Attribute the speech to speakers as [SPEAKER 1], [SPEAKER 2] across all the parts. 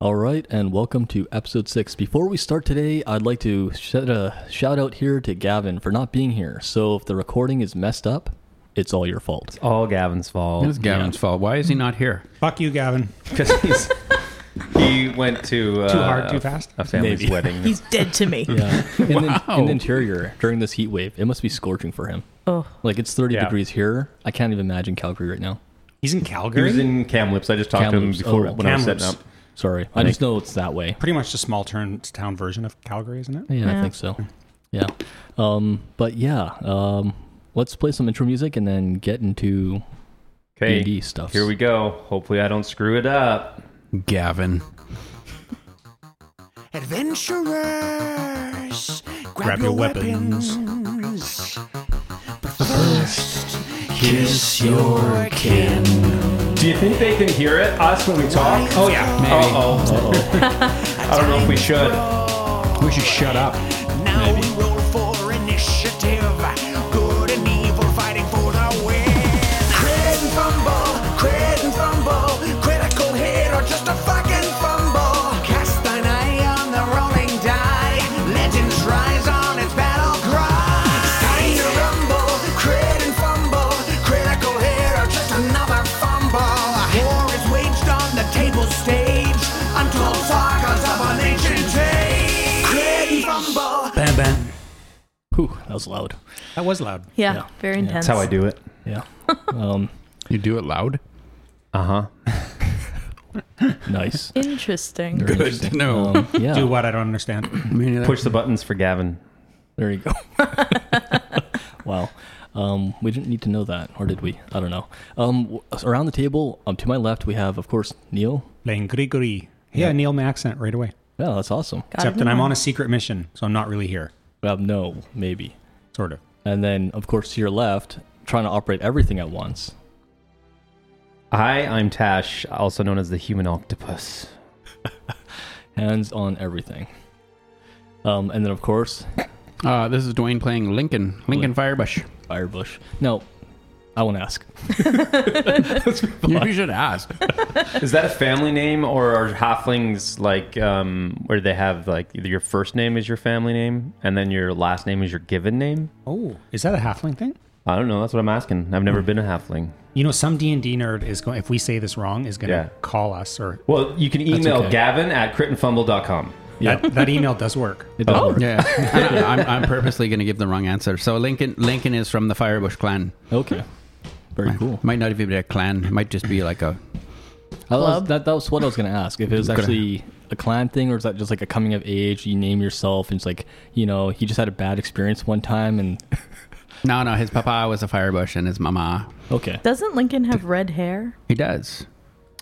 [SPEAKER 1] All right, and welcome to episode six. Before we start today, I'd like to shed a shout out here to Gavin for not being here. So if the recording is messed up, it's all your fault.
[SPEAKER 2] all Gavin's fault.
[SPEAKER 3] It was Gavin's fault. Why is he not here?
[SPEAKER 4] Fuck you, Gavin.
[SPEAKER 2] because he's he went to uh,
[SPEAKER 4] Too hard, too
[SPEAKER 2] a-
[SPEAKER 4] fast?
[SPEAKER 2] A family's
[SPEAKER 1] Maybe.
[SPEAKER 2] wedding.
[SPEAKER 5] He's dead to me.
[SPEAKER 1] Yeah. In, the, in
[SPEAKER 3] Wow.
[SPEAKER 1] the interior during this heat wave, it must be scorching for him.
[SPEAKER 5] Oh,
[SPEAKER 1] Like it's 30
[SPEAKER 2] Yeah.
[SPEAKER 1] degrees here. I can't even imagine Calgary right now.
[SPEAKER 4] He's in
[SPEAKER 2] He
[SPEAKER 4] Calgary.
[SPEAKER 2] was in Kamloops. I just talked to him
[SPEAKER 1] Kamloops.
[SPEAKER 2] before
[SPEAKER 1] Oh,
[SPEAKER 2] when I was setting up.
[SPEAKER 4] Kamloops.
[SPEAKER 1] Sorry, I just know it's that way.
[SPEAKER 4] Pretty much the small turn town version of Calgary, isn't it?
[SPEAKER 1] Yeah, I
[SPEAKER 5] Yeah.
[SPEAKER 1] think so. Yeah. Um, but yeah, um, let's play some intro music and then get into
[SPEAKER 2] Okay,
[SPEAKER 1] D&D stuff.
[SPEAKER 2] here we go. Hopefully, I don't screw it up.
[SPEAKER 3] Gavin.
[SPEAKER 6] Adventurers, grab,
[SPEAKER 4] your
[SPEAKER 6] your,
[SPEAKER 4] weapons.
[SPEAKER 6] weapons. But first, kiss your kin.
[SPEAKER 2] Do you think they can hear it us when we talk?
[SPEAKER 6] Oh, yeah, maybe.
[SPEAKER 2] oh. I don't know if we should.
[SPEAKER 4] We should shut up.
[SPEAKER 6] Now we roll for initiative. Good and evil fighting for the win. Crit and fumble, crit and fumble. Critical hit or just a fucking fumble. Cast thine eye on the rolling die. Legends rise on its battle cry. Time to rumble, crit and fumble. Critical hit or just another fumble. War is waged on the table stage. Untold sagas of an ancient age. Crit and fumble.
[SPEAKER 4] Bam, bam.
[SPEAKER 1] Whew, that was loud.
[SPEAKER 4] That was loud.
[SPEAKER 5] yeah,
[SPEAKER 1] Yeah.
[SPEAKER 5] very intense.
[SPEAKER 2] That's how I do it.
[SPEAKER 1] Yeah. Um,
[SPEAKER 3] You do it loud?
[SPEAKER 2] Uh huh.
[SPEAKER 1] nice.
[SPEAKER 5] Interesting.
[SPEAKER 1] Very
[SPEAKER 3] Good
[SPEAKER 1] interesting.
[SPEAKER 3] to know.
[SPEAKER 1] Um, yeah.
[SPEAKER 4] Do what I don't understand.
[SPEAKER 3] I mean, that-
[SPEAKER 2] Push the buttons for Gavin.
[SPEAKER 1] There you go. wow. Um, we didn't need to know that, or did we? I don't know. Um, w- around the table, um, to my left, we have, of course, Neil.
[SPEAKER 4] Playing Grigori. Yeah, Neil, my accent right away.
[SPEAKER 1] Yeah, that's awesome.
[SPEAKER 4] Except that I'm on a secret mission, so I'm not really here.
[SPEAKER 1] Um, no, maybe.
[SPEAKER 4] Sort of.
[SPEAKER 1] And then, of course, to your left, trying to operate everything at once.
[SPEAKER 2] Hi, I'm Tash, also known as the human octopus.
[SPEAKER 1] hands on everything. Um, and then of course,
[SPEAKER 3] uh, this is Dwayne playing Lincoln. Lincoln Firebush.
[SPEAKER 1] Firebush. No, I won't ask.
[SPEAKER 3] You you should ask.
[SPEAKER 2] Is that a family name, or are halflings like um, where they have like either your first name is your family name, and then your last name is your given name?
[SPEAKER 4] Oh, is that a halfling thing?
[SPEAKER 2] I don't know. That's what I'm asking. I've never been a halfling.
[SPEAKER 4] You know, some D and D nerd is going. If we say this wrong, is going to
[SPEAKER 2] Yeah.
[SPEAKER 4] call us. Or
[SPEAKER 2] Well, you can email
[SPEAKER 1] okay.
[SPEAKER 2] Gavin at critandfumble.com.
[SPEAKER 4] that, that email does work.
[SPEAKER 1] It does work.
[SPEAKER 3] Yeah. And I- I'm, I'm purposely going to give the wrong answer. So Lincoln Lincoln is from the Firebush clan.
[SPEAKER 1] Okay. Very cool.
[SPEAKER 3] Might not even be a clan. It might just be like a.
[SPEAKER 1] I was-
[SPEAKER 5] Club?
[SPEAKER 1] that, that was what I was going to ask. If it was
[SPEAKER 3] Gonna-
[SPEAKER 1] actually a clan thing, or is that just like a coming of age? You name yourself, and it's like, you know, he just had a bad experience one time, and
[SPEAKER 3] No, no. His papa was a Firebush and his mama.
[SPEAKER 1] okay.
[SPEAKER 5] Doesn't Lincoln have red hair?
[SPEAKER 3] He does.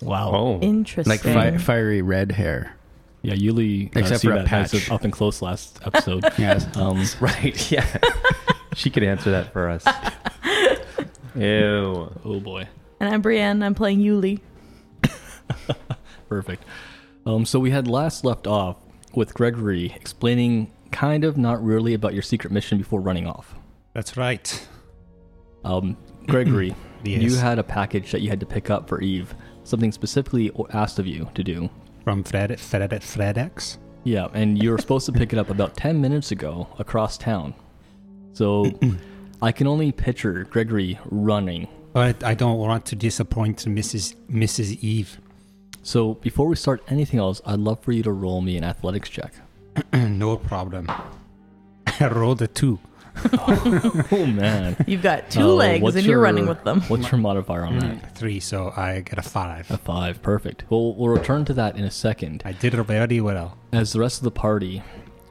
[SPEAKER 1] Wow.
[SPEAKER 2] Oh.
[SPEAKER 5] Interesting.
[SPEAKER 3] Like fi- fiery red hair.
[SPEAKER 1] Yeah, Yuli uh,
[SPEAKER 3] Except
[SPEAKER 1] see
[SPEAKER 3] for a
[SPEAKER 1] that nice
[SPEAKER 3] patch.
[SPEAKER 1] up and close last episode.
[SPEAKER 3] Yes.
[SPEAKER 1] Um,
[SPEAKER 2] Right. Yeah. she could answer that for us. Ew.
[SPEAKER 1] oh boy.
[SPEAKER 5] and I'm Brienne. I'm playing Yuli.
[SPEAKER 1] Perfect. Um, so we had last left off with Gregory explaining kind of not really about your secret mission before running off.
[SPEAKER 4] That's right.
[SPEAKER 1] Um, Gregory,
[SPEAKER 4] Yes.
[SPEAKER 1] you had a package that you had to pick up for Eve, something specifically o- asked of you to do.
[SPEAKER 4] From Fred, Fred, FredEx.
[SPEAKER 1] Yeah, and you were supposed to pick it up about 10 minutes ago across town. So I can only picture Gregory running.
[SPEAKER 4] But I don't want to disappoint Mrs. Mrs. Eve.
[SPEAKER 1] So before we start anything else, I'd love for you to roll me an athletics check.
[SPEAKER 4] No problem. I rolled a two.
[SPEAKER 1] Oh, man.
[SPEAKER 5] You've got two
[SPEAKER 1] Two
[SPEAKER 5] legs and you're running with them.
[SPEAKER 1] Oh, Uh, What's your modifier on that?
[SPEAKER 4] Three, so I get a five.
[SPEAKER 1] Five, perfect. We'll, we'll return to that in a second.
[SPEAKER 4] I did very well.
[SPEAKER 1] As the rest of the party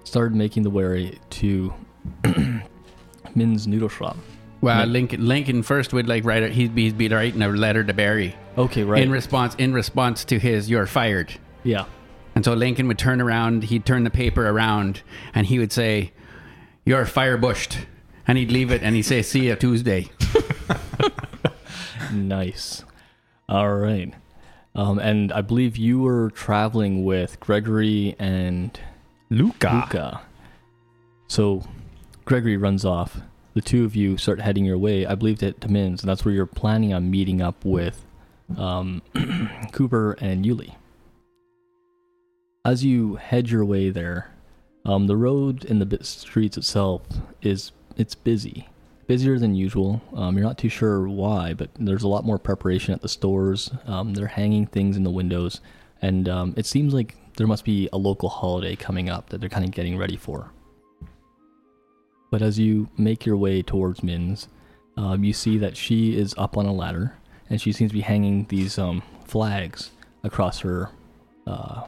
[SPEAKER 1] started making the way to Min's noodle shop.
[SPEAKER 3] Well, Lincoln Lincoln first would like write. A, he'd be he'd be writing a letter to Barry.
[SPEAKER 1] Okay, right.
[SPEAKER 3] in response in response to his you're fired
[SPEAKER 1] yeah.
[SPEAKER 3] and so lincoln would turn around he'd turn the paper around and he would say you're firebushed and he'd leave it and he'd say see you tuesday
[SPEAKER 1] Nice. All right. Um, and I believe you were traveling with Gregory and
[SPEAKER 4] Luca.
[SPEAKER 1] Luca. So Gregory runs off. The two of you start heading your way, I believe, to, to Min's, and that's where you're planning on meeting up with um, Cooper and Yuli. as you head your way there, um, the road and the bit streets itself is it's busy, busier than usual. Um, you're not too sure why, but there's a lot more preparation at the stores. Um, they're hanging things in the windows, and um, it seems like there must be a local holiday coming up that they're kind of getting ready for. But as you make your way towards Min's, um, you see that she is up on a ladder and she seems to be hanging these um, flags across her uh,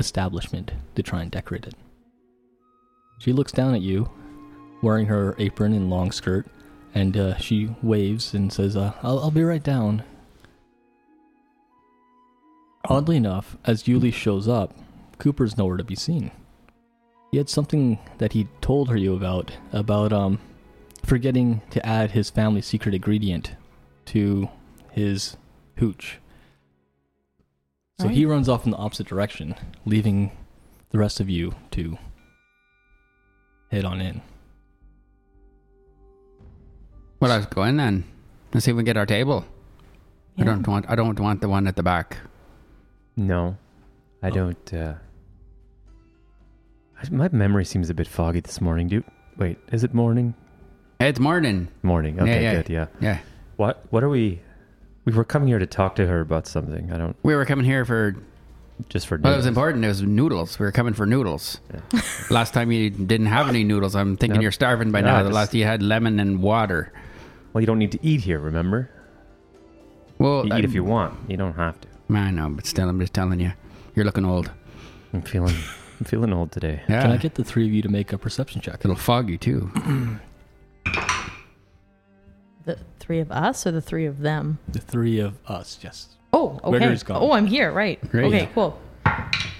[SPEAKER 1] establishment to try and decorate it. She looks down at you, wearing her apron and long skirt, and uh, she waves and says, uh, I'll, I'll be right down. Oddly enough, as Yuli shows up, Cooper's nowhere to be seen. He had something that he told her you about about um forgetting to add his family's secret ingredient to his hooch. So he runs off in the opposite direction, leaving the rest of you to head on in.
[SPEAKER 3] Well, let's go in then. Let's see if we can get our table. I
[SPEAKER 5] Yeah.
[SPEAKER 3] don't want. I don't want the one at the back.
[SPEAKER 2] No, I don't. Uh, I- my memory seems a bit foggy this morning, dude. Wait, is it morning?
[SPEAKER 3] It's Martin.
[SPEAKER 2] Morning. Okay,
[SPEAKER 3] yeah.
[SPEAKER 2] good. Yeah.
[SPEAKER 3] Yeah,
[SPEAKER 2] What? What are we? We were coming here to talk to her about something. I don't.
[SPEAKER 3] we were coming here for.
[SPEAKER 2] Just for.
[SPEAKER 3] Well,
[SPEAKER 2] notice.
[SPEAKER 3] it was important. It was noodles. We were coming for noodles. last time you didn't have any noodles. I'm thinking
[SPEAKER 2] Nope.
[SPEAKER 3] you're starving by
[SPEAKER 2] No, I
[SPEAKER 3] now. The
[SPEAKER 2] just-
[SPEAKER 3] last you had lemon and water.
[SPEAKER 2] Well, you don't need to eat here. Remember,
[SPEAKER 3] Well,
[SPEAKER 2] you eat if you want. You don't have to.
[SPEAKER 3] I know, but still, I'm just telling you, you're looking old.
[SPEAKER 2] I'm feeling. I'm feeling old today.
[SPEAKER 3] Yeah,
[SPEAKER 1] Can I get the three of you to make a perception check?
[SPEAKER 3] it'll fog you too.
[SPEAKER 5] The three of us or the three of them?
[SPEAKER 1] The three of us, yes.
[SPEAKER 5] Oh, okay.
[SPEAKER 1] Murder's gone.
[SPEAKER 5] Oh, I'm here. Right.
[SPEAKER 3] Great.
[SPEAKER 5] Okay, cool.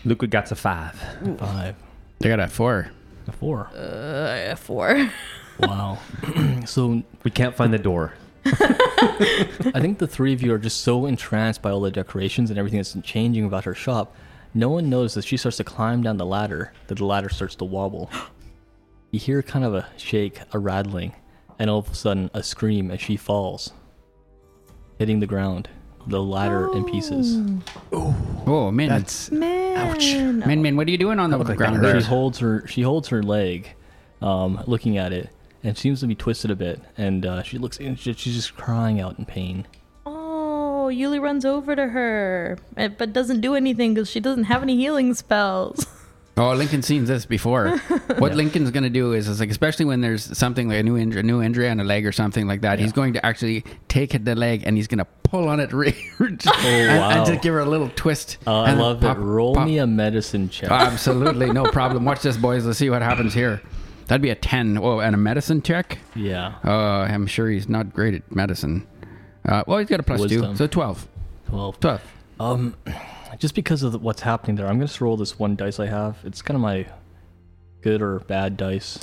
[SPEAKER 2] Luca got a five.
[SPEAKER 1] Five,
[SPEAKER 3] They got a four.
[SPEAKER 1] a four.
[SPEAKER 5] Uh, four.
[SPEAKER 1] Wow. so
[SPEAKER 2] We can't find the door.
[SPEAKER 1] I think the three of you are just so entranced by all the decorations and everything that's changing about her shop. No one notices she starts to climb down the ladder that the ladder starts to wobble. You hear kind of a shake, a rattling, and all of a sudden a scream as she falls, hitting the ground, the ladder in pieces.
[SPEAKER 3] Oh, man, that's
[SPEAKER 5] Man.
[SPEAKER 3] man, man. What are you doing on the ground?
[SPEAKER 1] She
[SPEAKER 3] there?
[SPEAKER 1] holds her she holds her leg, um, looking at it, and seems to be twisted a bit. And uh, she looks and she- she's just crying out in pain.
[SPEAKER 5] Oh, Yuli runs over to her, eh, but doesn't do anything because she doesn't have any healing spells.
[SPEAKER 3] Oh, Lincoln's seen this before. what Lincoln's going to do is, is like, especially when there's something like a new injury, a new injury on a leg or something like that, he's going to actually take the leg and he's going to pull on it, re- and, and
[SPEAKER 1] Oh, wow.
[SPEAKER 3] just give her a little twist.
[SPEAKER 1] Uh, I
[SPEAKER 3] and
[SPEAKER 1] love
[SPEAKER 3] pop-
[SPEAKER 1] it. Roll
[SPEAKER 3] pop. Ah.
[SPEAKER 1] me a medicine check.
[SPEAKER 3] Absolutely, no problem. Watch this, boys. Let's see what happens here. That'd be a ten. Oh, and a medicine check.
[SPEAKER 1] yeah.
[SPEAKER 3] Uh, I'm sure he's not great at medicine. Uh, well, he's got a plus
[SPEAKER 1] Wisdom.
[SPEAKER 3] two, so twelve.
[SPEAKER 1] Well,
[SPEAKER 3] Twelve.
[SPEAKER 1] Um, just because of the- what's happening there, I'm going to just roll this one dice I have. It's kind of my good or bad dice.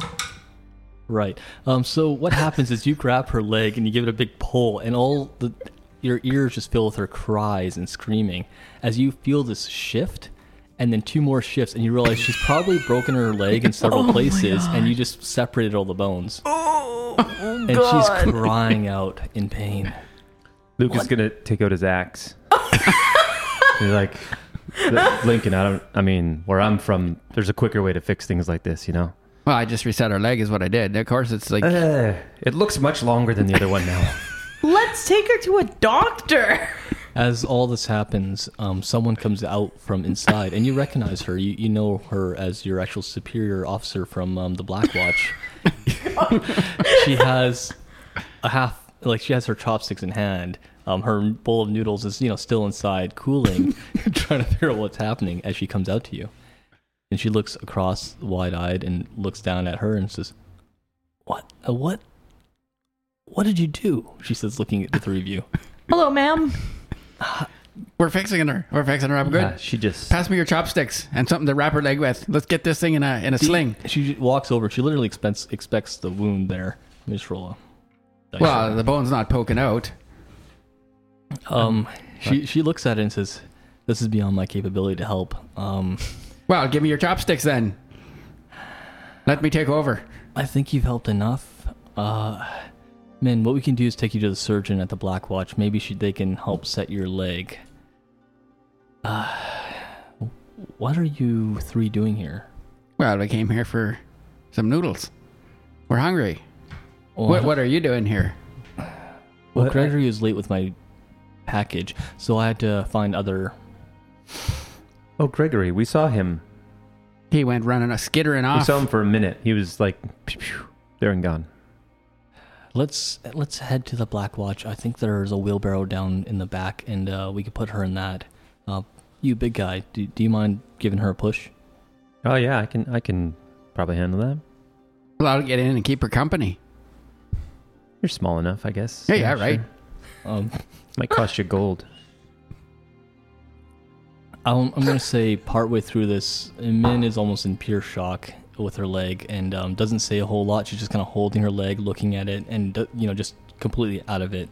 [SPEAKER 1] Right. Um. So what happens is you grab her leg and you give it a big pull, and all the your ears just fill with her cries and screaming as you feel this shift, and then two more shifts, and you realize she's probably broken her leg in several places, and you just separated all the bones. Oh, and she's crying out in pain.
[SPEAKER 2] Luke is gonna take out his axe. He's like, "L- Lincoln. I don't. I mean, where I'm from, there's a quicker way to fix things like this. You know.
[SPEAKER 3] Well, I just reset her leg, is what I did. Of course, it's like
[SPEAKER 2] Eh, it looks much longer than the other one now.
[SPEAKER 5] Let's take her to a doctor.
[SPEAKER 1] As all this happens, um, someone comes out from inside, and you recognize her. You, you know her as your actual superior officer from um, the Black Watch. she has a half, like she has her chopsticks in hand. Um, her bowl of noodles is, you know, still inside, cooling, trying to figure out what's happening as she comes out to you. And she looks across, wide-eyed, and looks down at her and says, "What? Uh, what? What did you do?" She says, looking at the three of you.
[SPEAKER 5] Hello, ma'am.
[SPEAKER 3] we're fixing her. We're fixing her up good.
[SPEAKER 2] Uh, she just.
[SPEAKER 3] Pass me your chopsticks and something to wrap her leg with. Let's get this thing in a in a sling.
[SPEAKER 1] She j- walks over. She literally expects expects the wound there. Let me just roll a dice
[SPEAKER 3] Well, the bone's not poking out.
[SPEAKER 1] roll. um, she she looks at it and says, "This is beyond my capability to help. Um,
[SPEAKER 3] Well, give me your chopsticks then. Let me take over.
[SPEAKER 1] I think you've helped enough. Uh, man, what we can do is take you to the surgeon at the Black Watch. Maybe she, they can help set your leg. Uh, What are you three doing here?
[SPEAKER 3] Well, we came here for some noodles. We're hungry.
[SPEAKER 1] Well,
[SPEAKER 3] What, what are you doing here?
[SPEAKER 1] well
[SPEAKER 2] what-
[SPEAKER 1] Gregory is late with my package, so I had to find other.
[SPEAKER 2] Oh, Gregory, we saw him.
[SPEAKER 3] He went running, uh, skittering
[SPEAKER 2] We
[SPEAKER 3] off.
[SPEAKER 2] saw him for a minute. He was like, pew, pew, there and gone.
[SPEAKER 1] Let's let's head to the Black Watch. I think there's a wheelbarrow down in the back, and uh, we could put her in that. Uh, you big guy, do, do you mind giving her a push?
[SPEAKER 2] Oh yeah, I can I can probably handle that.
[SPEAKER 3] Well, I'll get in and keep her company.
[SPEAKER 2] You're small enough, I guess.
[SPEAKER 3] Yeah, yeah, right.
[SPEAKER 2] sure.
[SPEAKER 1] Um,
[SPEAKER 2] Might cost you gold.
[SPEAKER 1] I'm, I'm gonna say partway through this, Min is almost in pure shock with her leg and um, doesn't say a whole lot. She's just kind of holding her leg, looking at it, and do- you know, just completely out of it.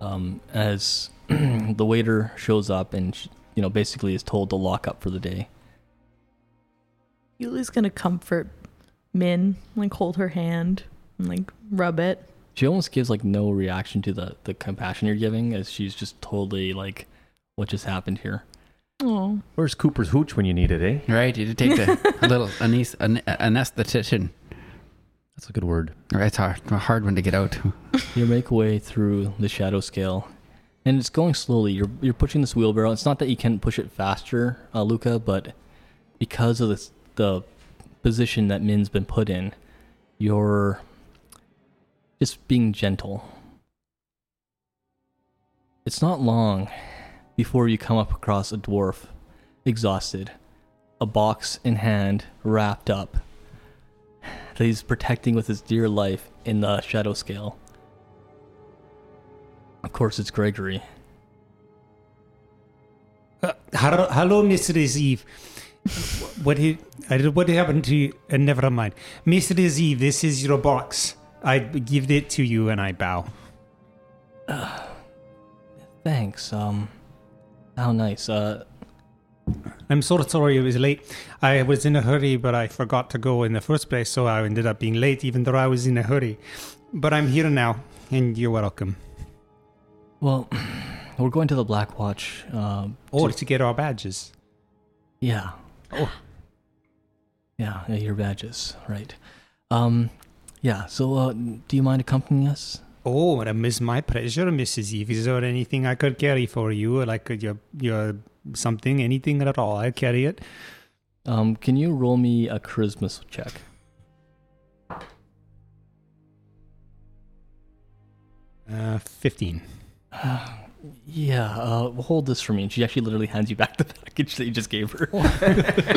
[SPEAKER 1] Um, as the waiter shows up and she, you know, basically is told to lock up for the day.
[SPEAKER 5] Yuli's gonna comfort Min, like hold her hand and like rub it.
[SPEAKER 1] She almost gives like no reaction to the the compassion you're giving, as she's just totally like, what just happened here?
[SPEAKER 5] Oh,
[SPEAKER 2] Where's Cooper's hooch when you need it, eh?
[SPEAKER 3] Right? You take the a little anest- an- anesthetician.
[SPEAKER 2] That's a good word.
[SPEAKER 3] Right, It's hard, a hard one to get out.
[SPEAKER 1] You make way through the shadow scale, and it's going slowly. You're you're pushing this wheelbarrow. It's not that you can push it faster, uh, Luca, but because of this, the position that Min's been put in, you're just being gentle. It's not long before you come up across a dwarf, exhausted, a box in hand, wrapped up, that he's protecting with his dear life in the shadow scale. Of course, it's Gregory.
[SPEAKER 4] Uh, hello, hello, Mrs. Eve. what he, I don't- what happened to you? Uh, never mind. Mrs. Eve, this is your box. I give it to you and I bow.
[SPEAKER 1] Thanks. Um, how nice. Uh,
[SPEAKER 4] I'm so sorry it was late. I was in a hurry, but I forgot to go in the first place, so I ended up being late, even though I was in a hurry. But I'm here now, and you're welcome.
[SPEAKER 1] well, we're going to the Black Watch. Uh,
[SPEAKER 4] Or to get our badges.
[SPEAKER 1] yeah.
[SPEAKER 4] Oh.
[SPEAKER 1] Yeah, yeah, your badges, right? Um, yeah. So, uh, do you mind accompanying us?
[SPEAKER 4] Oh, it is my pleasure, Mrs. Eve. Is there anything I could carry for you, like uh, your your something, anything at all? I'll carry it.
[SPEAKER 1] Um, can you roll me a Christmas check?
[SPEAKER 4] Uh, Fifteen.
[SPEAKER 1] Yeah. Uh, hold this for me. And she actually literally hands you back the package that you just gave her.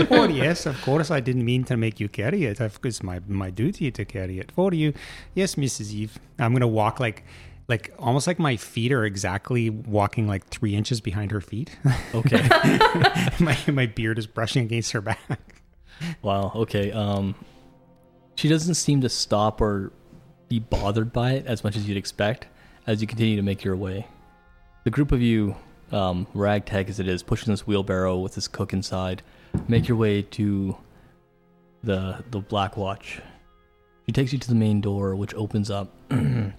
[SPEAKER 4] oh yes, of course. I didn't mean to make you carry it. Of course, my my duty to carry it for you. Yes, Mrs. Eve. I'm gonna walk like, like almost like my feet are exactly walking like three inches behind her feet.
[SPEAKER 1] Okay.
[SPEAKER 4] my my beard is brushing against her back.
[SPEAKER 1] Wow. Okay. Um, she doesn't seem to stop or be bothered by it as much as you'd expect as you continue to make your way. The group of you, um, ragtag as it is, pushing this wheelbarrow with this cook inside, make your way to the the Black Watch. She takes you to the main door, which opens up in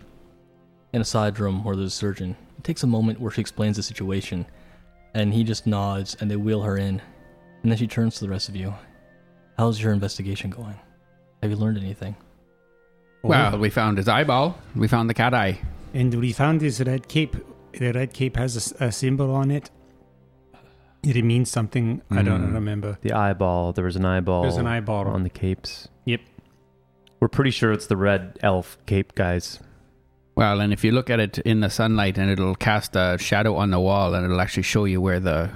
[SPEAKER 1] a side room where there's a surgeon. It takes a moment where she explains the situation, and he just nods, and they wheel her in, and then she turns to the rest of you. How's your investigation going? Have you learned anything?
[SPEAKER 3] Well, we found his eyeball. We found the cat eye.
[SPEAKER 4] And we found this red cape. The red cape has a s- a, symbol on it. It means something. I don't remember.
[SPEAKER 2] The eyeball. There was an eyeball.
[SPEAKER 4] There's an eyeball.
[SPEAKER 2] Mm. Oh. on the capes.
[SPEAKER 4] Yep.
[SPEAKER 2] We're pretty sure it's the red elf cape, guys.
[SPEAKER 3] Well, and if you look at it in the sunlight, and it'll cast a shadow on the wall, and it'll actually show you where the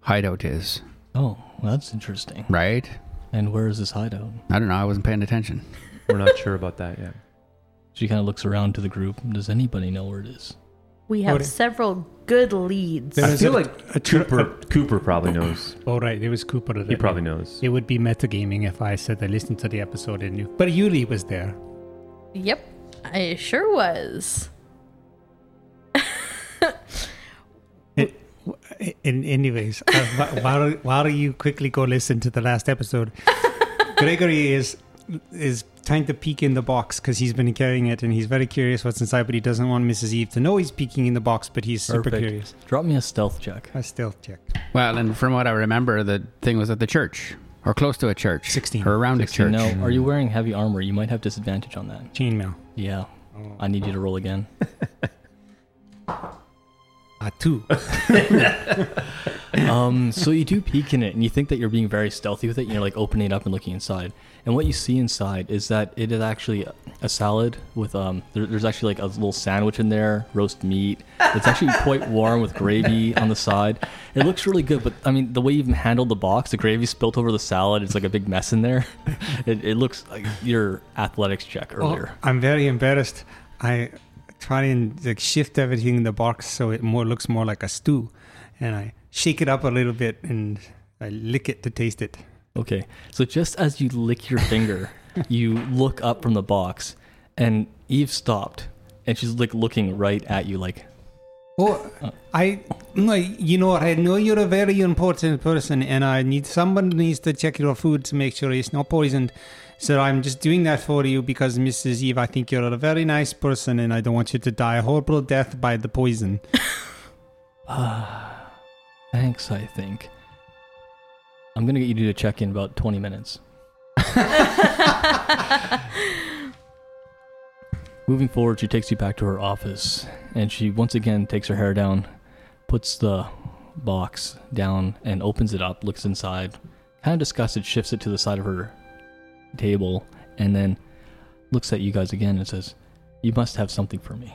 [SPEAKER 3] hideout is.
[SPEAKER 1] Oh, well, that's interesting.
[SPEAKER 3] Right?
[SPEAKER 1] And where is this hideout?
[SPEAKER 3] I don't know. I wasn't paying attention.
[SPEAKER 2] We're not sure about that yet.
[SPEAKER 1] She kind of looks around to the group. Does anybody know where it is?
[SPEAKER 5] we have
[SPEAKER 4] Howdy.
[SPEAKER 5] several good leads.
[SPEAKER 4] There
[SPEAKER 2] I
[SPEAKER 4] is
[SPEAKER 2] feel
[SPEAKER 4] a-
[SPEAKER 2] like
[SPEAKER 4] a tr-
[SPEAKER 2] Cooper. Cooper probably knows.
[SPEAKER 4] Oh right, it was Cooper. That
[SPEAKER 2] He probably knows.
[SPEAKER 4] It would be metagaming if I said I listened to the episode and knew. But Yuli was there.
[SPEAKER 5] Yep, I sure was.
[SPEAKER 4] In, anyways, uh, wh- while while you quickly go listen to the last episode, Gregory is is trying to peek in the box because he's been carrying it and he's very curious what's inside, but he doesn't want Mrs. Eve to know he's peeking in the box, but he's super
[SPEAKER 1] Perfect.
[SPEAKER 4] curious.
[SPEAKER 1] Drop me a stealth check.
[SPEAKER 4] I still check.
[SPEAKER 3] Well, and from what I remember, the thing was at the church or close to a church,
[SPEAKER 4] 16.
[SPEAKER 3] or around a church.
[SPEAKER 1] No, are you wearing heavy armor? You might have disadvantage on that.
[SPEAKER 4] Chainmail.
[SPEAKER 1] Yeah. I need you to roll again.
[SPEAKER 4] Ah, two.
[SPEAKER 1] Um, so you do peek in it, and you think that you're being very stealthy with it. And you're like opening it up and looking inside, and what you see inside is that it is actually a salad with um. There, there's actually like a little sandwich in there, roast meat. It's actually quite warm with gravy on the side. It looks really good, but I mean the way you've handled the box, the gravy spilt over the salad. It's like a big mess in there. It, it looks like your athletics check earlier.
[SPEAKER 4] I'm very embarrassed. I try and like shift everything in the box so it more looks more like a stew, and I shake it up a little bit and I lick it to taste it.
[SPEAKER 1] Okay. So just as you lick your finger, you look up from the box, and Eve stopped, and she's like looking right at you, like,
[SPEAKER 4] Oh, I, no, you know, I know you're a very important person, and I need someone needs to check your food to make sure it's not poisoned. So I'm just doing that for you because Mrs. Eve, I think you're a very nice person, and I don't want you to die a horrible death by the poison.
[SPEAKER 1] "Ah, "Thanks, I think." I'm gonna get you to do a check in about 20 minutes. Moving forward, she takes you back to her office, and she once again takes her hair down, puts the box down, and opens it up, looks inside, kind of disgusted, shifts it to the side of her table, and then looks at you guys again and says, You must have something for me.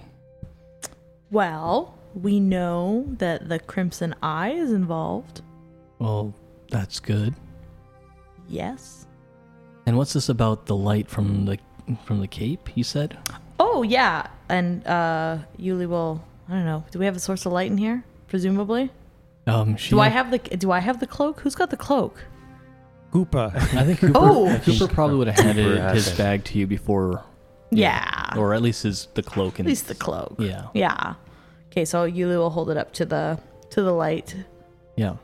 [SPEAKER 5] Well, we know that the Crimson Eye is involved.
[SPEAKER 1] Well, that's good.
[SPEAKER 5] Yes.
[SPEAKER 1] And what's this about the light from the from the cape, you said?
[SPEAKER 5] Oh, yeah. And uh, Yuli will. I don't know. Do we have a source of light in here? Presumably.
[SPEAKER 1] Um she
[SPEAKER 5] Do I have the Do I have the cloak? Who's got the cloak?
[SPEAKER 4] Koopa.
[SPEAKER 1] I think Cooper,
[SPEAKER 5] Oh!
[SPEAKER 1] Cooper probably would have handed
[SPEAKER 2] Cooper has
[SPEAKER 1] his
[SPEAKER 2] it.
[SPEAKER 1] bag to you before
[SPEAKER 5] Yeah.
[SPEAKER 1] or at least his the cloak
[SPEAKER 5] At
[SPEAKER 1] and
[SPEAKER 5] least the cloak.
[SPEAKER 1] Yeah.
[SPEAKER 5] Yeah. Okay, so Yuli will hold it up to the to the light.
[SPEAKER 1] Yeah.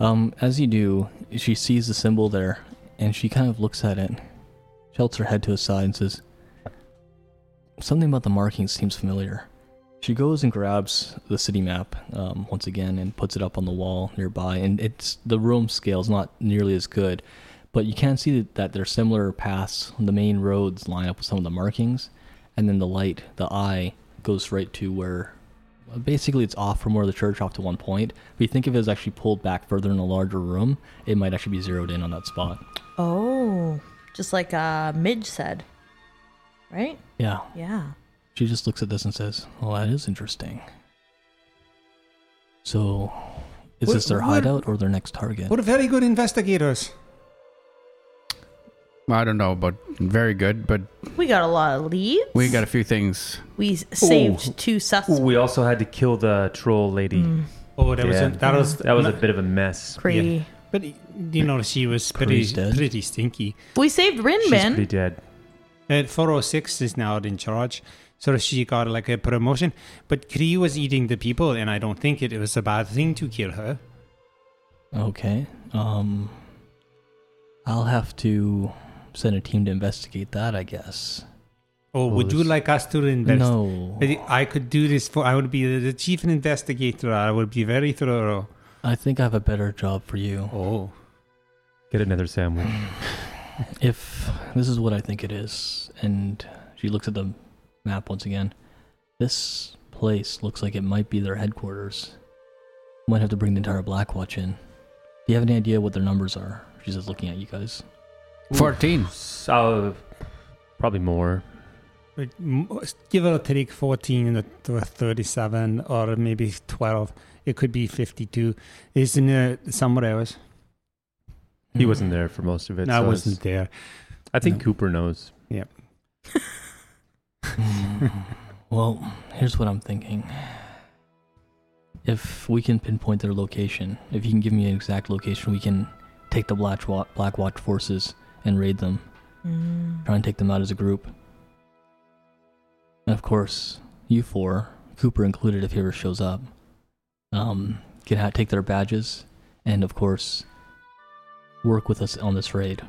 [SPEAKER 1] Um, as you do, she sees the symbol there, and she kind of looks at it, tilts her head to the side, and says, "Something about the markings seems familiar." She goes and grabs the city map um, once again and puts it up on the wall nearby, and it's the room scale's not nearly as good, but you can see that, that there's similar paths. The main roads line up with some of the markings, and then the light, the eye, goes right to where well, basically it's off from where the church off to one point. If you think of it as actually pulled back further in a larger room, it might actually be zeroed in on that spot.
[SPEAKER 5] Oh. Just like uh Midge said. Right?
[SPEAKER 1] Yeah.
[SPEAKER 5] Yeah.
[SPEAKER 1] She just looks at this and says, Well, that is interesting. So, is
[SPEAKER 4] What-
[SPEAKER 1] this their
[SPEAKER 4] what-
[SPEAKER 1] hideout or their next target?
[SPEAKER 4] We're very good investigators.
[SPEAKER 3] I don't know, but very good. But
[SPEAKER 5] We got a lot of leads.
[SPEAKER 3] we got a few things.
[SPEAKER 5] we s- saved two Mm, suspects.
[SPEAKER 2] We also had to kill the troll lady.
[SPEAKER 4] Oh, that was
[SPEAKER 2] Yeah.
[SPEAKER 4] a, that was
[SPEAKER 2] That was a bit of a mess.
[SPEAKER 5] Crazy.
[SPEAKER 4] But you know, she was pretty
[SPEAKER 1] Pretty's dead.
[SPEAKER 4] pretty stinky.
[SPEAKER 5] We saved
[SPEAKER 2] She's pretty
[SPEAKER 5] Rinman.
[SPEAKER 2] dead.
[SPEAKER 4] And 406 is now in charge, so she got like a promotion. But Kree was eating the people, and I don't think it, was a bad thing to kill her.
[SPEAKER 1] Okay. Um, I'll have to send a team to investigate that, I guess.
[SPEAKER 4] Or would you
[SPEAKER 1] this-
[SPEAKER 4] like us to invest?
[SPEAKER 1] No.
[SPEAKER 4] I I could do this for. I would be the chief investigator. I would be very thorough.
[SPEAKER 1] I think I have a better job for you.
[SPEAKER 4] Oh,
[SPEAKER 2] Get another sandwich.
[SPEAKER 1] If this is what I think it is, and she looks at the map once again, this place looks like it might be their headquarters. Might have to bring the entire Blackwatch in. Do you have any idea what their numbers are? She says, looking at you guys.
[SPEAKER 3] Fourteen.
[SPEAKER 2] So, uh, probably more.
[SPEAKER 4] But m- give or take 14 to 37, or maybe 12. It could be 52. It's in uh, somewhere else.
[SPEAKER 2] He wasn't there for most of it.
[SPEAKER 4] Hmm. No, I
[SPEAKER 2] so it's-
[SPEAKER 4] wasn't there.
[SPEAKER 2] I think Cooper knows.
[SPEAKER 1] Well, here's what I'm thinking. If we can pinpoint their location, if you can give me an exact location, we can take the Black Wa- Black Watch forces and raid them.
[SPEAKER 5] Mm.
[SPEAKER 1] Try and take them out as a group. And of course, you four, Cooper included, if he ever shows up, um, can ha- take their badges and, of course, work with us on this raid.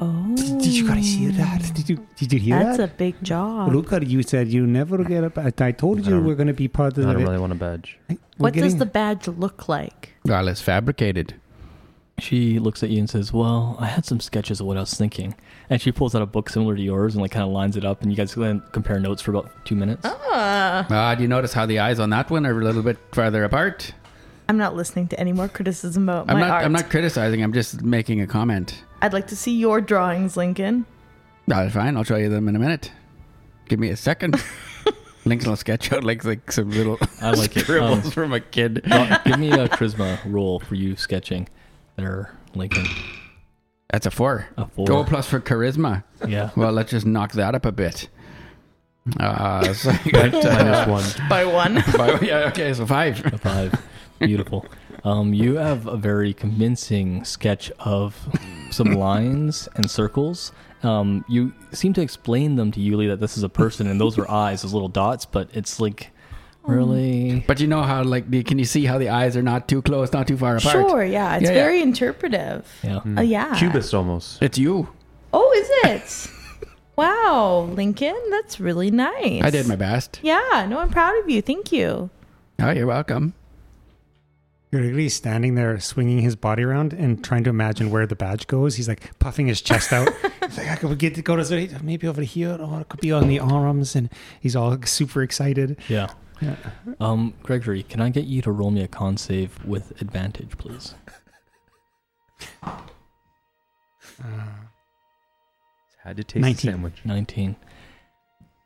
[SPEAKER 5] Oh,
[SPEAKER 4] Did you guys hear that? Did you did you hear
[SPEAKER 5] that's a
[SPEAKER 4] that?
[SPEAKER 5] big job.
[SPEAKER 4] Look at you said you never get up. I- I told
[SPEAKER 2] I
[SPEAKER 4] you
[SPEAKER 2] don't-
[SPEAKER 4] we're going to be part of
[SPEAKER 2] I
[SPEAKER 4] the.
[SPEAKER 2] don't really want to budge.
[SPEAKER 4] We're
[SPEAKER 5] What does
[SPEAKER 4] getting-
[SPEAKER 5] the badge look like?
[SPEAKER 3] Well, it's fabricated.
[SPEAKER 1] She looks at you and says, "Well, I had some sketches of what I was thinking." And she pulls out a book similar to yours and like kind of lines it up, and you guys can compare notes for about two minutes.
[SPEAKER 5] Oh.
[SPEAKER 3] Ah, do you notice how the eyes on that one are a little bit farther apart?
[SPEAKER 5] I'm not listening to any more criticism about
[SPEAKER 3] I'm
[SPEAKER 5] my
[SPEAKER 3] not.
[SPEAKER 5] art.
[SPEAKER 3] I'm not criticizing. I'm just making a comment.
[SPEAKER 5] I'd like to see your drawings, Lincoln.
[SPEAKER 3] Ah, fine. I'll show you them in a minute. Give me a second. Lincoln will sketch out like like some little
[SPEAKER 1] I like it.
[SPEAKER 3] scribbles
[SPEAKER 1] Um,
[SPEAKER 3] from a kid.
[SPEAKER 1] Uh, give me a charisma roll for you sketching there, Lincoln.
[SPEAKER 3] That's a four.
[SPEAKER 1] A four.
[SPEAKER 3] Go plus for charisma.
[SPEAKER 1] Yeah.
[SPEAKER 3] Well, let's just knock that up a bit. Uh, so I got, uh,
[SPEAKER 2] Minus one.
[SPEAKER 5] By one.
[SPEAKER 3] five- yeah, okay, so five.
[SPEAKER 1] A five. Beautiful. Um, you have a very convincing sketch of some lines and circles. Um, you seem to explain them to Yuli that this is a person and those are eyes, those little dots, but it's like really.
[SPEAKER 3] But you know how, like, the, can you see how the eyes are not too close, not too far apart?
[SPEAKER 5] sure, yeah. It's
[SPEAKER 3] Yeah, yeah.
[SPEAKER 5] very interpretive.
[SPEAKER 1] Yeah.
[SPEAKER 2] Hmm.
[SPEAKER 5] Oh, yeah.
[SPEAKER 2] Cubist almost.
[SPEAKER 3] It's you.
[SPEAKER 5] Oh, is it? wow, Lincoln, that's really nice.
[SPEAKER 3] I did my best.
[SPEAKER 5] Yeah, no, I'm proud of you. Thank you.
[SPEAKER 3] Oh, you're welcome.
[SPEAKER 4] Gregory's standing there swinging his body around and trying to imagine where the badge goes. He's like puffing his chest out. He's like, I could get to go to the- maybe over here or it could be on the arms. And he's all super excited.
[SPEAKER 1] Yeah. Um, Gregory, can I get you to roll me a con save with advantage, please?
[SPEAKER 2] Had to taste
[SPEAKER 4] 19.
[SPEAKER 2] the sandwich.
[SPEAKER 1] 19.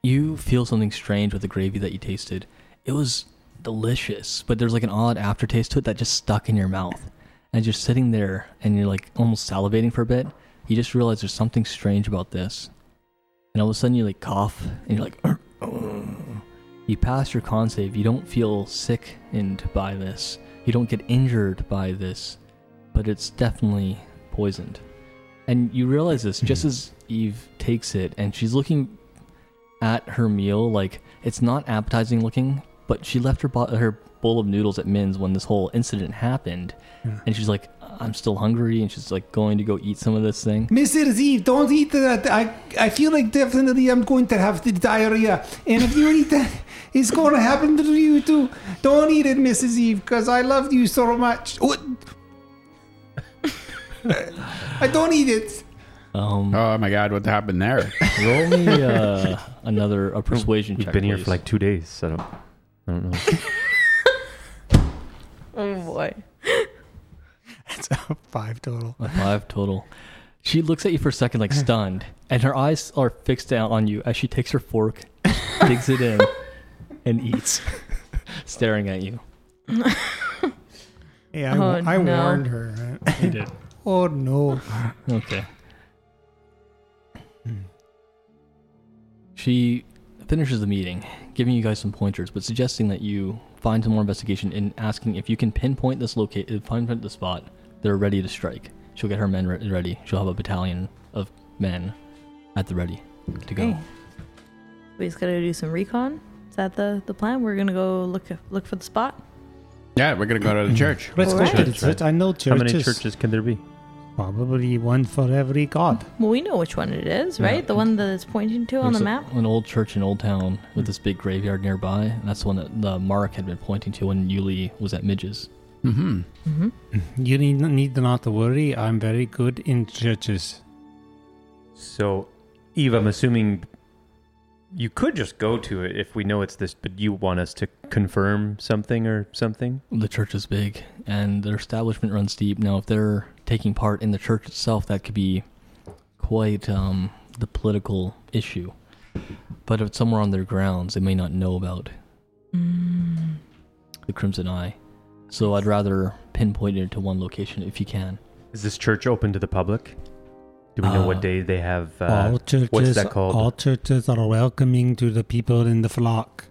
[SPEAKER 1] You feel something strange with the gravy that you tasted. It was delicious, but there's like an odd aftertaste to it that just stuck in your mouth. And you're sitting there and you're like almost salivating for a bit. You just realize there's something strange about this. And all of a sudden you like cough and you're like, "Ugh, ugh." you pass your con save. You don't feel sickened by this. You don't get injured by this, but it's definitely poisoned. And you realize this just
[SPEAKER 2] Hmm.
[SPEAKER 1] as Eve takes it, and she's looking at her meal like it's not appetizing looking, but she left her bo- her bowl of noodles at Min's when this whole incident happened, and she's like, "I'm still hungry," and she's like going to go eat some of this thing.
[SPEAKER 4] Mr. Z, don't eat that. I, I feel like definitely I'm going to have the diarrhea. And if you eat that, it's going to happen to you too. Don't eat it, Mrs. Eve, because I love you so much. What? I don't eat it.
[SPEAKER 1] Um,
[SPEAKER 3] Oh, my God, what happened there?
[SPEAKER 1] roll me uh, another a persuasion
[SPEAKER 2] We've
[SPEAKER 1] check.
[SPEAKER 2] been here
[SPEAKER 1] please.
[SPEAKER 2] for like two days. So I don't. I don't know.
[SPEAKER 5] Oh, boy.
[SPEAKER 4] It's a five total.
[SPEAKER 1] A five total. She looks at you for a second, like stunned, and her eyes are fixed down on you as she takes her fork, digs it in, and eats, staring at you.
[SPEAKER 4] Yeah, I,
[SPEAKER 5] Oh,
[SPEAKER 4] I
[SPEAKER 5] no.
[SPEAKER 4] warned her.
[SPEAKER 1] You did.
[SPEAKER 4] Oh, no.
[SPEAKER 1] Okay. She finishes the meeting, giving you guys some pointers, but suggesting that you find some more investigation in asking if you can pinpoint this locate, uh, pinpoint the spot. They're ready to strike. She'll get her men re- ready. She'll have a battalion of men at the ready to go.
[SPEAKER 5] Okay. We just gotta do some recon. Is that the, the plan? We're gonna go look look for the spot.
[SPEAKER 3] yeah, we're going to go to the church.
[SPEAKER 4] Let's
[SPEAKER 5] Alright.
[SPEAKER 4] go to the church. I know
[SPEAKER 2] How
[SPEAKER 4] churches.
[SPEAKER 2] many churches can there be?
[SPEAKER 4] Probably one for every god.
[SPEAKER 5] Well, we know which one it is, right? The one that it's pointing to on
[SPEAKER 1] There's
[SPEAKER 5] the
[SPEAKER 1] a-
[SPEAKER 5] map.
[SPEAKER 1] An old church in Old Town with this big graveyard nearby. And that's the one that the Mark had been pointing to when Yuli was at Midge's.
[SPEAKER 3] hmm
[SPEAKER 5] Mm-hmm.
[SPEAKER 4] You need, need not to worry. I'm very good in churches.
[SPEAKER 2] So, Eve, I'm assuming you could just go to it if we know it's this, but you want us to confirm something or something?
[SPEAKER 1] The church is big and their establishment runs deep. Now, if they're taking part in the church itself, that could be quite um, the political issue. But if it's somewhere on their grounds, they may not know about
[SPEAKER 5] Mm.
[SPEAKER 1] the Crimson Eye. So I'd rather pinpoint it to one location if you can.
[SPEAKER 2] Is this church open to the public? Do we know
[SPEAKER 1] Uh,
[SPEAKER 2] what day they have? Uh,
[SPEAKER 4] all churches,
[SPEAKER 2] what's that called?
[SPEAKER 4] All churches are welcoming to the people in the flock.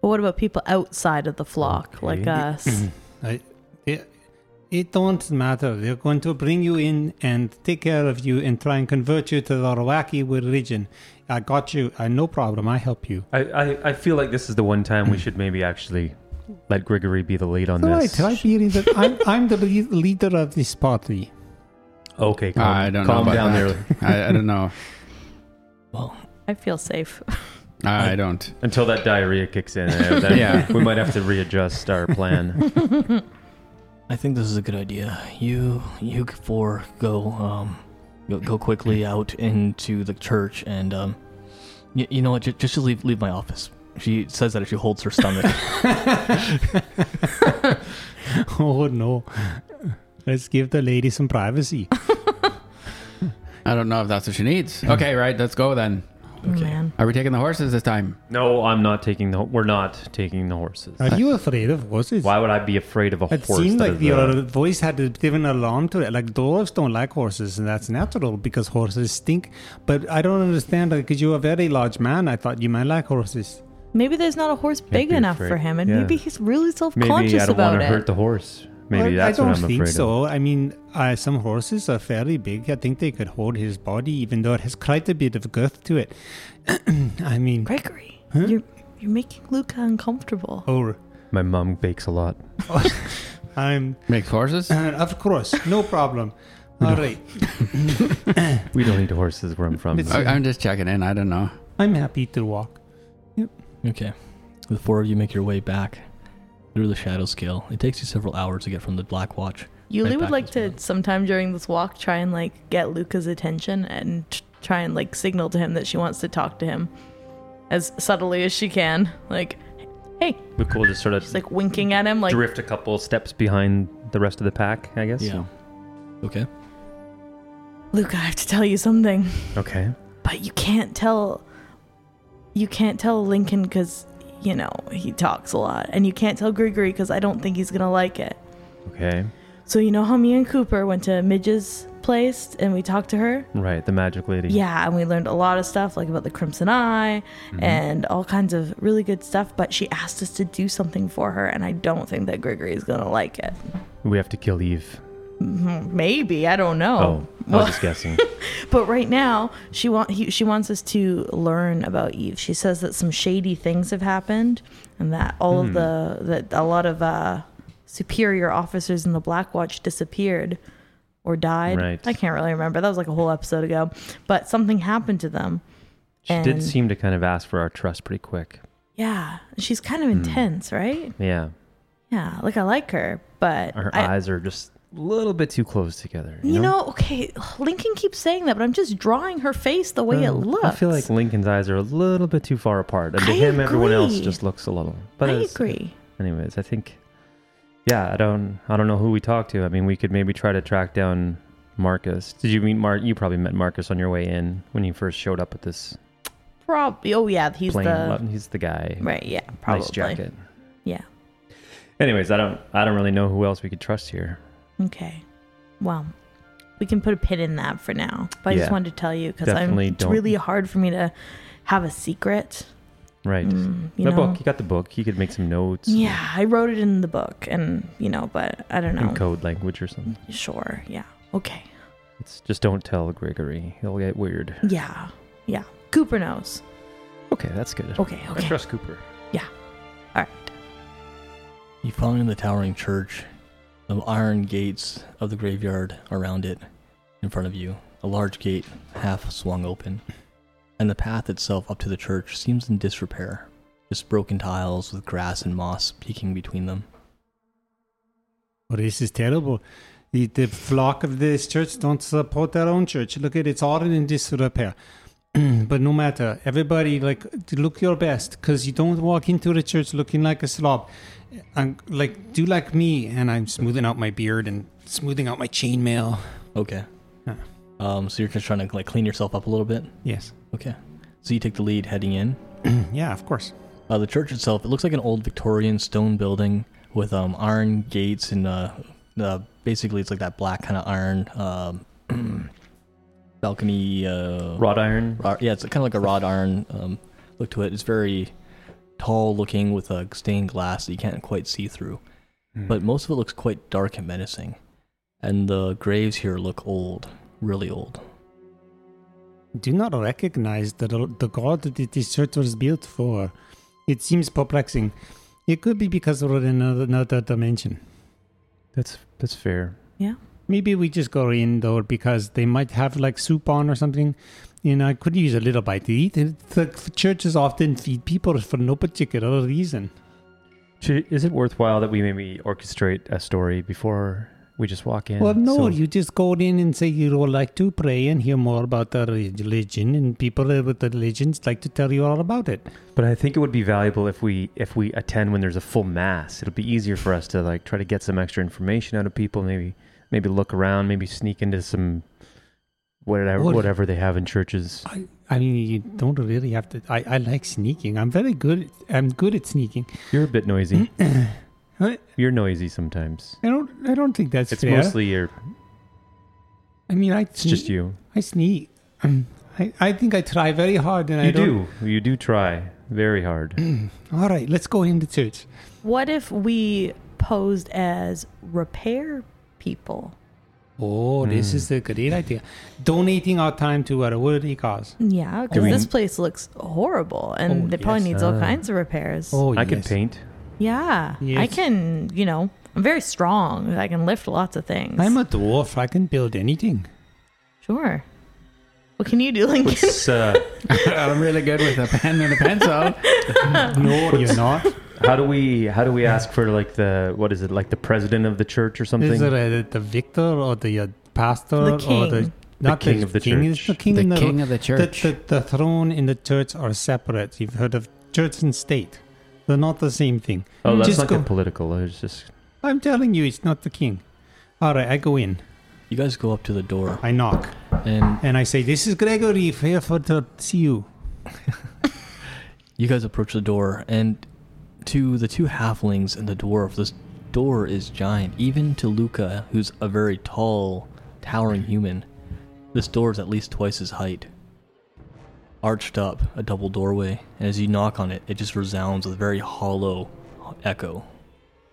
[SPEAKER 5] But what about people outside of the flock, like
[SPEAKER 2] Okay.
[SPEAKER 5] us?
[SPEAKER 4] Mm-hmm. I, it, it don't matter. They're going to bring you in and take care of you and try and convert you to their wacky religion. I got you. I no problem. I help you.
[SPEAKER 2] I, I, I feel like this is the one time
[SPEAKER 4] Hmm.
[SPEAKER 2] we should maybe actually let Gregory be the lead on
[SPEAKER 4] All
[SPEAKER 2] this.
[SPEAKER 4] right, I be the, I'm, I'm the lead- leader of this party.
[SPEAKER 2] Okay, calm,
[SPEAKER 3] I don't
[SPEAKER 2] calm
[SPEAKER 3] know about
[SPEAKER 2] down
[SPEAKER 3] that.
[SPEAKER 2] there
[SPEAKER 3] I, I don't know.
[SPEAKER 1] Well,
[SPEAKER 5] I feel safe.
[SPEAKER 3] I don't.
[SPEAKER 2] until that diarrhea kicks in. eh, then
[SPEAKER 3] Yeah.
[SPEAKER 2] we might have to readjust our plan.
[SPEAKER 1] I think this is a good idea. You, you four, go, um, go, go quickly out into the church, and um, y- you know what? Just, just leave, leave my office. She says that if she holds her stomach.
[SPEAKER 4] Oh no. Let's give the lady some privacy.
[SPEAKER 3] I don't know if that's what she needs. Okay, right. Let's go then.
[SPEAKER 5] Oh, man.
[SPEAKER 3] Are we taking the horses this time?
[SPEAKER 2] No, I'm not taking the. We're not taking the horses.
[SPEAKER 4] Are you afraid of horses?
[SPEAKER 2] Why would I be afraid of a
[SPEAKER 4] It
[SPEAKER 2] horse?
[SPEAKER 4] seemed
[SPEAKER 2] that
[SPEAKER 4] like
[SPEAKER 2] is uh,
[SPEAKER 4] your
[SPEAKER 2] a-
[SPEAKER 4] voice had to give an alarm to it. Like dwarves don't like horses, and that's natural because horses stink. But I don't understand because you're a very large man. I thought you might like horses.
[SPEAKER 5] Maybe there's not a horse big
[SPEAKER 2] be
[SPEAKER 5] enough
[SPEAKER 2] afraid.
[SPEAKER 5] for him, and
[SPEAKER 2] Yeah.
[SPEAKER 5] maybe he's really
[SPEAKER 2] Maybe I
[SPEAKER 5] self-conscious
[SPEAKER 2] don't
[SPEAKER 5] about
[SPEAKER 2] to
[SPEAKER 5] it.
[SPEAKER 2] hurt the horse. Maybe
[SPEAKER 4] Well,
[SPEAKER 2] that's
[SPEAKER 4] I don't
[SPEAKER 2] what I'm
[SPEAKER 4] think
[SPEAKER 2] afraid of.
[SPEAKER 4] so. I mean, uh, some horses are fairly big. I think they could hold his body, even though it has quite a bit of girth to it. I mean,
[SPEAKER 5] Gregory, you're you're making Luca uncomfortable.
[SPEAKER 4] oh,
[SPEAKER 2] My mom bakes a lot.
[SPEAKER 4] I'm
[SPEAKER 3] Make horses?
[SPEAKER 4] of course, no problem. All right,
[SPEAKER 2] We don't need horses where I'm from.
[SPEAKER 4] It's-
[SPEAKER 3] I, I'm just checking in. I don't know.
[SPEAKER 4] I'm happy to walk.
[SPEAKER 1] Okay. The four of you make your way back through the shadow scale. It takes you several hours to get from the Black Watch.
[SPEAKER 5] Yuli
[SPEAKER 1] right
[SPEAKER 5] would
[SPEAKER 1] back
[SPEAKER 5] like
[SPEAKER 1] as
[SPEAKER 5] to
[SPEAKER 1] well.
[SPEAKER 5] sometime during this walk try and like get Luca's attention and t- try and like signal to him that she wants to talk to him as subtly as she can. Like, hey,
[SPEAKER 2] But cool to sort of
[SPEAKER 5] like winking at him, like
[SPEAKER 2] drift a couple steps behind the rest of the pack, I guess.
[SPEAKER 1] Yeah. Okay.
[SPEAKER 5] Luca, I have to tell you something,
[SPEAKER 2] Okay.
[SPEAKER 5] but you can't tell. You can't tell Lincoln because you know he talks a lot, and you can't tell Gregory because I don't think he's gonna like it.
[SPEAKER 2] Okay.
[SPEAKER 5] So you know how me and Cooper went to Midge's place and we talked to her?
[SPEAKER 2] Right. The magic lady.
[SPEAKER 5] Yeah, and we learned a lot of stuff like about the Crimson Eye
[SPEAKER 2] Mm-hmm.
[SPEAKER 5] and all kinds of really good stuff, but she asked us to do something for her and I don't think that Gregory is going to like it.
[SPEAKER 2] We have to kill Eve.
[SPEAKER 5] Maybe, I don't know.
[SPEAKER 2] Oh, I was just guessing.
[SPEAKER 5] But right now, she want he, she wants us to learn about Eve. She says that some shady things have happened, and that all
[SPEAKER 2] Hmm.
[SPEAKER 5] of the that a lot of uh, superior officers in the Black Watch disappeared or died.
[SPEAKER 2] Right.
[SPEAKER 5] I can't really remember. That was like a whole episode ago. But something happened to them.
[SPEAKER 2] She
[SPEAKER 5] And-
[SPEAKER 2] did seem to kind of ask for our trust pretty quick.
[SPEAKER 5] Yeah, she's kind
[SPEAKER 2] Hmm.
[SPEAKER 5] of intense, right?
[SPEAKER 2] Yeah.
[SPEAKER 5] Yeah, like I like her, but
[SPEAKER 2] Her
[SPEAKER 5] I,
[SPEAKER 2] eyes are just a little bit too close together. You,
[SPEAKER 5] you know, okay, Lincoln keeps saying that, but I'm just drawing her face the way it looks.
[SPEAKER 2] Um, Uh, I feel like Lincoln's eyes are a little bit too far apart. And to
[SPEAKER 5] I
[SPEAKER 2] him, everyone else
[SPEAKER 5] agree.
[SPEAKER 2] just looks a little. But
[SPEAKER 5] I
[SPEAKER 2] it's-
[SPEAKER 5] agree.
[SPEAKER 2] anyways, I think. Yeah, I don't. I don't know who we talked to. I mean, we could maybe try to track down Marcus. Did you meet Mark? You probably met Marcus on your way in when you first showed up at this
[SPEAKER 5] Probably. Oh yeah, he's
[SPEAKER 2] plane.
[SPEAKER 5] the
[SPEAKER 2] He's the guy.
[SPEAKER 5] right. Yeah, probably.
[SPEAKER 2] Nice jacket.
[SPEAKER 5] Yeah.
[SPEAKER 2] Anyways, I don't. I don't really know who else we could trust here.
[SPEAKER 5] Okay. Well, we can put a pin in that for now. But I
[SPEAKER 2] Yeah.
[SPEAKER 5] just wanted to tell you because I'm.
[SPEAKER 2] Definitely
[SPEAKER 5] It's
[SPEAKER 2] don't-
[SPEAKER 5] really hard for me to have a secret.
[SPEAKER 2] Right.
[SPEAKER 5] Mm, you
[SPEAKER 2] the
[SPEAKER 5] know.
[SPEAKER 2] book. You got the book. You could make some notes.
[SPEAKER 5] Yeah, I wrote it in the book, and you know, but I don't know.
[SPEAKER 2] In code language or something.
[SPEAKER 5] Sure. Yeah. Okay.
[SPEAKER 2] It's just don't tell Gregory. He'll get weird.
[SPEAKER 5] Yeah. Yeah. Cooper knows.
[SPEAKER 2] Okay, that's good.
[SPEAKER 5] Okay.
[SPEAKER 2] I
[SPEAKER 5] Okay.
[SPEAKER 2] trust Cooper.
[SPEAKER 5] All right.
[SPEAKER 1] You find the towering church, the iron gates of the graveyard around it in front of you, a large gate half swung open, and the path itself up to the church seems in disrepair, just broken tiles with grass and moss peeking between them.
[SPEAKER 4] Oh, this is terrible. The, the flock of this church don't support their own church. Look at it's all in disrepair. but no matter, everybody like look your best because you don't walk into the church looking like a slob. And like do like me, and I'm smoothing out my beard and smoothing out my chainmail.
[SPEAKER 1] Okay.
[SPEAKER 4] Yeah.
[SPEAKER 1] Um, so you're just trying to like clean yourself up a little bit.
[SPEAKER 4] Yes.
[SPEAKER 1] Okay. So you take the lead heading in.
[SPEAKER 4] Yeah, of course.
[SPEAKER 1] Uh, the church itself, it looks like an old Victorian stone building with um, iron gates and uh, uh, basically it's like that black kind of iron um, balcony. Uh,
[SPEAKER 2] Wrought iron.
[SPEAKER 1] ro- yeah, it's kind of like a wrought iron um, look to it. It's very tall looking with a stained glass that you can't quite see through.
[SPEAKER 4] Hmm.
[SPEAKER 1] But most of it looks quite dark and menacing. And the graves here look old, really old.
[SPEAKER 4] do not recognize the, the god that this church was built for. It seems perplexing. It could be because we're in another, another dimension.
[SPEAKER 2] That's that's fair.
[SPEAKER 5] Yeah.
[SPEAKER 4] Maybe we just go in though because they might have like soup on or something. You know, I could use a little bite to eat. And The churches often feed people for no particular reason.
[SPEAKER 2] Should, is it worthwhile that we maybe orchestrate a story before we just walk in?
[SPEAKER 4] Well, no,
[SPEAKER 2] So-
[SPEAKER 4] you just go in and say you would like to pray and hear more about the relig- religion, and people with the religions like to tell you all about it.
[SPEAKER 2] But I think it would be valuable if we if we attend when there's a full mass. It'll be easier for us to like try to get some extra information out of people. Maybe maybe look around. Maybe sneak into some whatever
[SPEAKER 4] What-
[SPEAKER 2] whatever they have in churches.
[SPEAKER 4] I, I mean, you don't really have to. I, I like sneaking. I'm very good. I'm good at sneaking.
[SPEAKER 2] You're a bit noisy.
[SPEAKER 4] I
[SPEAKER 2] You're noisy sometimes.
[SPEAKER 4] I don't. I don't think that's
[SPEAKER 2] It's
[SPEAKER 4] fair.
[SPEAKER 2] mostly your.
[SPEAKER 4] I mean, I.
[SPEAKER 2] It's just you.
[SPEAKER 4] I sneak. Um, I, I think I try very hard, and I
[SPEAKER 2] you
[SPEAKER 4] don't-
[SPEAKER 2] do. You do try very hard.
[SPEAKER 4] All right, let's go into church.
[SPEAKER 5] What if we posed as repair people?
[SPEAKER 4] Oh, this
[SPEAKER 2] Hmm.
[SPEAKER 4] is a great idea. Donating our time to a worthy cause.
[SPEAKER 5] Yeah, because
[SPEAKER 2] we-
[SPEAKER 5] this place looks horrible, and
[SPEAKER 4] Oh,
[SPEAKER 5] it probably
[SPEAKER 4] yes.
[SPEAKER 5] needs all
[SPEAKER 2] Ah.
[SPEAKER 5] kinds of repairs.
[SPEAKER 4] Oh,
[SPEAKER 2] I can
[SPEAKER 4] yes.
[SPEAKER 2] paint.
[SPEAKER 5] Yeah, I
[SPEAKER 4] Yes.
[SPEAKER 5] can. You know, I'm very strong. I can lift lots of things.
[SPEAKER 4] I'm a dwarf. I can build anything.
[SPEAKER 5] sure. What can you do, Lincoln?
[SPEAKER 2] What's uh,
[SPEAKER 3] I'm really good with a pen and a pencil.
[SPEAKER 4] No, you're not.
[SPEAKER 2] how do we how do we ask for like the what is it like the president of the church or something?
[SPEAKER 4] Is it uh, the victor or the uh, pastor
[SPEAKER 5] The
[SPEAKER 4] or
[SPEAKER 5] king.
[SPEAKER 4] the not
[SPEAKER 2] king of the
[SPEAKER 4] king is
[SPEAKER 2] church.
[SPEAKER 4] the king,
[SPEAKER 3] The
[SPEAKER 4] in
[SPEAKER 3] king of the church.
[SPEAKER 4] The, the throne and the church are separate. You've heard of church and state. They're not the same thing.
[SPEAKER 2] oh, that's
[SPEAKER 4] Just
[SPEAKER 2] not
[SPEAKER 4] go-
[SPEAKER 2] get political. It's just
[SPEAKER 4] I'm telling you, it's not the king. All right, I go in.
[SPEAKER 1] You guys go up to the door
[SPEAKER 4] I knock
[SPEAKER 1] and
[SPEAKER 4] and I say, "This is Gregory. Here for to see you."
[SPEAKER 1] You guys approach the door, and to the two halflings and the dwarf, this door is giant. Even to Luca, who's a very tall, towering human, this door is at least twice his height. Arched up, a double doorway, and as you knock on it, it just resounds with a very hollow echo.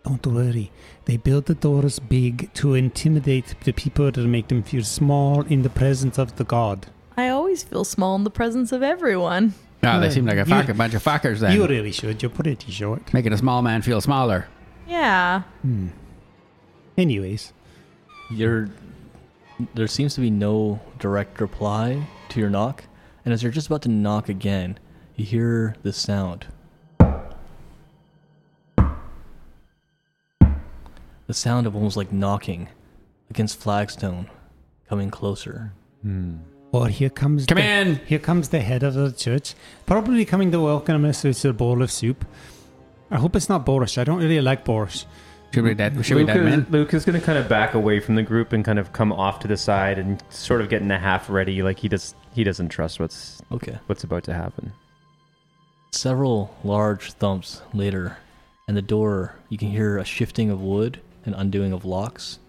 [SPEAKER 4] Don't worry. They build the doors big to intimidate the people to make them feel small in the presence of the god.
[SPEAKER 5] I always feel small in the presence of everyone.
[SPEAKER 3] No, Ah, they seem like a, fuck, a bunch of fuckers then.
[SPEAKER 4] You really should. You're pretty short.
[SPEAKER 3] Making a small man feel smaller.
[SPEAKER 5] Yeah.
[SPEAKER 4] Anyways.
[SPEAKER 1] You're, there seems to be no direct reply to your knock, and as you're just about to knock again, you hear this sound. The sound of almost like knocking against flagstone, coming closer.
[SPEAKER 4] Or here comes
[SPEAKER 3] Come
[SPEAKER 4] the,
[SPEAKER 3] in.
[SPEAKER 4] Here comes the head of the church, probably coming to welcome us with a bowl of soup. I hope it's not borscht. I don't really like borscht.
[SPEAKER 3] Should we dead? Should we dead
[SPEAKER 2] is,
[SPEAKER 3] man?
[SPEAKER 2] Luke is going to kind of back away from the group and kind of come off to the side and sort of get in a half ready, like he does. He doesn't trust what's
[SPEAKER 1] Okay.
[SPEAKER 2] what's about to happen.
[SPEAKER 1] Several large thumps later, and the door, you can hear a shifting of wood and undoing of locks,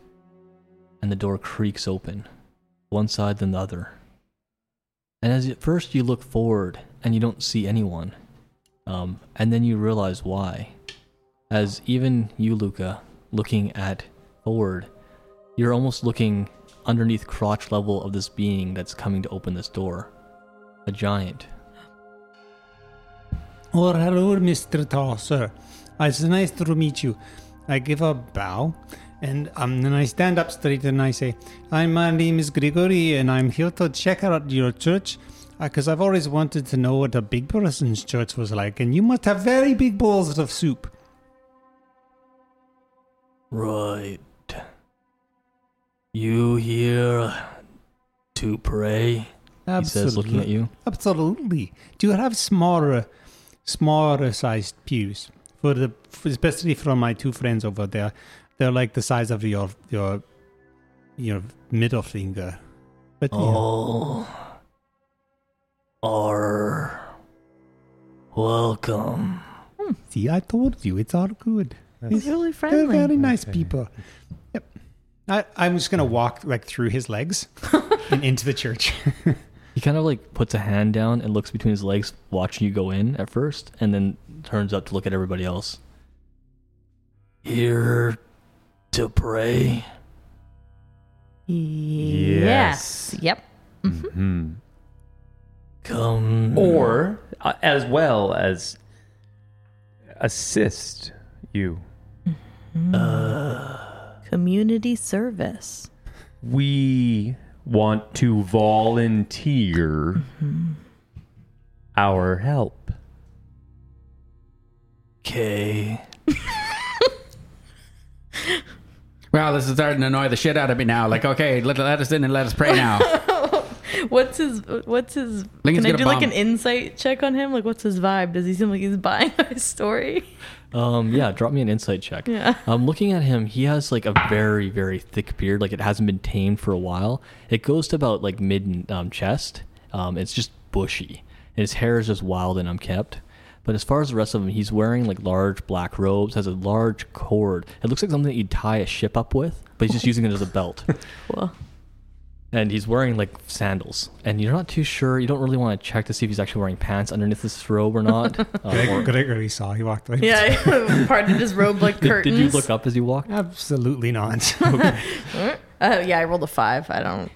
[SPEAKER 1] and the door creaks open, one side then the other. And as at first you look forward and you don't see anyone, um, and then you realize why. As even you, Luca, looking at forward, you're almost looking underneath crotch level of this being that's coming to open this door. A giant.
[SPEAKER 4] Or hello, Mr. Tosser. It's nice to meet you. I give a bow, and um, then I stand up straight and I say, "Hi, my name is Gregory, and I'm here to check out your church." Because I've always wanted to know what a big person's church was like, and you must have very big bowls of soup.
[SPEAKER 1] Right. You here to pray? He says, looking at you.
[SPEAKER 4] Absolutely. Do you have smaller, smaller sized pews for the, for- especially from my two friends over there? They're like the size of your your your middle finger. But yeah.
[SPEAKER 5] Oh.
[SPEAKER 1] All are welcome.
[SPEAKER 4] see, I told you, it's all good.
[SPEAKER 5] He's really
[SPEAKER 4] They're very
[SPEAKER 5] friendly.
[SPEAKER 4] nice people. Yep. I, I'm just gonna walk like through his legs and into the church.
[SPEAKER 1] He kind of like puts a hand down and looks between his legs, watching you go in at first, and then turns up to look at everybody else. Here to pray.
[SPEAKER 5] Yes. Yep.
[SPEAKER 2] Hmm.
[SPEAKER 1] Come.
[SPEAKER 2] Or uh, as well as assist you.
[SPEAKER 5] Community service.
[SPEAKER 2] we want to volunteer our help.
[SPEAKER 1] Okay.
[SPEAKER 3] Wow, this is starting to annoy the shit out of me now. Like, okay, let, let us in and let us pray now.
[SPEAKER 5] What's his? What's his?
[SPEAKER 3] Lincoln's
[SPEAKER 5] can I
[SPEAKER 3] gonna
[SPEAKER 5] do like
[SPEAKER 3] bomb.
[SPEAKER 5] an insight check on him? Like, what's his vibe? Does he seem like he's buying my story?
[SPEAKER 1] Um, yeah, drop me an insight check.
[SPEAKER 5] Yeah.
[SPEAKER 1] I'm looking at him. He has like a very, very thick beard. Like it hasn't been tamed for a while. It goes to about like mid um, chest. Um, it's just bushy. And his hair is just wild and unkempt. But as far as the rest of him, he's wearing like large black robes, has a large cord. It looks like something that you'd tie a ship up with, but he's just using it as a belt.
[SPEAKER 5] Well,
[SPEAKER 1] and he's wearing like sandals. And you're not too sure. You don't really want to check to see if he's actually wearing pants underneath this robe or not. Um,
[SPEAKER 4] Greg-
[SPEAKER 1] or-
[SPEAKER 4] Gregory saw he walked like,
[SPEAKER 5] yeah, part of his robe like
[SPEAKER 1] did, did
[SPEAKER 5] curtains.
[SPEAKER 1] you look up as you walked?
[SPEAKER 4] absolutely not.
[SPEAKER 5] Oh yeah, I rolled a five. I don't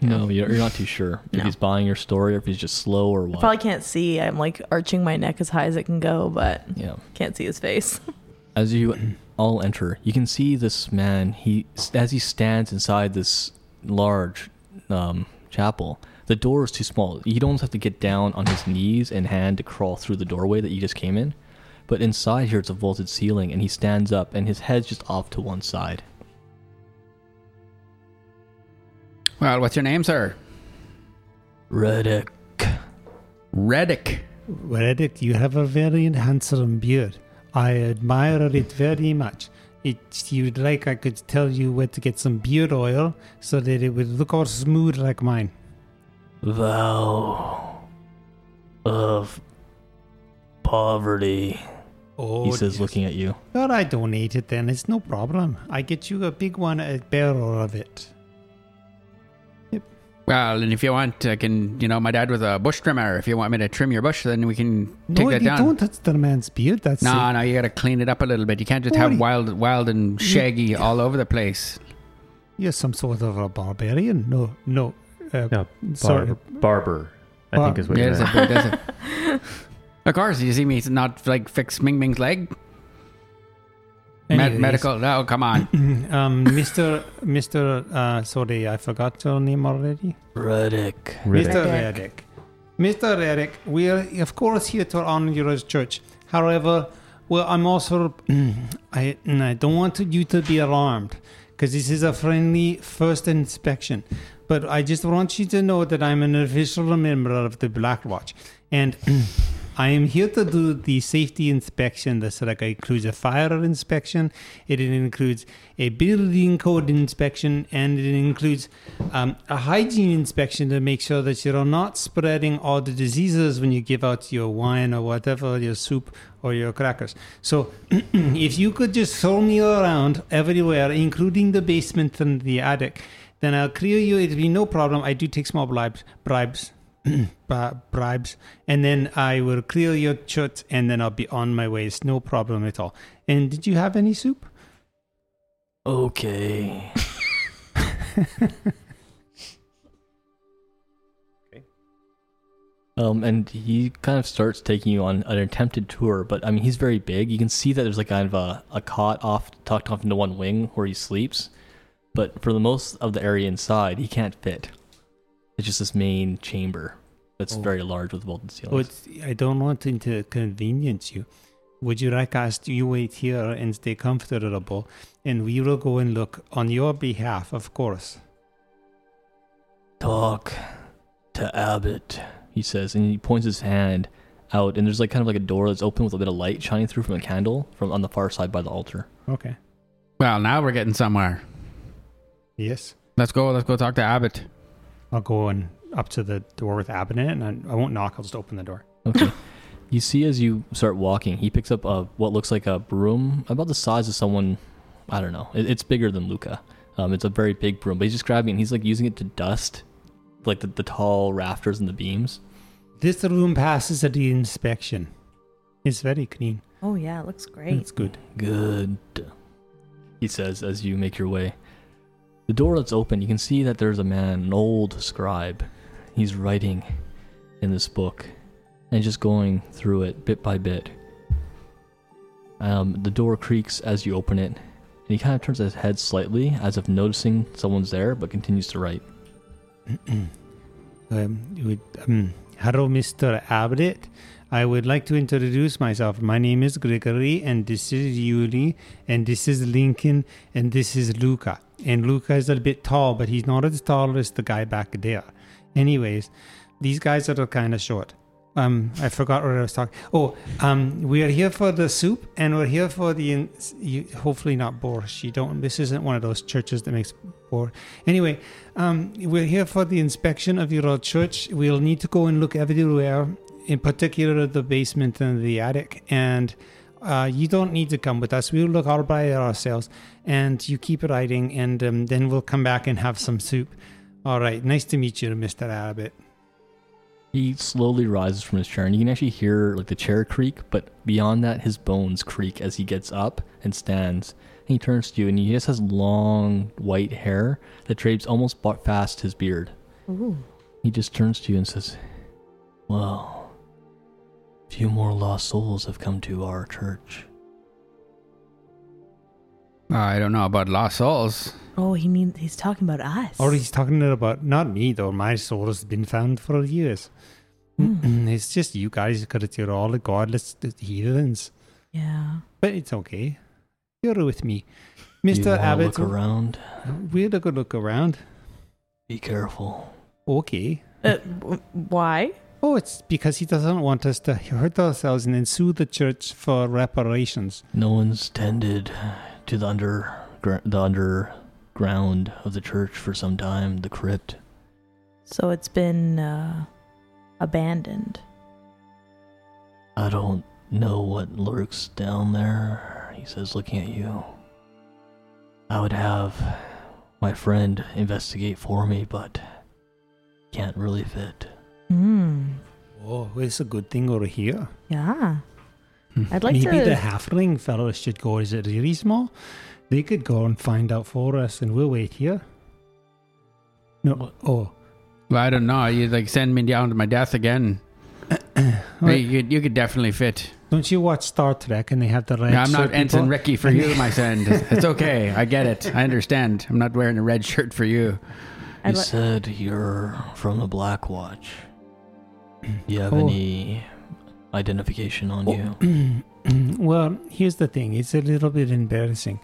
[SPEAKER 1] No, you're, you're not too sure if he's buying your story or if he's just slow or what.
[SPEAKER 5] probably can't see. I'm like arching my neck as high as it can go, but
[SPEAKER 1] yeah.
[SPEAKER 5] can't see his face.
[SPEAKER 1] As you all enter, you can see this man. He as he stands inside this large um, chapel. The door is too small. You'd almost have to get down on his knees and hand to crawl through the doorway that you just came in. But inside here, it's a vaulted ceiling, and he stands up, and his head's just off to one side.
[SPEAKER 3] well, what's your name, sir?
[SPEAKER 1] Reddick.
[SPEAKER 3] Reddick.
[SPEAKER 4] Reddick, you have a very handsome beard. I admire it very much. If you'd like, I could tell you where to get some beard oil so that it would look all smooth like mine.
[SPEAKER 1] Vow of poverty.
[SPEAKER 4] Oh,
[SPEAKER 1] He says, looking at you.
[SPEAKER 4] Well, I donate it then. It's no problem. I get you a big one, a barrel of it.
[SPEAKER 3] Well, and if you want, I can, you know, my dad was a bush trimmer. If you want me to trim your bush, then we can take
[SPEAKER 4] no,
[SPEAKER 3] that
[SPEAKER 4] you
[SPEAKER 3] down.
[SPEAKER 4] don't touch the man's beard. That's
[SPEAKER 3] No,
[SPEAKER 4] it.
[SPEAKER 3] no, you gotta clean it up a little bit. You can't just
[SPEAKER 4] What
[SPEAKER 3] have
[SPEAKER 4] do you-
[SPEAKER 3] wild, wild and shaggy all over the place.
[SPEAKER 4] You're some sort of a barbarian. No, no. Uh,
[SPEAKER 2] No,
[SPEAKER 4] Sorry.
[SPEAKER 2] barber. barber I
[SPEAKER 4] Bar-
[SPEAKER 2] think is what
[SPEAKER 3] Yeah,
[SPEAKER 2] you
[SPEAKER 3] there's
[SPEAKER 2] meant.
[SPEAKER 3] a, there's a, of course, you see me it's not like fix Ming Ming's leg. Med-
[SPEAKER 4] anyways.
[SPEAKER 3] medical? No, come on.
[SPEAKER 4] Um, Mr. Mr. Uh, sorry, I forgot your name already.
[SPEAKER 1] Reddick.
[SPEAKER 2] Riddick.
[SPEAKER 4] Mr.
[SPEAKER 5] Reddick.
[SPEAKER 4] Reddick. Mr. Reddick, we're of course here to honor your church. However, well, I'm also I I don't want you to be alarmed because this is a friendly first inspection. But I just want you to know that I'm an official member of the Black Watch, and I am here to do the safety inspection. This like includes a fire inspection, it includes a building code inspection, and it includes um, a hygiene inspection to make sure that you're not spreading all the diseases when you give out your wine or whatever, your soup or your crackers. So if you could just throw me around everywhere, including the basement and the attic, then I'll clear you. It'll be no problem. I do take small bribes. bribes. Bri- bribes, and then I will clear your church, and then I'll be on my way. It's no problem at all. And did you have any soup?
[SPEAKER 1] Okay. Um, and he kind of starts taking you on an attempted tour, but I mean, he's very big. You can see that there's like kind of a, a cot off, tucked off into one wing where he sleeps, but for the most of the area inside, he can't fit. It's just this main chamber that's very large with vaulted
[SPEAKER 4] Oh,
[SPEAKER 1] ceilings.
[SPEAKER 4] it's, I don't want to inconvenience you. Would you like us to you wait here and stay comfortable, and we will go and look on your behalf, of course.
[SPEAKER 1] Talk to Abbott, he says, and he points his hand out, and there's like kind of like a door that's open with a bit of light shining through from a candle from on the far side by the altar.
[SPEAKER 4] Okay.
[SPEAKER 3] Well, now we're getting somewhere.
[SPEAKER 4] Yes.
[SPEAKER 3] Let's go. Let's go talk to Abbott.
[SPEAKER 4] I'll go and up to the door with Abbott in it, and I, I won't knock. I'll just open the door.
[SPEAKER 1] Okay. you see, as you start walking, he picks up a, what looks like a broom about the size of someone. I don't know. It, it's bigger than Luca. Um, it's a very big broom, but he's just grabbing it and he's like using it to dust, like the, the tall rafters and the beams.
[SPEAKER 4] This room passes at the inspection. It's very clean.
[SPEAKER 5] Oh yeah, it looks great.
[SPEAKER 4] It's good.
[SPEAKER 1] Good, he says as you make your way. The door that's open, you can see that there's a man, an old scribe. He's writing in this book and just going through it bit by bit. Um, the door creaks as you open it, and he kind of turns his head slightly as if noticing someone's there, but continues to write.
[SPEAKER 4] Um, would, um, hello, Mr. Abbott. I would like to introduce myself. My name is Gregory, and this is Yuli, and this is Lincoln, and this is Luca. And Luca is a bit tall, but he's not as tall as the guy back there. Anyways, these guys are kind of short. Um, I forgot what I was talking. Oh, um, we are here for the soup, and we're here for the in- you, hopefully not borscht. You don't. This isn't one of those churches that makes borscht. Anyway, um, we're here for the inspection of your church. We'll need to go and look everywhere, in particular the basement and the attic. And uh, you don't need to come with us. We'll look all by ourselves. And you keep writing, and um, then we'll come back and have some soup. All right. Nice to meet you, Mr. Abbott.
[SPEAKER 1] He slowly rises from his chair, and you can actually hear like the chair creak, but beyond that, his bones creak as he gets up and stands. And he turns to you, and he just has long white hair that drapes almost bo- past his beard.
[SPEAKER 5] Ooh.
[SPEAKER 1] He just turns to you and says, Well, few more lost souls have come to our church.
[SPEAKER 3] Uh, I don't know about lost souls.
[SPEAKER 5] Oh, he means he's talking about us.
[SPEAKER 4] Or he's talking about not me though. My soul has been found for years.
[SPEAKER 5] Hmm.
[SPEAKER 4] Hmm. Mm-hmm. it's just you guys because you're all godless heathens.
[SPEAKER 5] yeah.
[SPEAKER 4] But it's okay. You're with me,
[SPEAKER 1] You
[SPEAKER 4] Mister
[SPEAKER 1] wanna
[SPEAKER 4] Abbott.
[SPEAKER 1] Look around.
[SPEAKER 4] We'll look a look around.
[SPEAKER 1] Be careful.
[SPEAKER 4] Okay.
[SPEAKER 5] Uh, w- why?
[SPEAKER 4] Oh, it's because he doesn't want us to hurt ourselves and then sue the church for reparations.
[SPEAKER 1] No one's tended to the under the underground of the church for some time. The crypt.
[SPEAKER 5] So it's been uh, abandoned.
[SPEAKER 1] I don't know what lurks down there. He says, looking at you. I would have my friend investigate for me, but can't really fit.
[SPEAKER 5] Hmm.
[SPEAKER 4] Oh, it's a good thing over here.
[SPEAKER 5] Yeah. I'd like
[SPEAKER 4] Maybe
[SPEAKER 5] to.
[SPEAKER 4] the halfling fellows should go. Is it really small? They could go and find out for us, and we'll wait here. No. Oh.
[SPEAKER 3] Well, I don't know. You'd like send me down to my death again. Hey, you, could, you could definitely fit.
[SPEAKER 4] Don't you watch Star Trek and they have the red
[SPEAKER 3] No, I'm
[SPEAKER 4] shirt
[SPEAKER 3] not Ensign
[SPEAKER 4] people?
[SPEAKER 3] Ricky for you, my friend. It's okay. I get it. I understand. I'm not wearing a red shirt for you.
[SPEAKER 1] You
[SPEAKER 5] I'd li-
[SPEAKER 1] said you're from the Black Watch. Do you have
[SPEAKER 4] Oh.
[SPEAKER 1] any identification on you?
[SPEAKER 4] well, here's the thing. It's a little bit embarrassing.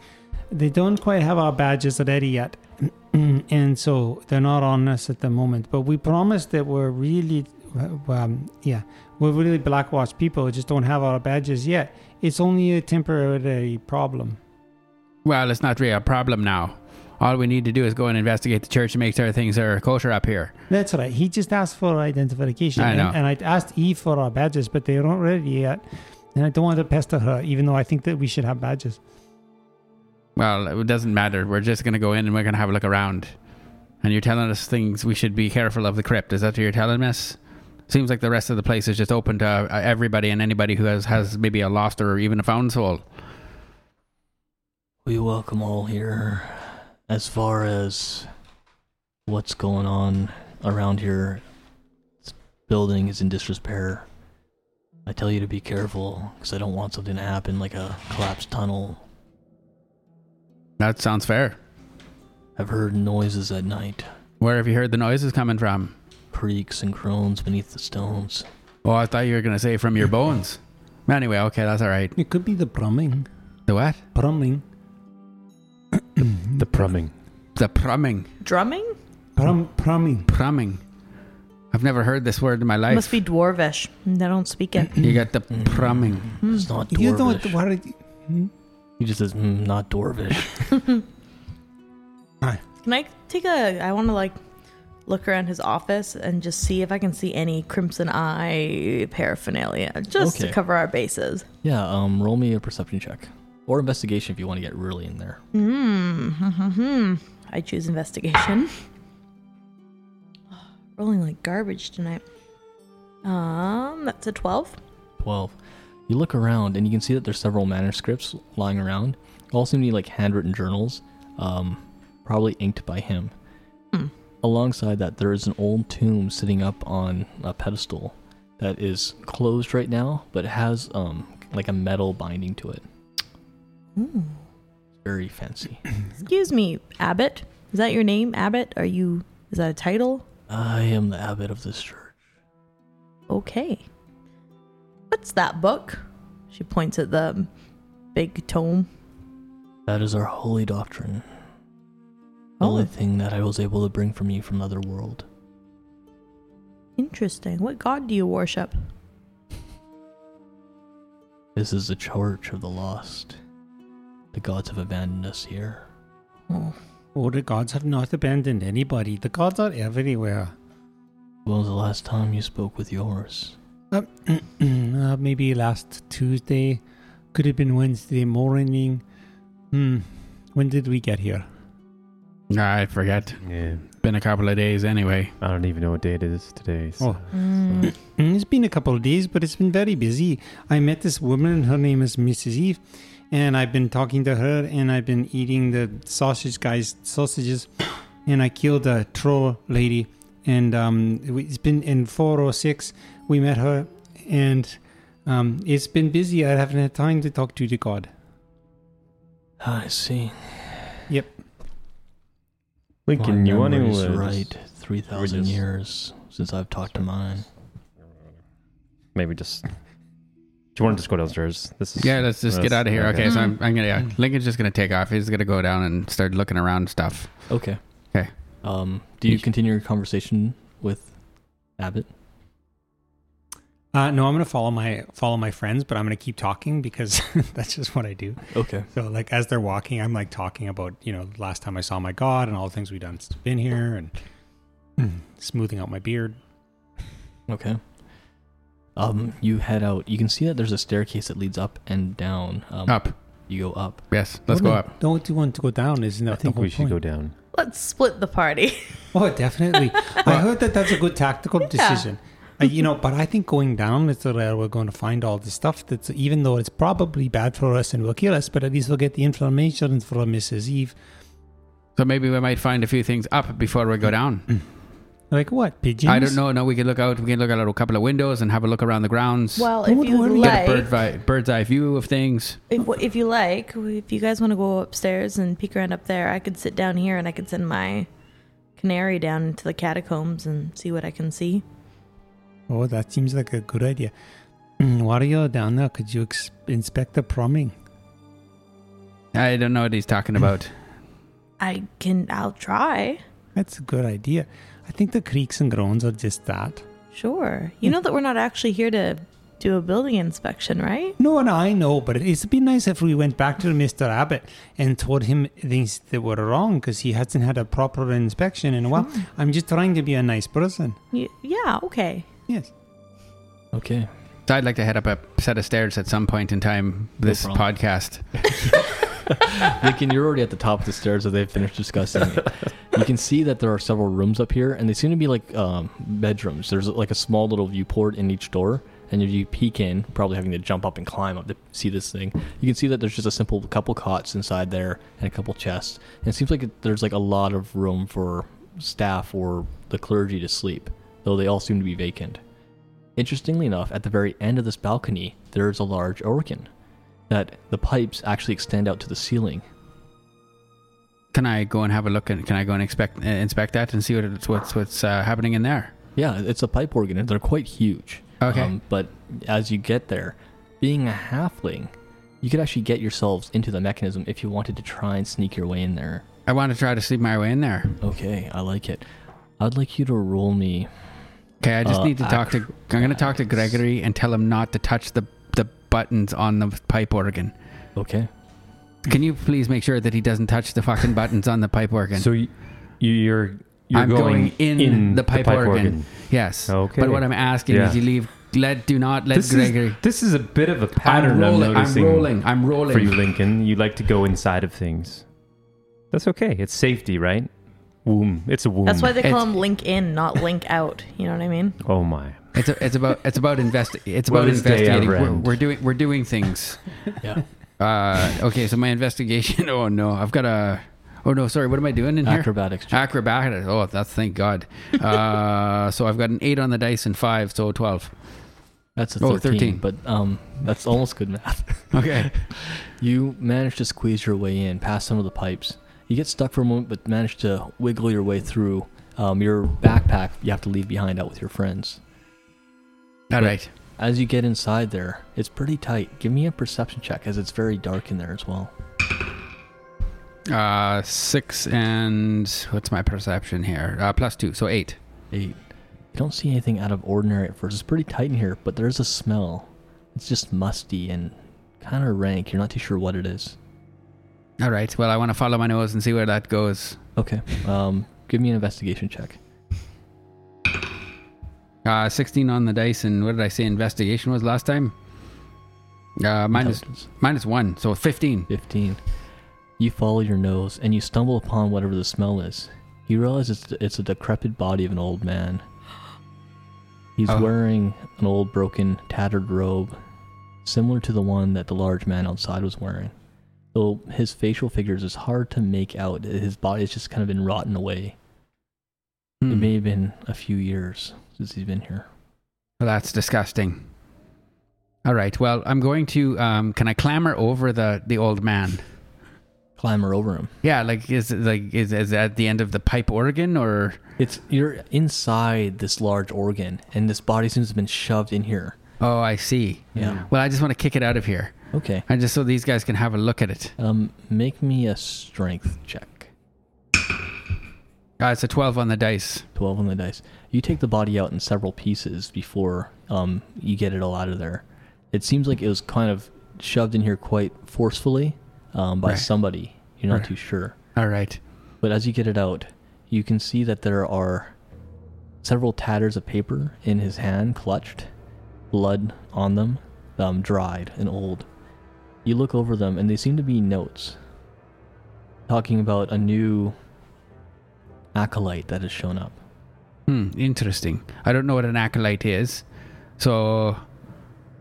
[SPEAKER 4] They don't quite have our badges ready yet. and so they're not on us at the moment. But we promised that we're really, um, yeah, we're really Blackwatch people. We just don't have our badges yet. It's only a temporary problem.
[SPEAKER 3] Well, it's not really a problem now. All we need to do is go and investigate the church and make sure things are kosher up here.
[SPEAKER 4] That's right. He just asked for identification.
[SPEAKER 3] I know.
[SPEAKER 4] And, and I asked Eve for our badges, but they aren't ready yet. And I don't want to pester her, even though I think that we should have badges.
[SPEAKER 3] Well, it doesn't matter. We're just going to go in and we're going to have a look around. And you're telling us things we should be careful of the crypt. Is that what you're telling us? Seems like the rest of the place is just open to uh, everybody and anybody who has, has maybe a lost or even a found soul.
[SPEAKER 1] We welcome all here. As far as what's going on around here, this building is in disrepair. I tell you to be careful because I don't want something to happen like a collapsed tunnel.
[SPEAKER 3] That sounds fair.
[SPEAKER 1] I've heard noises at night,
[SPEAKER 3] Where have you heard the noises coming from?
[SPEAKER 1] creaks and groans beneath the stones.
[SPEAKER 3] Oh, I thought you were going to say from your bones. Anyway, okay, that's all right.
[SPEAKER 4] It could be the plumbing.
[SPEAKER 3] The what?
[SPEAKER 4] Plumbing.
[SPEAKER 2] The prumming.
[SPEAKER 3] The plumbing.
[SPEAKER 5] drumming
[SPEAKER 4] Prum, plumbing.
[SPEAKER 3] Plumbing. I've never heard this word in my life.
[SPEAKER 5] must be dwarvish. They don't speak it.
[SPEAKER 1] Mm.
[SPEAKER 5] Hmm.
[SPEAKER 3] You got the plumbing.
[SPEAKER 1] It's not dwarvish.
[SPEAKER 4] You don't worry. Hmm?
[SPEAKER 1] he just says, mm, not dwarvish.
[SPEAKER 5] Can I take a? I want to like look around his office and just see if I can see any Crimson Eye paraphernalia, just to
[SPEAKER 1] Okay.
[SPEAKER 5] cover our bases.
[SPEAKER 1] Yeah, um, roll me a perception check. Or investigation if you want to get really in there.
[SPEAKER 5] Hmm. I choose investigation. Rolling like garbage tonight. Um, that's a twelve.
[SPEAKER 1] 12. You look around and you can see that there's several manuscripts lying around. All seem to be like handwritten journals, um, probably inked by him. Alongside that, there is an old tomb sitting up on a pedestal that is closed right now, but has um, like a metal binding to it. very fancy.
[SPEAKER 5] Excuse me, Abbott. Is that your name, Abbott? Are you? Is that a title?
[SPEAKER 1] I am the abbot of this church.
[SPEAKER 5] Okay. What's that book? She points at the big tome.
[SPEAKER 1] That is our holy doctrine. The
[SPEAKER 5] Oh.
[SPEAKER 1] only thing that I was able to bring from you from the other world.
[SPEAKER 5] Interesting. What god do you worship?
[SPEAKER 1] This is the church of the lost. The gods have abandoned us here.
[SPEAKER 5] Oh,
[SPEAKER 4] Oh, the gods have not abandoned anybody. The gods are everywhere.
[SPEAKER 1] When was the last time you spoke with yours?
[SPEAKER 4] Uh, uh, maybe last Tuesday. Could have been Wednesday morning. Hmm. When did we get here?
[SPEAKER 3] No, I forget.
[SPEAKER 2] Yeah.
[SPEAKER 3] Been a couple of days anyway.
[SPEAKER 2] I don't even know what day it is today.
[SPEAKER 4] Oh.
[SPEAKER 5] Hmm.
[SPEAKER 4] Mm, It's been a couple of days, but it's been very busy. I met this woman. Her name is Mrs. Eve, and I've been talking to her, and I've been eating the sausage guys' sausages, and I killed a troll lady, and um, it's been in four or six. We met her, and um, it's been busy. I haven't had time to talk to the god.
[SPEAKER 1] Ah, I see.
[SPEAKER 2] Lincoln,
[SPEAKER 1] My
[SPEAKER 2] you want
[SPEAKER 1] memory's
[SPEAKER 2] to uh,
[SPEAKER 1] right? Three thousand
[SPEAKER 2] just-
[SPEAKER 1] years since I've talked to mine.
[SPEAKER 2] Maybe just. Do you want to just go downstairs? This is
[SPEAKER 3] Yeah, let's just get out of here. Okay,
[SPEAKER 5] okay.
[SPEAKER 3] so I'm, I'm gonna.
[SPEAKER 1] Mm.
[SPEAKER 3] Yeah, Lincoln's just gonna take off. He's gonna go down and start looking around stuff.
[SPEAKER 1] Okay.
[SPEAKER 3] Okay.
[SPEAKER 1] Um, do you
[SPEAKER 3] You-
[SPEAKER 1] continue your conversation with Abbott?
[SPEAKER 4] Uh, no, I'm gonna follow my follow my friends, but I'm gonna keep talking because that's just what I do.
[SPEAKER 1] Okay.
[SPEAKER 4] So like as they're walking, I'm like talking about you know last time I saw my god and all the things we've done since I've been here and
[SPEAKER 3] Hmm.
[SPEAKER 4] mm, smoothing out my beard.
[SPEAKER 1] Okay. Um, you head out. You can see that there's a staircase that leads up and down. Um,
[SPEAKER 3] Up,
[SPEAKER 1] You go up.
[SPEAKER 3] yes. Let's
[SPEAKER 4] Oh, no,
[SPEAKER 3] go up.
[SPEAKER 4] Don't you want to go down? Isn't that
[SPEAKER 2] I think
[SPEAKER 4] the whole
[SPEAKER 2] we should go
[SPEAKER 4] point?
[SPEAKER 2] down.
[SPEAKER 5] Let's split the party.
[SPEAKER 4] Oh, definitely. I heard that that's a good tactical decision. Uh, you know, but I think going down is where we're going to find all the stuff that's even though it's probably bad for us and will kill us, but at least we'll get the information from Mrs. Eve.
[SPEAKER 3] So maybe we might find a few things up before we
[SPEAKER 1] Mm.
[SPEAKER 3] go down.
[SPEAKER 1] Mm-hmm.
[SPEAKER 4] Like what pigeons?
[SPEAKER 3] I don't know. No, we can look out. We can look out a couple of windows and have a look around the grounds.
[SPEAKER 5] Well,
[SPEAKER 4] Don't
[SPEAKER 5] if you
[SPEAKER 4] worry.
[SPEAKER 3] get a bird
[SPEAKER 5] like,
[SPEAKER 3] vi- bird's eye view of things.
[SPEAKER 5] if, if you like, if you guys want to go upstairs and peek around up there, I could sit down here and I could send my canary down into the catacombs and see what I can see.
[SPEAKER 4] Oh, that seems like a good idea. Mm, While you're down there, could you ex- inspect the plumbing?
[SPEAKER 3] I don't know what he's talking about.
[SPEAKER 5] I can. I'll try.
[SPEAKER 4] That's a good idea. I think the creaks and groans are just that.
[SPEAKER 5] Sure. You know that we're not actually here to do a building inspection, right?
[SPEAKER 4] No, and I know, but it'd be nice if we went back to Mr. Abbott and told him things that were wrong because he hasn't had a proper inspection in a while. I'm just trying to be a nice person.
[SPEAKER 5] Y yeah. Okay.
[SPEAKER 4] Yes.
[SPEAKER 1] Okay.
[SPEAKER 3] So I'd like to head up a set of stairs at some point in time this
[SPEAKER 1] problem.
[SPEAKER 3] podcast.
[SPEAKER 1] Lincoln, you're already at the top of the stairs that they've finished discussing. it. You can see that there are several rooms up here, and they seem to be like um, bedrooms. There's like a small little viewport in each door, and if you peek in, probably having to jump up and climb up to see this thing, you can see that there's just a simple couple cots inside there and a couple chests. And it seems like it, there's like a lot of room for staff or the clergy to sleep, though they all seem to be vacant. Interestingly enough, at the very end of this balcony, there is a large organ. That the pipes actually extend out to the ceiling,
[SPEAKER 3] Can I go and have a look? And can I go and inspect uh, inspect that and see what it's, what's what's uh, happening in there?
[SPEAKER 1] Yeah, it's a pipe organ, and they're quite huge. Um,
[SPEAKER 3] Okay.
[SPEAKER 1] but as you get there, being a halfling, you could actually get yourselves into the mechanism if you wanted to try and sneak your way in there.
[SPEAKER 3] I want to try to sleep my way in there.
[SPEAKER 1] Okay, I like it. I'd like you to roll me.
[SPEAKER 3] Okay, I
[SPEAKER 2] Oh,
[SPEAKER 3] just
[SPEAKER 1] Uh,
[SPEAKER 3] need to talk to. I'm going to talk to Gregory and tell him not to touch the the buttons on the pipe organ.
[SPEAKER 1] Okay.
[SPEAKER 3] Can you please make sure that he doesn't touch the fucking buttons on the pipe organ?
[SPEAKER 2] So you, you're you're
[SPEAKER 3] I'm going, in, the pipe, organ. Yes.
[SPEAKER 2] Okay.
[SPEAKER 3] But what I'm asking
[SPEAKER 2] Yeah.
[SPEAKER 3] is, you leave. Let do not let
[SPEAKER 2] This
[SPEAKER 3] Gregory.
[SPEAKER 2] is, this is a bit of a pattern
[SPEAKER 3] I'm
[SPEAKER 2] I'm,
[SPEAKER 3] rolling. I'm
[SPEAKER 2] noticing
[SPEAKER 3] rolling. I'm rolling.
[SPEAKER 2] for you, Lincoln. You like to go inside of things. That's okay. It's safety, right? Womb. It's a womb.
[SPEAKER 5] That's why they call
[SPEAKER 3] It's-
[SPEAKER 5] them link in, not link out. You know what I mean?
[SPEAKER 2] Oh my.
[SPEAKER 3] It's a, it's about it's about investi- It's
[SPEAKER 2] Well,
[SPEAKER 3] about
[SPEAKER 2] this day I've
[SPEAKER 3] investigating. We're,
[SPEAKER 2] read.
[SPEAKER 3] we're doing we're doing things.
[SPEAKER 1] Yeah.
[SPEAKER 3] Uh, okay, so my investigation. Oh no, I've got a. Oh no, sorry. What am I doing in here?
[SPEAKER 1] Acrobatics. check.
[SPEAKER 3] Acrobatics. Oh, that's thank God. Uh, so I've got an eight on the dice and five, so twelve.
[SPEAKER 1] That's a
[SPEAKER 3] Oh,
[SPEAKER 1] 13,
[SPEAKER 3] 13.
[SPEAKER 1] but um, that's almost good math.
[SPEAKER 3] Okay.
[SPEAKER 1] You manage to squeeze your way in past some of the pipes. You get stuck for a moment, but manage to wiggle your way through. Um, your backpack you have to leave behind out with your friends.
[SPEAKER 3] All right.
[SPEAKER 1] As you get inside there, it's pretty tight. Give me a perception check, as it's very dark in there as well.
[SPEAKER 3] Uh, six and what's my perception here? Uh, plus two, so eight.
[SPEAKER 1] Eight. You don't see anything out of ordinary at first. It's pretty tight in here, but there's a smell. It's just musty and kind of rank. You're not too sure what it is.
[SPEAKER 3] All right. Well, I want to follow my nose and see where that goes.
[SPEAKER 1] Okay. Um, give me an investigation check.
[SPEAKER 3] Uh, sixteen on the dice, and what did I say? Investigation was last time. Uh, minus
[SPEAKER 1] Intelligence.
[SPEAKER 3] minus one, so fifteen.
[SPEAKER 1] 15. You follow your nose and you stumble upon whatever the smell is. You realize it's, it's a decrepit body of an old man. He's
[SPEAKER 3] Oh.
[SPEAKER 1] wearing an old, broken, tattered robe, similar to the one that the large man outside was wearing. Though his facial figures is hard to make out, his body has just kind of been rotten away. It
[SPEAKER 3] Hmm.
[SPEAKER 1] may have been a few years since he's been here.
[SPEAKER 3] Well, that's disgusting. All right. Well, I'm going to. Um, can I clamber over the the old man?
[SPEAKER 1] Clamber over him.
[SPEAKER 3] Yeah. Like is it like is is that the end of the pipe organ or?
[SPEAKER 1] It's you're inside this large organ, and this body seems to have been shoved in here.
[SPEAKER 3] Oh, I see.
[SPEAKER 1] Yeah.
[SPEAKER 3] Well, I just want to kick it out of here.
[SPEAKER 1] Okay.
[SPEAKER 3] I just so these guys can have a look at it.
[SPEAKER 1] Um, make me a strength check.
[SPEAKER 3] Uh, it's a twelve on the dice.
[SPEAKER 1] Twelve on the dice. You take the body out in several pieces before um you get it all out of there. It seems like it was kind of shoved in here quite forcefully um, by
[SPEAKER 3] Right.
[SPEAKER 1] somebody. You're not
[SPEAKER 3] Right.
[SPEAKER 1] too sure.
[SPEAKER 3] All right.
[SPEAKER 1] But as you get it out, you can see that there are several tatters of paper in his hand, clutched, blood on them, um, dried and old. You look over them, and they seem to be notes talking about a new acolyte that has shown up.
[SPEAKER 3] Hmm, interesting. I don't know what an acolyte is, so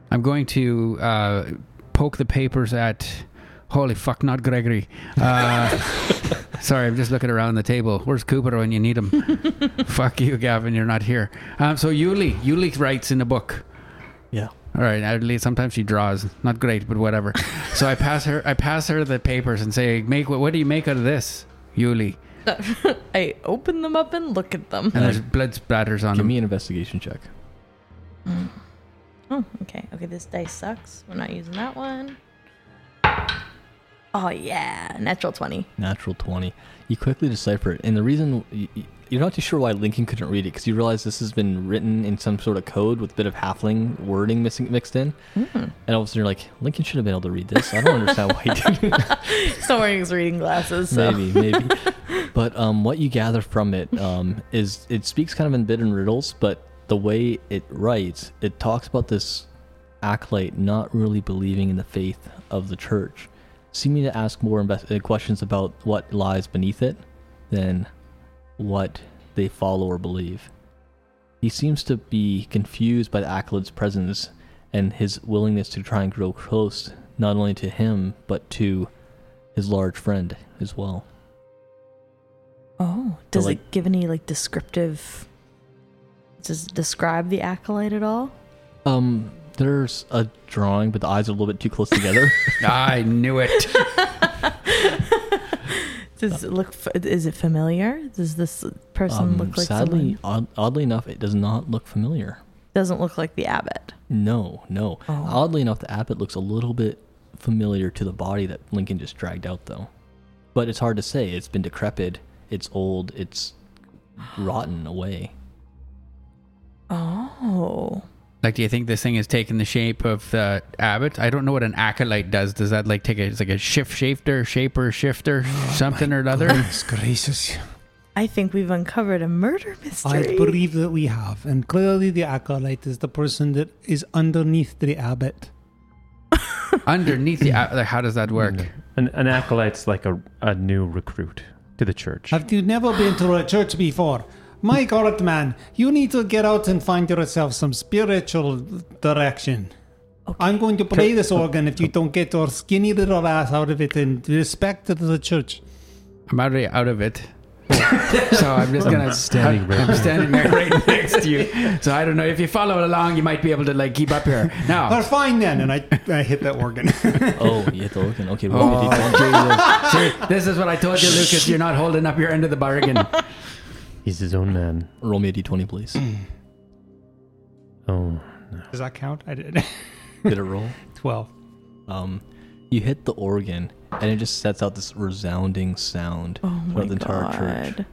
[SPEAKER 3] I'm going to uh, poke the papers at. Holy fuck, not Gregory. Uh, sorry, I'm just looking around the table. Where's Cooper when you need him? fuck you, Gavin, you're not here. Um, so Yuli, Yuli writes in a book.
[SPEAKER 1] Yeah.
[SPEAKER 3] All right, at least sometimes she draws. Not great, but whatever. so I pass her, I pass her the papers and say, "Make what? What do you make out of this, Yuli?"
[SPEAKER 5] I open them up and look at them.
[SPEAKER 3] And there's blood splatters on
[SPEAKER 1] Give
[SPEAKER 3] them.
[SPEAKER 1] me an investigation check.
[SPEAKER 5] Oh, okay. Okay, this dice sucks. We're not using that one. Oh yeah, natural twenty.
[SPEAKER 1] Natural 20. You quickly decipher it. And the reason y- y- you're not too sure why Lincoln couldn't read it because you realize this has been written in some sort of code with a bit of halfling wording missing, mixed in. And all of a sudden you're like, Lincoln should have been able to read this. I don't understand why he didn't.
[SPEAKER 5] He's not wearing his reading glasses, so
[SPEAKER 1] maybe, maybe. But um, what you gather from it um, is it speaks kind of in bit and riddles, but the way it writes, it talks about this acolyte not really believing in the faith of the church, seeming to ask more invest- uh, questions about what lies beneath it than what they follow or believe. He seems to be confused by the acolyte's presence and his willingness to try and grow close, not only to him, but to his large friend as well.
[SPEAKER 5] Oh, does
[SPEAKER 1] like-
[SPEAKER 5] it give any like descriptive? Does it describe the acolyte at all?
[SPEAKER 1] Um, there's a drawing, but the eyes are a little bit too close together.
[SPEAKER 3] I knew it.
[SPEAKER 5] Does it look? F- is it familiar? Does this person
[SPEAKER 1] um,
[SPEAKER 5] look like
[SPEAKER 1] sadly,
[SPEAKER 5] someone?
[SPEAKER 1] odd, oddly enough, it does not look familiar.
[SPEAKER 5] Doesn't look like the abbot.
[SPEAKER 1] No, no.
[SPEAKER 5] Oh.
[SPEAKER 1] Oddly enough, the abbot looks a little bit familiar to the body that Lincoln just dragged out, though. But it's hard to say. It's been decrepit. It's old. It's rotten away.
[SPEAKER 5] Oh,
[SPEAKER 3] Like, do you think this thing has taken the shape of the abbot? I don't know what an acolyte does. Does that like take a, it's like a shift shifter, shaper, shifter,
[SPEAKER 4] Oh
[SPEAKER 3] something or other?
[SPEAKER 4] Goodness gracious.
[SPEAKER 5] I think we've uncovered a murder
[SPEAKER 4] I
[SPEAKER 5] mystery.
[SPEAKER 4] believe that we have. And clearly, the acolyte is the person that is underneath the abbot.
[SPEAKER 3] Underneath the ab- like, how does that work?
[SPEAKER 4] Mm-hmm.
[SPEAKER 2] An, an acolyte's like a, a new recruit to the church.
[SPEAKER 4] Have you never been to a church before? My God, man, you need to get out and find yourself some spiritual direction. I'm going to play this organ if you don't get your skinny little ass out of it and respect to the church.
[SPEAKER 3] I'm already out of it. so I'm just gonna
[SPEAKER 2] standing right
[SPEAKER 3] I'm
[SPEAKER 2] there.
[SPEAKER 3] standing there right next to you. So I don't know if you follow along, you might be able to like keep up here.
[SPEAKER 4] Oh,
[SPEAKER 3] Now,
[SPEAKER 4] fine then. And I, I hit that organ.
[SPEAKER 1] Oh, you have to look in. Okay, we
[SPEAKER 3] Oh,
[SPEAKER 1] oh.
[SPEAKER 3] Jesus. See, this is what I told you, Lucas. You're not holding up your end of the bargain.
[SPEAKER 2] He's his own man.
[SPEAKER 1] roll me a d20, please.
[SPEAKER 2] Oh,
[SPEAKER 4] Does that count? I did.
[SPEAKER 1] Did it roll?
[SPEAKER 4] 12.
[SPEAKER 1] Um, you hit the organ, and it just sets out this resounding sound
[SPEAKER 5] Oh my
[SPEAKER 1] throughout the entire
[SPEAKER 5] god.
[SPEAKER 1] church.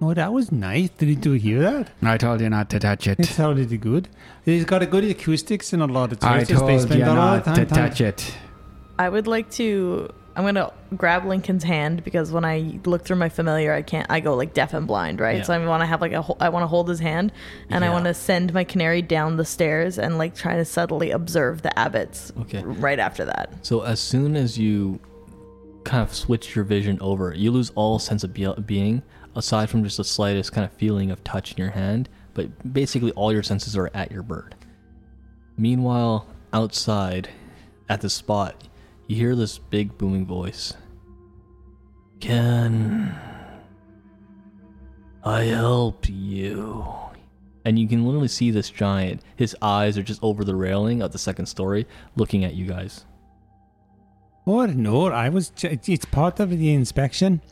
[SPEAKER 4] Oh, that was nice. Did you hear that?
[SPEAKER 3] I told you not to touch
[SPEAKER 4] It
[SPEAKER 3] it.
[SPEAKER 4] sounded good. It's got a good acoustics and a lot of
[SPEAKER 3] I
[SPEAKER 4] choices. They
[SPEAKER 3] told
[SPEAKER 4] spend
[SPEAKER 3] you
[SPEAKER 4] a lot of
[SPEAKER 3] not to
[SPEAKER 4] time, time-
[SPEAKER 3] touch it.
[SPEAKER 5] I would like to. I'm gonna grab Lincoln's hand because when I look through my familiar, I can't. I go like deaf and blind, right?
[SPEAKER 1] Yeah.
[SPEAKER 5] So I want to have like a. ho- I want to hold his hand, and I
[SPEAKER 1] Yeah.
[SPEAKER 5] want to send my canary down the stairs and like try to subtly observe the abbots.
[SPEAKER 1] Okay.
[SPEAKER 5] Right after that.
[SPEAKER 1] So as soon as you kind of switch your vision over, you lose all sense of be- being, aside from just the slightest kind of feeling of touch in your hand. But basically, all your senses are at your bird. Meanwhile, outside, at the spot, you hear this big booming voice. Can I help you? And you can literally see this giant. His eyes are just over the railing of the second story, looking at you guys.
[SPEAKER 4] Oh no, I was. Che- it's part of the inspection.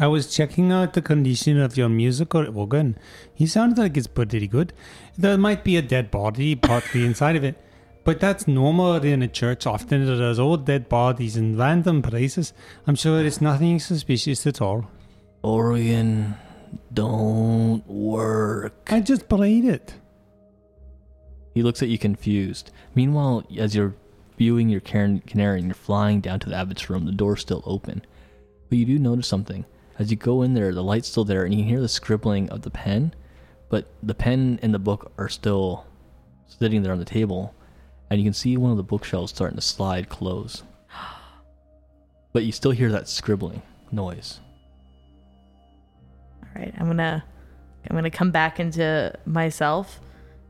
[SPEAKER 4] I was checking out the condition of your musical organ. He sounded like it's pretty good. There might be a dead body partly inside of it, but that's normal in a church. Often there's old dead bodies in random places. I'm sure it's nothing suspicious at all.
[SPEAKER 1] Orion, don't work.
[SPEAKER 4] I just played it.
[SPEAKER 1] He looks at you confused. Meanwhile, as you're viewing your can- canary and you're flying down to the abbot's room, the door's still open. But you do notice something. As you go in there, the light's still there, and you can hear the scribbling of the pen, but the pen and the book are still sitting there on the table, and you can see one of the bookshelves starting to slide close. But you still hear that scribbling noise.
[SPEAKER 5] All right. I'm gonna. I'm gonna come back into myself,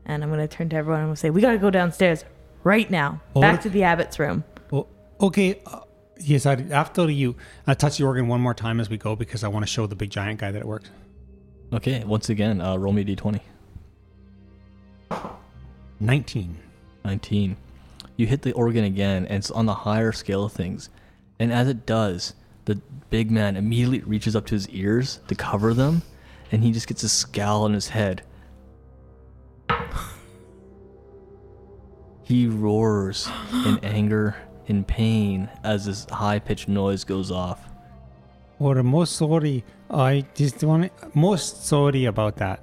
[SPEAKER 5] and I'm gonna turn to everyone and I'm gonna say, "We gotta go downstairs right now. Back
[SPEAKER 4] Or-
[SPEAKER 5] to the abbot's room."
[SPEAKER 4] Oh, okay. Uh, yes, I, after you, I touch the organ one more time as we go because I want to show the big giant guy that it works.
[SPEAKER 1] Okay, once again, uh, roll me a d20.
[SPEAKER 4] 19.
[SPEAKER 1] 19. You hit the organ again, and it's on the higher scale of things. And as it does, the big man immediately reaches up to his ears to cover them, and he just gets a scowl on his head. He roars in anger, in pain, as this high pitched noise goes off.
[SPEAKER 4] Or most sorry. I just want most sorry about that.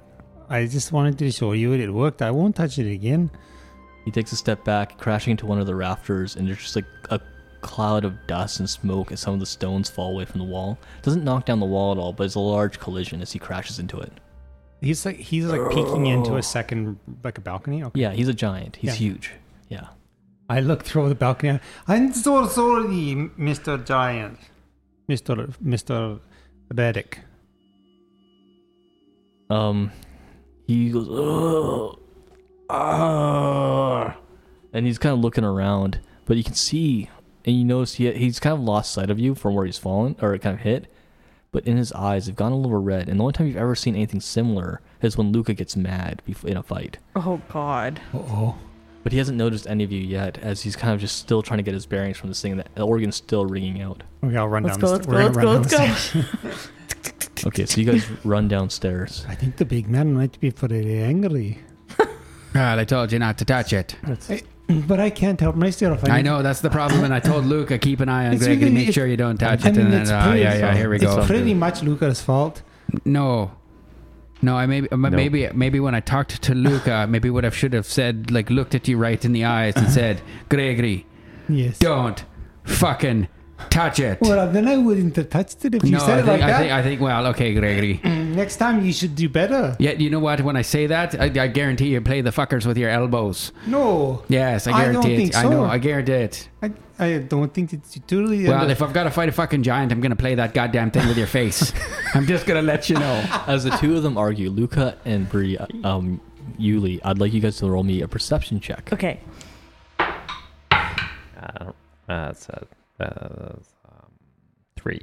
[SPEAKER 4] I just wanted to show you it worked. I won't touch it again.
[SPEAKER 1] He takes a step back, crashing into one of the rafters, and there's just like a cloud of dust and smoke as some of the stones fall away from the wall. Doesn't knock down the wall at all, but it's a large collision as he crashes into it.
[SPEAKER 4] He's like he's like peeking into a second like a balcony. Okay.
[SPEAKER 1] Yeah, he's a giant. He's
[SPEAKER 4] Yeah.
[SPEAKER 1] huge. Yeah.
[SPEAKER 4] I look through the balcony. I'm so sorry, Mister Giant, Mister Mister Reddick.
[SPEAKER 1] Um, he goes, "Ugh. Ah." and he's kind of looking around, but you can see, and you notice he, he's kind of lost sight of you from where he's fallen or kind of hit. But in his eyes, they've gone a little red, and the only time you've ever seen anything similar is when Luca gets mad bef- in a fight.
[SPEAKER 5] Oh God.
[SPEAKER 4] Oh,
[SPEAKER 1] But he hasn't noticed any of you yet, as he's kind of just still trying to get his bearings from this thing. and The organ's still ringing out.
[SPEAKER 4] okay. I'll run
[SPEAKER 5] Let's
[SPEAKER 4] down.
[SPEAKER 5] go.
[SPEAKER 4] the st-
[SPEAKER 5] Let's go.
[SPEAKER 4] we're gonna
[SPEAKER 5] Let's go.
[SPEAKER 4] run
[SPEAKER 5] Let's
[SPEAKER 4] down the
[SPEAKER 5] go.
[SPEAKER 4] stairs.
[SPEAKER 1] Okay, so you guys run downstairs.
[SPEAKER 4] I think the big man might be pretty angry,
[SPEAKER 3] Well, I told you not to touch it.
[SPEAKER 4] but I can't help myself.
[SPEAKER 3] I know that's the problem, and I told Luca keep an eye on
[SPEAKER 4] It's
[SPEAKER 3] Gregory,
[SPEAKER 4] really-
[SPEAKER 3] make
[SPEAKER 4] it's-
[SPEAKER 3] sure you don't touch
[SPEAKER 4] I
[SPEAKER 3] it.
[SPEAKER 4] mean,
[SPEAKER 3] and then,
[SPEAKER 4] it's
[SPEAKER 3] uh,
[SPEAKER 4] pretty-
[SPEAKER 3] yeah, yeah, here we
[SPEAKER 4] it's
[SPEAKER 3] go.
[SPEAKER 4] pretty much Luca's fault.
[SPEAKER 3] No. No, I maybe maybe maybe when I talked to Luca, maybe what I should have said, like looked at you right in the eyes and
[SPEAKER 4] Uh-huh.
[SPEAKER 3] said, "Gregory,
[SPEAKER 4] Yes.
[SPEAKER 3] don't fucking touch it."
[SPEAKER 4] Well, then I wouldn't have touched it if you
[SPEAKER 3] no, I
[SPEAKER 4] said it like
[SPEAKER 3] think, I
[SPEAKER 4] that.
[SPEAKER 3] think I think well, okay, Gregory.
[SPEAKER 4] Next time you should do better.
[SPEAKER 3] Yeah, you know what? When I say that, I, I guarantee you play the fuckers with your elbows.
[SPEAKER 4] No.
[SPEAKER 3] Yes, I
[SPEAKER 4] I
[SPEAKER 3] guarantee
[SPEAKER 4] don't
[SPEAKER 3] it.
[SPEAKER 4] think
[SPEAKER 3] I know,
[SPEAKER 4] so.
[SPEAKER 3] I guarantee it.
[SPEAKER 4] I, I don't think it's totally.
[SPEAKER 3] Well, if I've got to fight a fucking giant, I'm gonna play that goddamn thing with your face. I'm just gonna let you know.
[SPEAKER 1] As the two of them argue, Luca and Bree, um, Yuli, I'd like you guys to roll me a perception check.
[SPEAKER 5] Okay.
[SPEAKER 2] I don't, uh, that's a uh, um, three.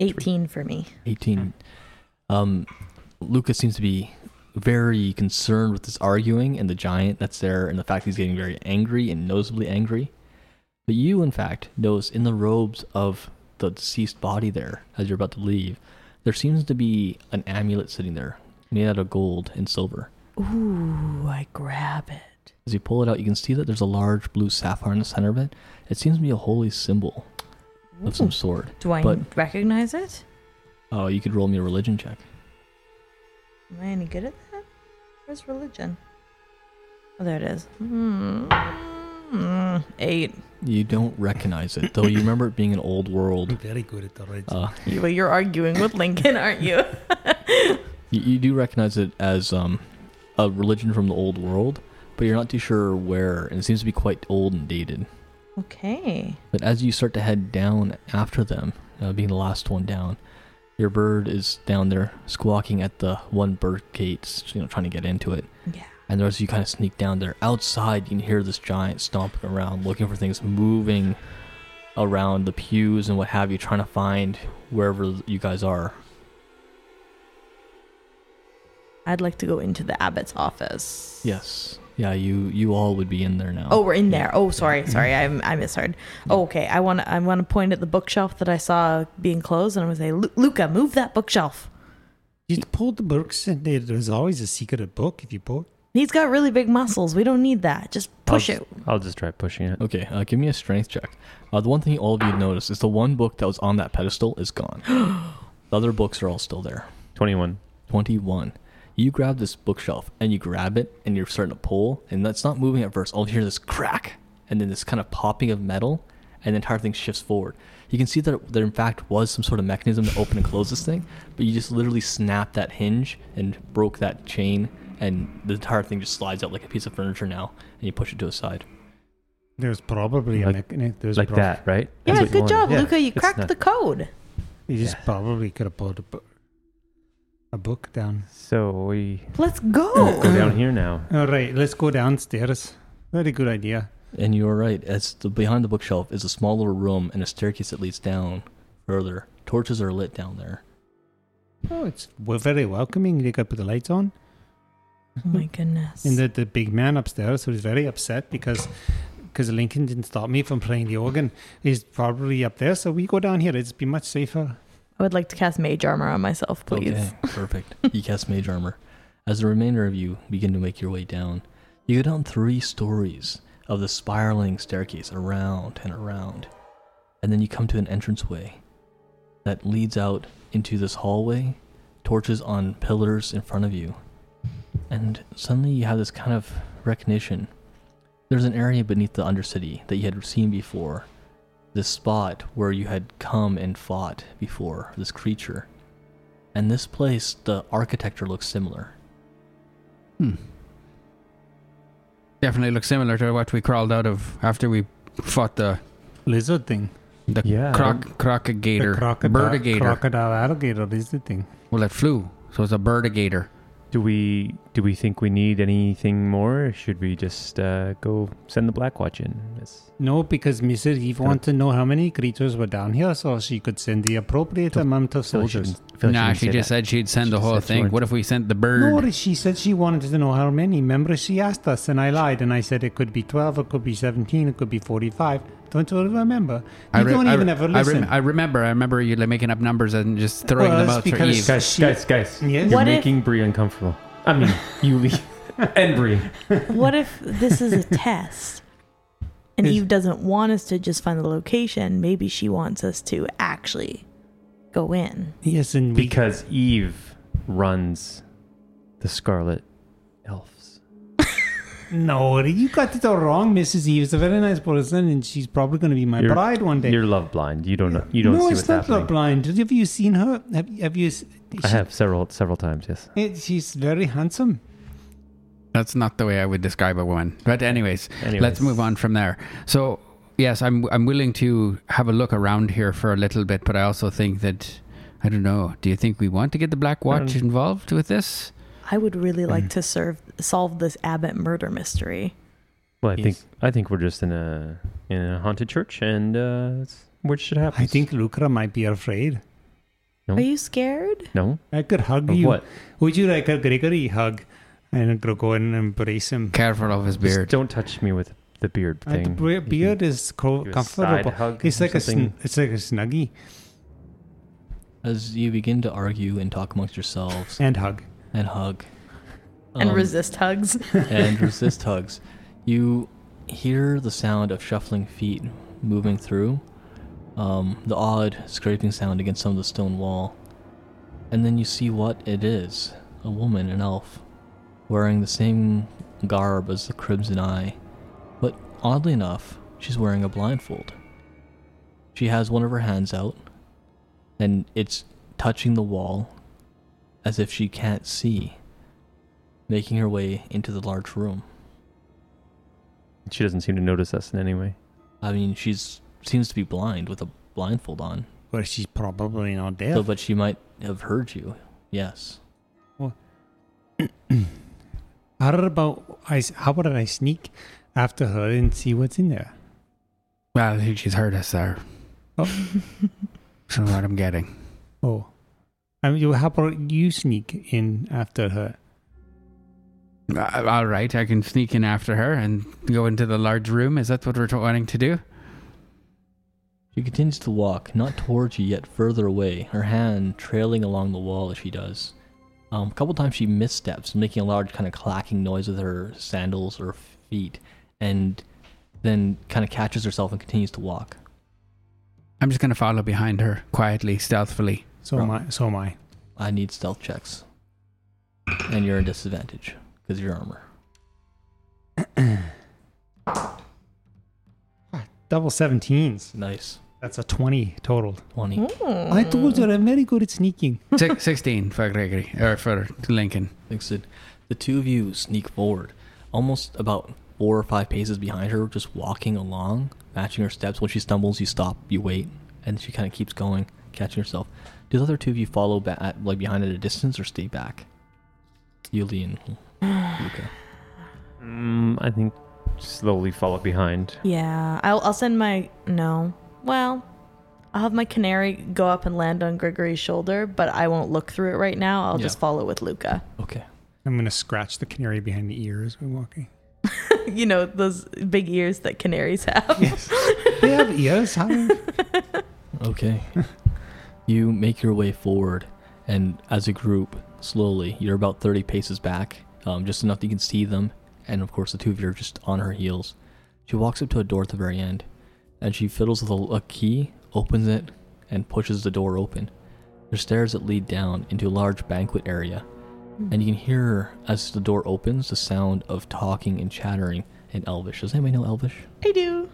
[SPEAKER 5] 18 for me.
[SPEAKER 1] 18. Um, Lucas seems to be very concerned with this arguing and the giant that's there, and the fact he's getting very angry and noticeably angry. But you, in fact, notice in the robes of the deceased body there, as you're about to leave, there seems to be an amulet sitting there, made out of gold and silver.
[SPEAKER 5] Ooh, I grab it.
[SPEAKER 1] As you pull it out, you can see that there's a large blue sapphire in the center of it. It seems to be a holy symbol of
[SPEAKER 5] Hmm.
[SPEAKER 1] some sort.
[SPEAKER 5] Do I
[SPEAKER 1] But
[SPEAKER 5] recognize it?
[SPEAKER 1] oh, you could roll me a religion check.
[SPEAKER 5] Am I any good at that? Where's religion? Oh, there it is. Hmm. Eight.
[SPEAKER 1] You don't recognize it, though. You remember it being an old
[SPEAKER 4] I'm
[SPEAKER 1] world.
[SPEAKER 4] very good at the red.
[SPEAKER 1] Uh,
[SPEAKER 5] You, well, you're arguing with Lincoln, aren't you?
[SPEAKER 1] you, you do recognize it as um, a religion from the old world, but you're not too sure where, and it seems to be quite old and dated.
[SPEAKER 5] okay.
[SPEAKER 1] But as you start to head down after them, uh, being the last one down, your bird is down there squawking at the one bird gate, you know, trying to get into it.
[SPEAKER 5] Yeah.
[SPEAKER 1] And as you kind of sneak down there, outside you can hear this giant stomping around, looking for things, moving around the pews and what have you, trying to find wherever you guys are.
[SPEAKER 5] I'd like to go into the abbot's office.
[SPEAKER 1] Yes. Yeah, you you all would be in there now.
[SPEAKER 5] Oh, we're in there. Oh, sorry, sorry, I I misheard. Oh, okay. I want to I want to point at the bookshelf that I saw being closed, and I'm gonna say, "Lu- Luca, move that bookshelf.
[SPEAKER 4] You pulled the books, and there- there's always a secret book if you pull.
[SPEAKER 5] He's got really big muscles. We don't need that. Just push
[SPEAKER 2] I'll
[SPEAKER 5] it.
[SPEAKER 2] Just, I'll just try pushing it.
[SPEAKER 1] Okay, uh, give me a strength check. Uh, the one thing all of you noticed is the one book that was on that pedestal is gone. the other books are all still there.
[SPEAKER 2] 21.
[SPEAKER 1] 21. You grab this bookshelf and you grab it and you're starting to pull, and that's not moving at first. I'll hear this crack and then this kind of popping of metal, and the entire thing shifts forward. You can see that there, in fact, was some sort of mechanism to open and close this thing, but you just literally snapped that hinge and broke that chain, and the entire thing just slides out like a piece of furniture now, and you push it to a side.
[SPEAKER 4] There's probably
[SPEAKER 2] Like-
[SPEAKER 4] a mechanism. There's
[SPEAKER 2] Like
[SPEAKER 4] prob-
[SPEAKER 2] that, right? That's what
[SPEAKER 5] Yeah,
[SPEAKER 2] you
[SPEAKER 5] good
[SPEAKER 2] wanted.
[SPEAKER 5] job,
[SPEAKER 4] Yeah,
[SPEAKER 5] Luca. You
[SPEAKER 2] it's
[SPEAKER 5] cracked
[SPEAKER 2] not-
[SPEAKER 5] the code.
[SPEAKER 4] You just
[SPEAKER 2] Yeah.
[SPEAKER 4] probably could have pulled a book, a book down.
[SPEAKER 2] So we
[SPEAKER 5] Let's
[SPEAKER 2] go
[SPEAKER 5] go.
[SPEAKER 2] down here now.
[SPEAKER 4] All right, let's go downstairs. Very good idea.
[SPEAKER 1] And you are right. As the, behind the bookshelf is a small little room and a staircase that leads down further. Torches are lit down there.
[SPEAKER 4] Oh, it's we're very welcoming. They got put the lights on.
[SPEAKER 5] oh my goodness.
[SPEAKER 4] And the, the big man upstairs who's very upset because because Lincoln didn't stop me from playing the organ is probably up there. So we go down here. It's be much safer.
[SPEAKER 5] I would like to cast mage armor on myself, please.
[SPEAKER 1] Okay, perfect. You cast mage armor. As the remainder of you begin to make your way down, you go down three stories of the spiraling staircase around and around. And then you come to an entranceway that leads out into this hallway, torches on pillars in front of you. And suddenly you have this kind of recognition. There's an area beneath the Undercity that you had seen before. This spot where you had come and fought before, this creature. And this place, the architecture looks similar.
[SPEAKER 3] Definitely looks similar to what we crawled out of after we fought the
[SPEAKER 4] Lizard thing.
[SPEAKER 3] the
[SPEAKER 2] Yeah,
[SPEAKER 3] croc crocagator,
[SPEAKER 4] The crocodile,
[SPEAKER 3] birdigator.
[SPEAKER 4] crocodile alligator is the thing.
[SPEAKER 3] well, it flew, so it's a birdigator.
[SPEAKER 2] Do we do we think we need anything more? Or should we just uh, go send the Black Watch in? It's-
[SPEAKER 4] No, because Mrs. Eve wants to know how many creatures were down here so she could send the appropriate amount of
[SPEAKER 2] I feel like
[SPEAKER 4] soldiers.
[SPEAKER 2] shouldn't- I feel like
[SPEAKER 3] nah,
[SPEAKER 2] shouldn't
[SPEAKER 3] she
[SPEAKER 2] say
[SPEAKER 3] just
[SPEAKER 2] that.
[SPEAKER 3] said she'd send the
[SPEAKER 2] She
[SPEAKER 3] whole
[SPEAKER 2] said she
[SPEAKER 3] thing.
[SPEAKER 2] wanted
[SPEAKER 3] What
[SPEAKER 2] to-
[SPEAKER 3] if we sent the bird?
[SPEAKER 4] No, she said she wanted to know how many. Remember, she asked us, and I lied, and I said it could be 12, it could be 17, it could be 45. Don't you remember? You
[SPEAKER 3] re-
[SPEAKER 4] don't
[SPEAKER 3] I
[SPEAKER 4] even
[SPEAKER 3] re-
[SPEAKER 4] ever
[SPEAKER 3] I rem-
[SPEAKER 4] listen.
[SPEAKER 3] I remember. I remember you like, making up numbers and just throwing
[SPEAKER 4] Well,
[SPEAKER 3] them
[SPEAKER 4] it's
[SPEAKER 3] out for
[SPEAKER 4] because-
[SPEAKER 3] Eve.
[SPEAKER 2] Guys,
[SPEAKER 4] Guys,
[SPEAKER 2] guys, guys!
[SPEAKER 4] Yes.
[SPEAKER 2] You're
[SPEAKER 5] What if-
[SPEAKER 2] making Bree uncomfortable. I mean, Yuli and Bree.
[SPEAKER 5] What if this is a test? And Eve doesn't want us to just find the location. Maybe she wants us to actually go in.
[SPEAKER 4] yes, and we
[SPEAKER 2] Because Eve runs the Scarlet Elves.
[SPEAKER 4] No, you got it all wrong. Mrs. Eve is a very nice person, and she's probably going to be my
[SPEAKER 2] You're-
[SPEAKER 4] bride one day.
[SPEAKER 2] You're love blind. You don't know. You don't
[SPEAKER 4] no,
[SPEAKER 2] see
[SPEAKER 4] it's
[SPEAKER 2] what's
[SPEAKER 4] not
[SPEAKER 2] happening.
[SPEAKER 4] love blind. Have you seen her? Have, have you? s-
[SPEAKER 2] I
[SPEAKER 4] she-
[SPEAKER 2] have several several times. Yes.
[SPEAKER 4] eh, She's very handsome.
[SPEAKER 3] That's not the way I would describe a woman. But anyways,
[SPEAKER 2] Anyways.
[SPEAKER 3] let's move on from there. So yes, I'm I'm willing to have a look around here for a little bit, but I also think that I don't know. Do you think we want to get the Black Watch involved with this?
[SPEAKER 5] I would
[SPEAKER 2] Mm-hmm.
[SPEAKER 5] really like to serve solve this abbot murder mystery.
[SPEAKER 2] Well, I think
[SPEAKER 4] Yes.
[SPEAKER 2] I think we're just in a in a haunted church, and uh, it's- what should happen?
[SPEAKER 4] I think Lucra might be afraid.
[SPEAKER 2] No.
[SPEAKER 5] Are you scared?
[SPEAKER 2] No.
[SPEAKER 4] I could hug
[SPEAKER 2] Of
[SPEAKER 4] you.
[SPEAKER 2] what?
[SPEAKER 4] Would you like a Gregory hug? And I'm gonna go and embrace him.
[SPEAKER 3] Careful of his
[SPEAKER 2] Just
[SPEAKER 3] beard.
[SPEAKER 2] don't touch me with the beard
[SPEAKER 4] Uh,
[SPEAKER 2] thing.
[SPEAKER 4] The
[SPEAKER 2] You
[SPEAKER 4] bre-
[SPEAKER 2] can-
[SPEAKER 4] beard is co-
[SPEAKER 2] do a side
[SPEAKER 4] comfortable.
[SPEAKER 2] hug
[SPEAKER 4] It's
[SPEAKER 2] or
[SPEAKER 4] like a sn-
[SPEAKER 2] something.
[SPEAKER 4] it's like a snuggie
[SPEAKER 1] As you begin to argue and talk amongst yourselves
[SPEAKER 4] and hug.
[SPEAKER 1] and hug
[SPEAKER 5] and
[SPEAKER 1] um,
[SPEAKER 5] resist hugs.
[SPEAKER 1] and resist hugs, you hear the sound of shuffling feet moving through, um, the odd scraping sound against some of the stone wall, and then you see what it is a woman, an elf, wearing the same garb as the Crimson Eye, but oddly enough, she's wearing a blindfold. She has one of her hands out, and it's touching the wall as if she can't see making her way into the large room.
[SPEAKER 2] She doesn't seem to notice us in any way.
[SPEAKER 1] I mean, she's seems to be blind with a blindfold on.
[SPEAKER 4] Well, she's probably not there.
[SPEAKER 1] So, but she might have heard you. Yes.
[SPEAKER 4] How about I? s- How about I sneak after her and see what's in there?
[SPEAKER 3] Well, I think she's heard us there.
[SPEAKER 4] Oh.
[SPEAKER 3] That's what I'm getting.
[SPEAKER 4] Oh, I mean, you- how about you sneak in after her?
[SPEAKER 3] Uh, all right, I can sneak in after her and go into the large room. Is that what we're t- wanting to do?
[SPEAKER 1] She continues to walk, not towards you, yet further away, her hand trailing along the wall as she does. Um, a couple times she missteps, making a large kind of clacking noise with her sandals or feet, and then kind of catches herself and continues to walk.
[SPEAKER 3] I'm just going to follow behind her quietly, stealthily.
[SPEAKER 4] So am I. So am I.
[SPEAKER 1] I need stealth checks. And you're in disadvantage because of your armor.
[SPEAKER 4] Double seventeens.
[SPEAKER 1] Nice.
[SPEAKER 4] That's a twenty total.
[SPEAKER 1] 20.
[SPEAKER 4] I told you I'm very good at sneaking.
[SPEAKER 3] Six, 16 for Gregory, or for Lincoln.
[SPEAKER 1] Thanks, Sid. The two of you sneak forward, almost about four or five paces behind her, just walking along, matching her steps. When she stumbles, you stop, you wait, and she kind of keeps going, catching herself. Do the other two of you follow back, like behind at a distance, or stay back? Yuli and Luca.
[SPEAKER 2] Mm, I think slowly follow behind.
[SPEAKER 5] Yeah, I'll, I'll send my no. Well, I'll have my canary go up and land on Gregory's shoulder, but I won't look through it right now. I'll just
[SPEAKER 1] Yeah.
[SPEAKER 5] follow with Luca.
[SPEAKER 1] Okay.
[SPEAKER 4] I'm gonna scratch the canary behind the ear as we're walking.
[SPEAKER 5] You know those big ears that canaries have.
[SPEAKER 4] They have ears. How?
[SPEAKER 1] Okay. you make your way forward, and as a group, slowly, you're about 30 paces back, um, just enough that you can see them. And of course, the two of you are just on her heels. She walks up to a door at the very end, and she fiddles with a, a key, opens it, and pushes the door open. There's stairs that lead down into a large banquet area, and you can hear, as the door opens, the sound of talking and chattering in Elvish. Does anybody know Elvish?
[SPEAKER 5] I do.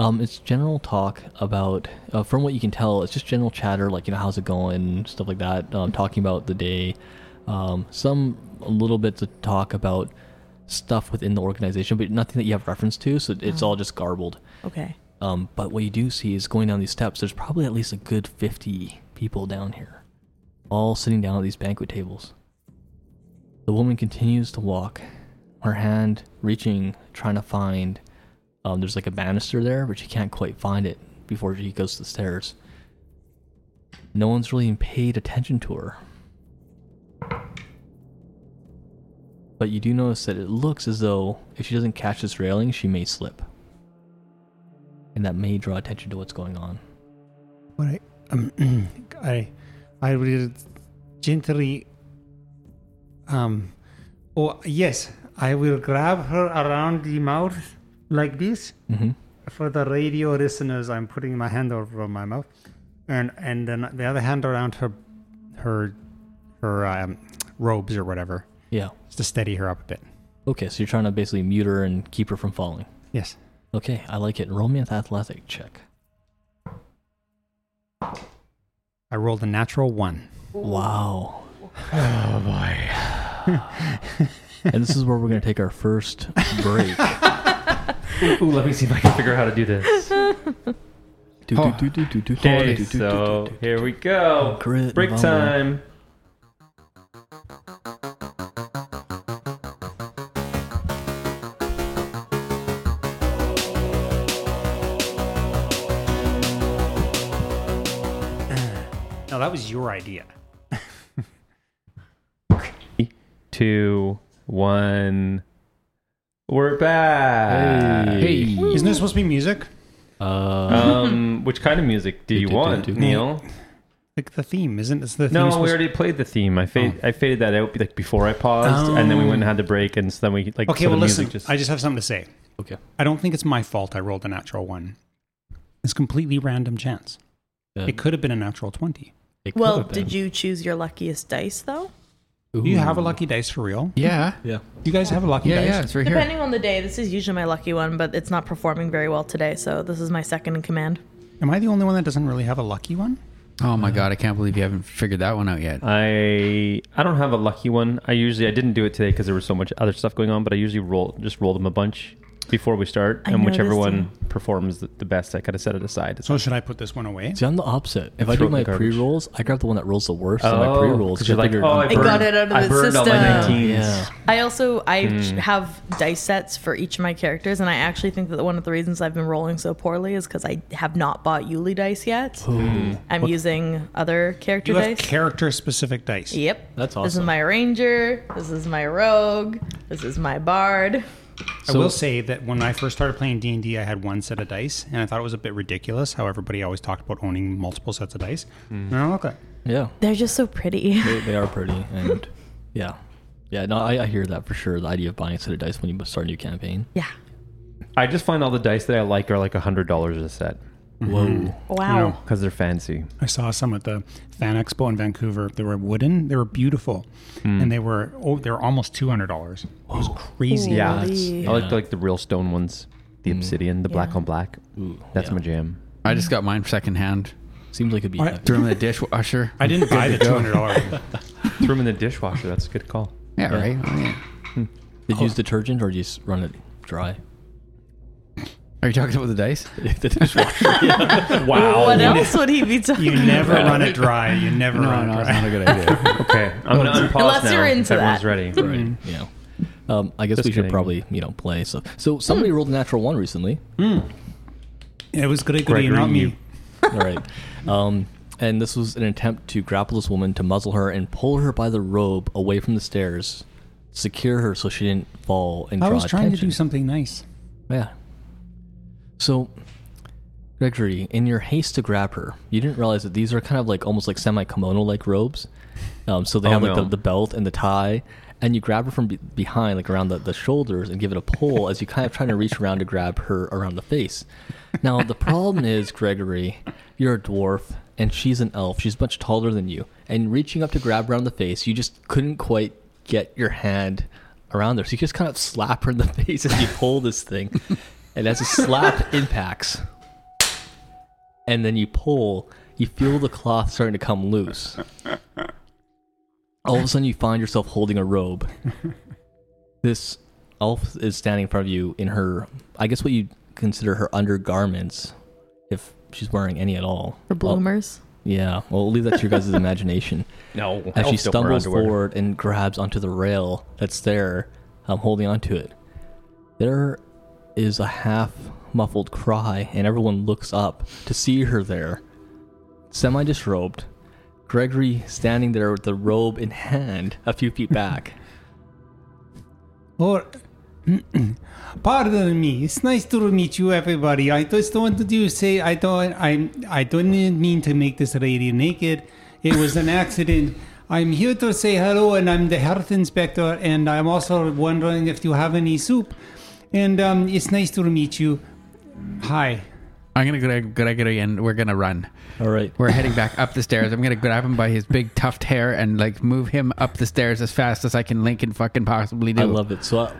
[SPEAKER 1] Um, it's general talk about, uh, from what you can tell, it's just general chatter, like you know, how's it going, stuff like that. Um, talking about the day, um, some a little bit to talk about stuff within the organization, but nothing that you have reference to. So it's all just garbled.
[SPEAKER 5] Okay.
[SPEAKER 1] Um, but what you do see is going down these steps. There's probably at least a good fifty people down here, all sitting down at these banquet tables. The woman continues to walk, her hand reaching, trying to find. Um, there's like a banister there, but she can't quite find it before she goes to the stairs. No one's really paid attention to her. But you do notice that it looks as though if she doesn't catch this railing, she may slip. And that may draw attention to what's going on.
[SPEAKER 4] But I, um, I, I will gently. Um, oh yes, I will grab her around the mouth like this.
[SPEAKER 1] Mm-hmm.
[SPEAKER 4] For the radio listeners, I'm putting my hand over my mouth, and and then the other hand around her, her, her um, robes or whatever,
[SPEAKER 1] Yeah.
[SPEAKER 4] just to steady her up a bit.
[SPEAKER 1] Okay, so you're trying to basically mute her and keep her from falling.
[SPEAKER 4] Yes.
[SPEAKER 1] Okay, I like it. Roll me an athletic check.
[SPEAKER 4] I rolled a natural one.
[SPEAKER 1] Wow. Oh boy. and this is where we're going to take our first break.
[SPEAKER 2] Ooh, let me see if I can figure out how to do this.
[SPEAKER 1] Do, do, do, do, do, do, do, do,
[SPEAKER 2] Okay,
[SPEAKER 1] do, do,
[SPEAKER 2] so
[SPEAKER 1] do, do.
[SPEAKER 2] here we go.
[SPEAKER 1] Grit
[SPEAKER 2] Break
[SPEAKER 1] and vulnerable.
[SPEAKER 2] time.
[SPEAKER 4] Now that that was your idea.
[SPEAKER 2] Two, one. We're back.
[SPEAKER 1] Hey.
[SPEAKER 4] Isn't this supposed to be music?
[SPEAKER 1] Uh,
[SPEAKER 2] Um, which kind of music do you
[SPEAKER 1] do, do,
[SPEAKER 2] want,
[SPEAKER 1] do.
[SPEAKER 2] Neil?
[SPEAKER 4] Like the theme, isn't it? The
[SPEAKER 2] No,
[SPEAKER 4] theme
[SPEAKER 2] we already played the theme. I fade,
[SPEAKER 4] Oh.
[SPEAKER 2] I faded that out like before I paused, and then we went and had the break, and so then we like
[SPEAKER 4] Okay,
[SPEAKER 2] so the
[SPEAKER 4] well, listen,
[SPEAKER 2] music just
[SPEAKER 4] I just have something to say.
[SPEAKER 1] okay.
[SPEAKER 4] I don't think it's my fault I rolled a natural one. It's completely random chance.
[SPEAKER 1] Uh,
[SPEAKER 4] It could have been a natural 20.
[SPEAKER 1] it could
[SPEAKER 5] Well,
[SPEAKER 1] have been.
[SPEAKER 5] did you choose your luckiest dice though?
[SPEAKER 4] Do you have a
[SPEAKER 1] Ooh.
[SPEAKER 4] lucky dice for real?
[SPEAKER 3] Yeah.
[SPEAKER 1] Yeah.
[SPEAKER 4] You guys have a lucky
[SPEAKER 3] Yeah,
[SPEAKER 4] dice?
[SPEAKER 3] yeah, it's right here.
[SPEAKER 5] Depending on the day, this is usually my lucky one, but it's not performing very well today, so this is my second in command.
[SPEAKER 4] Am I the only one that doesn't really have a lucky one?
[SPEAKER 3] Oh my god, I can't believe you haven't figured that one out yet.
[SPEAKER 2] I I don't have a lucky one. I usually I didn't do it today because there was so much other stuff going on, but I usually roll just roll them a bunch before we start,
[SPEAKER 5] I
[SPEAKER 2] and whichever
[SPEAKER 5] noticed
[SPEAKER 2] one performs the, the best, I kind of set it aside.
[SPEAKER 4] So should I put this one away?
[SPEAKER 1] See, I'm the opposite. If I
[SPEAKER 2] throw
[SPEAKER 1] do
[SPEAKER 2] it in the
[SPEAKER 1] my
[SPEAKER 2] garbage.
[SPEAKER 1] pre rolls, I grab the one that rolls the worst in
[SPEAKER 2] Oh,
[SPEAKER 1] my pre rolls.
[SPEAKER 2] 'cause you're like, oh, I,
[SPEAKER 5] I got
[SPEAKER 2] burned-
[SPEAKER 5] it uh, out of
[SPEAKER 2] I
[SPEAKER 5] the
[SPEAKER 2] burned all my
[SPEAKER 5] system.
[SPEAKER 2] 19s.
[SPEAKER 1] Yeah.
[SPEAKER 5] I also I
[SPEAKER 1] Hmm.
[SPEAKER 5] have dice sets for each of my characters, and I actually think that one of the reasons I've been rolling so poorly is because I have not bought Yuli dice yet.
[SPEAKER 1] Hmm.
[SPEAKER 5] I'm using other character
[SPEAKER 4] You have
[SPEAKER 5] dice.
[SPEAKER 4] character specific dice.
[SPEAKER 5] yep,
[SPEAKER 1] That's
[SPEAKER 5] This is
[SPEAKER 1] awesome.
[SPEAKER 5] my ranger. This is my rogue. This is my bard.
[SPEAKER 4] I will say that when I first started playing D and D, I had one set of dice, and I thought it was a bit ridiculous how everybody always talked about owning multiple sets of dice. No, okay.
[SPEAKER 1] Yeah.
[SPEAKER 5] They're just so pretty.
[SPEAKER 1] They, they are pretty. And yeah. Yeah. No, I, I hear that for sure. The idea of buying a set of dice when you start a new campaign.
[SPEAKER 5] Yeah.
[SPEAKER 2] I just find all the dice that I like are like hundred dollars a set
[SPEAKER 1] Whoa.
[SPEAKER 5] Wow.
[SPEAKER 4] No.
[SPEAKER 2] because they're fancy.
[SPEAKER 4] I saw some at the Fan Expo in Vancouver. They were wooden. They were beautiful,
[SPEAKER 1] Hmm.
[SPEAKER 4] and they were oh, they were almost two hundred dollars. It was crazy.
[SPEAKER 2] Yeah,
[SPEAKER 5] Really?
[SPEAKER 2] it's- I like the, like the real stone ones, the obsidian, the black
[SPEAKER 5] Yeah.
[SPEAKER 2] on black.
[SPEAKER 1] Ooh,
[SPEAKER 2] That's
[SPEAKER 1] yeah.
[SPEAKER 2] my jam.
[SPEAKER 3] I just got mine secondhand.
[SPEAKER 1] Seems like it'd be.
[SPEAKER 4] Alright.
[SPEAKER 1] heavy.
[SPEAKER 3] Threw them in the dishwasher.
[SPEAKER 4] I didn't buy the two hundred dollars.
[SPEAKER 2] Threw them in the dishwasher. That's a good call.
[SPEAKER 3] Yeah, right. Oh, yeah.
[SPEAKER 1] Did you use detergent or do you just run it dry?
[SPEAKER 3] Are you talking about the dice?
[SPEAKER 1] the dishwasher.
[SPEAKER 2] Wow.
[SPEAKER 5] What else would he be talking
[SPEAKER 4] You never run it dry. You never
[SPEAKER 3] Oh, No,
[SPEAKER 4] run it
[SPEAKER 3] no, it's
[SPEAKER 4] dry.
[SPEAKER 3] not a good idea.
[SPEAKER 2] Okay, I'm gonna unpause
[SPEAKER 5] Unless
[SPEAKER 2] now.
[SPEAKER 5] you're into
[SPEAKER 2] if everyone's
[SPEAKER 5] that.
[SPEAKER 2] ready.
[SPEAKER 4] Hmm.
[SPEAKER 1] Right. You know. Um, I guess
[SPEAKER 2] Just
[SPEAKER 1] we should
[SPEAKER 2] kidding.
[SPEAKER 1] probably, you know, play. So, so
[SPEAKER 4] Hmm.
[SPEAKER 1] somebody rolled a natural one recently.
[SPEAKER 4] It was good at goody, not me.
[SPEAKER 1] All right. Um, and this was an attempt to grapple this woman, to muzzle her, and pull her by the robe away from the stairs, secure her so she didn't fall and
[SPEAKER 4] I
[SPEAKER 1] draw
[SPEAKER 4] was trying to
[SPEAKER 1] attention.
[SPEAKER 4] do something nice.
[SPEAKER 1] Yeah. So, Gregory, in your haste to grab her, you didn't realize that these are kind of like almost like semi kimono like robes. Um, so they
[SPEAKER 2] Oh,
[SPEAKER 1] have like
[SPEAKER 2] no.
[SPEAKER 1] the, the belt and the tie, and you grab her from be- behind, like around the, the shoulders, and give it a pull as you kind of trying to reach around to grab her around the face. Now, the problem is, Gregory, you're a dwarf and she's an elf. She's much taller than you. And reaching up to grab around the face, you just couldn't quite get your hand around there. So you just kind of slap her in the face as you pull this thing. And as a slap impacts, and then you pull, you feel the cloth starting to come loose. All of a sudden, you find yourself holding a robe. This elf is standing in front of you in her, I guess, what you consider her undergarments, if she's wearing any at all. Oh,
[SPEAKER 5] For bloomers.
[SPEAKER 1] Yeah, well, we'll leave that to your guys' imagination.
[SPEAKER 2] No.
[SPEAKER 1] As she
[SPEAKER 2] elves don't wear
[SPEAKER 1] stumbles
[SPEAKER 2] underwear.
[SPEAKER 1] forward and grabs onto the rail that's there, um, holding onto it, there is a half muffled cry, and everyone looks up to see her there, semi disrobed. Gregory standing there with the robe in hand, a few feet back.
[SPEAKER 4] Or, pardon me. It's nice to meet you, everybody. I just wanted to say I don't I I don't mean to make this lady naked. It was an accident. I'm here to say hello, and I'm the health inspector, and I'm also wondering if you have any soup. And um, it's nice to meet you. Hi.
[SPEAKER 3] I'm gonna grab Gregory and we're gonna run.
[SPEAKER 1] All right.
[SPEAKER 3] We're heading back up the stairs. I'm gonna grab him by his big tuft hair and like move him up the stairs as fast as I can Lincoln fucking possibly do.
[SPEAKER 1] I love it. So, uh,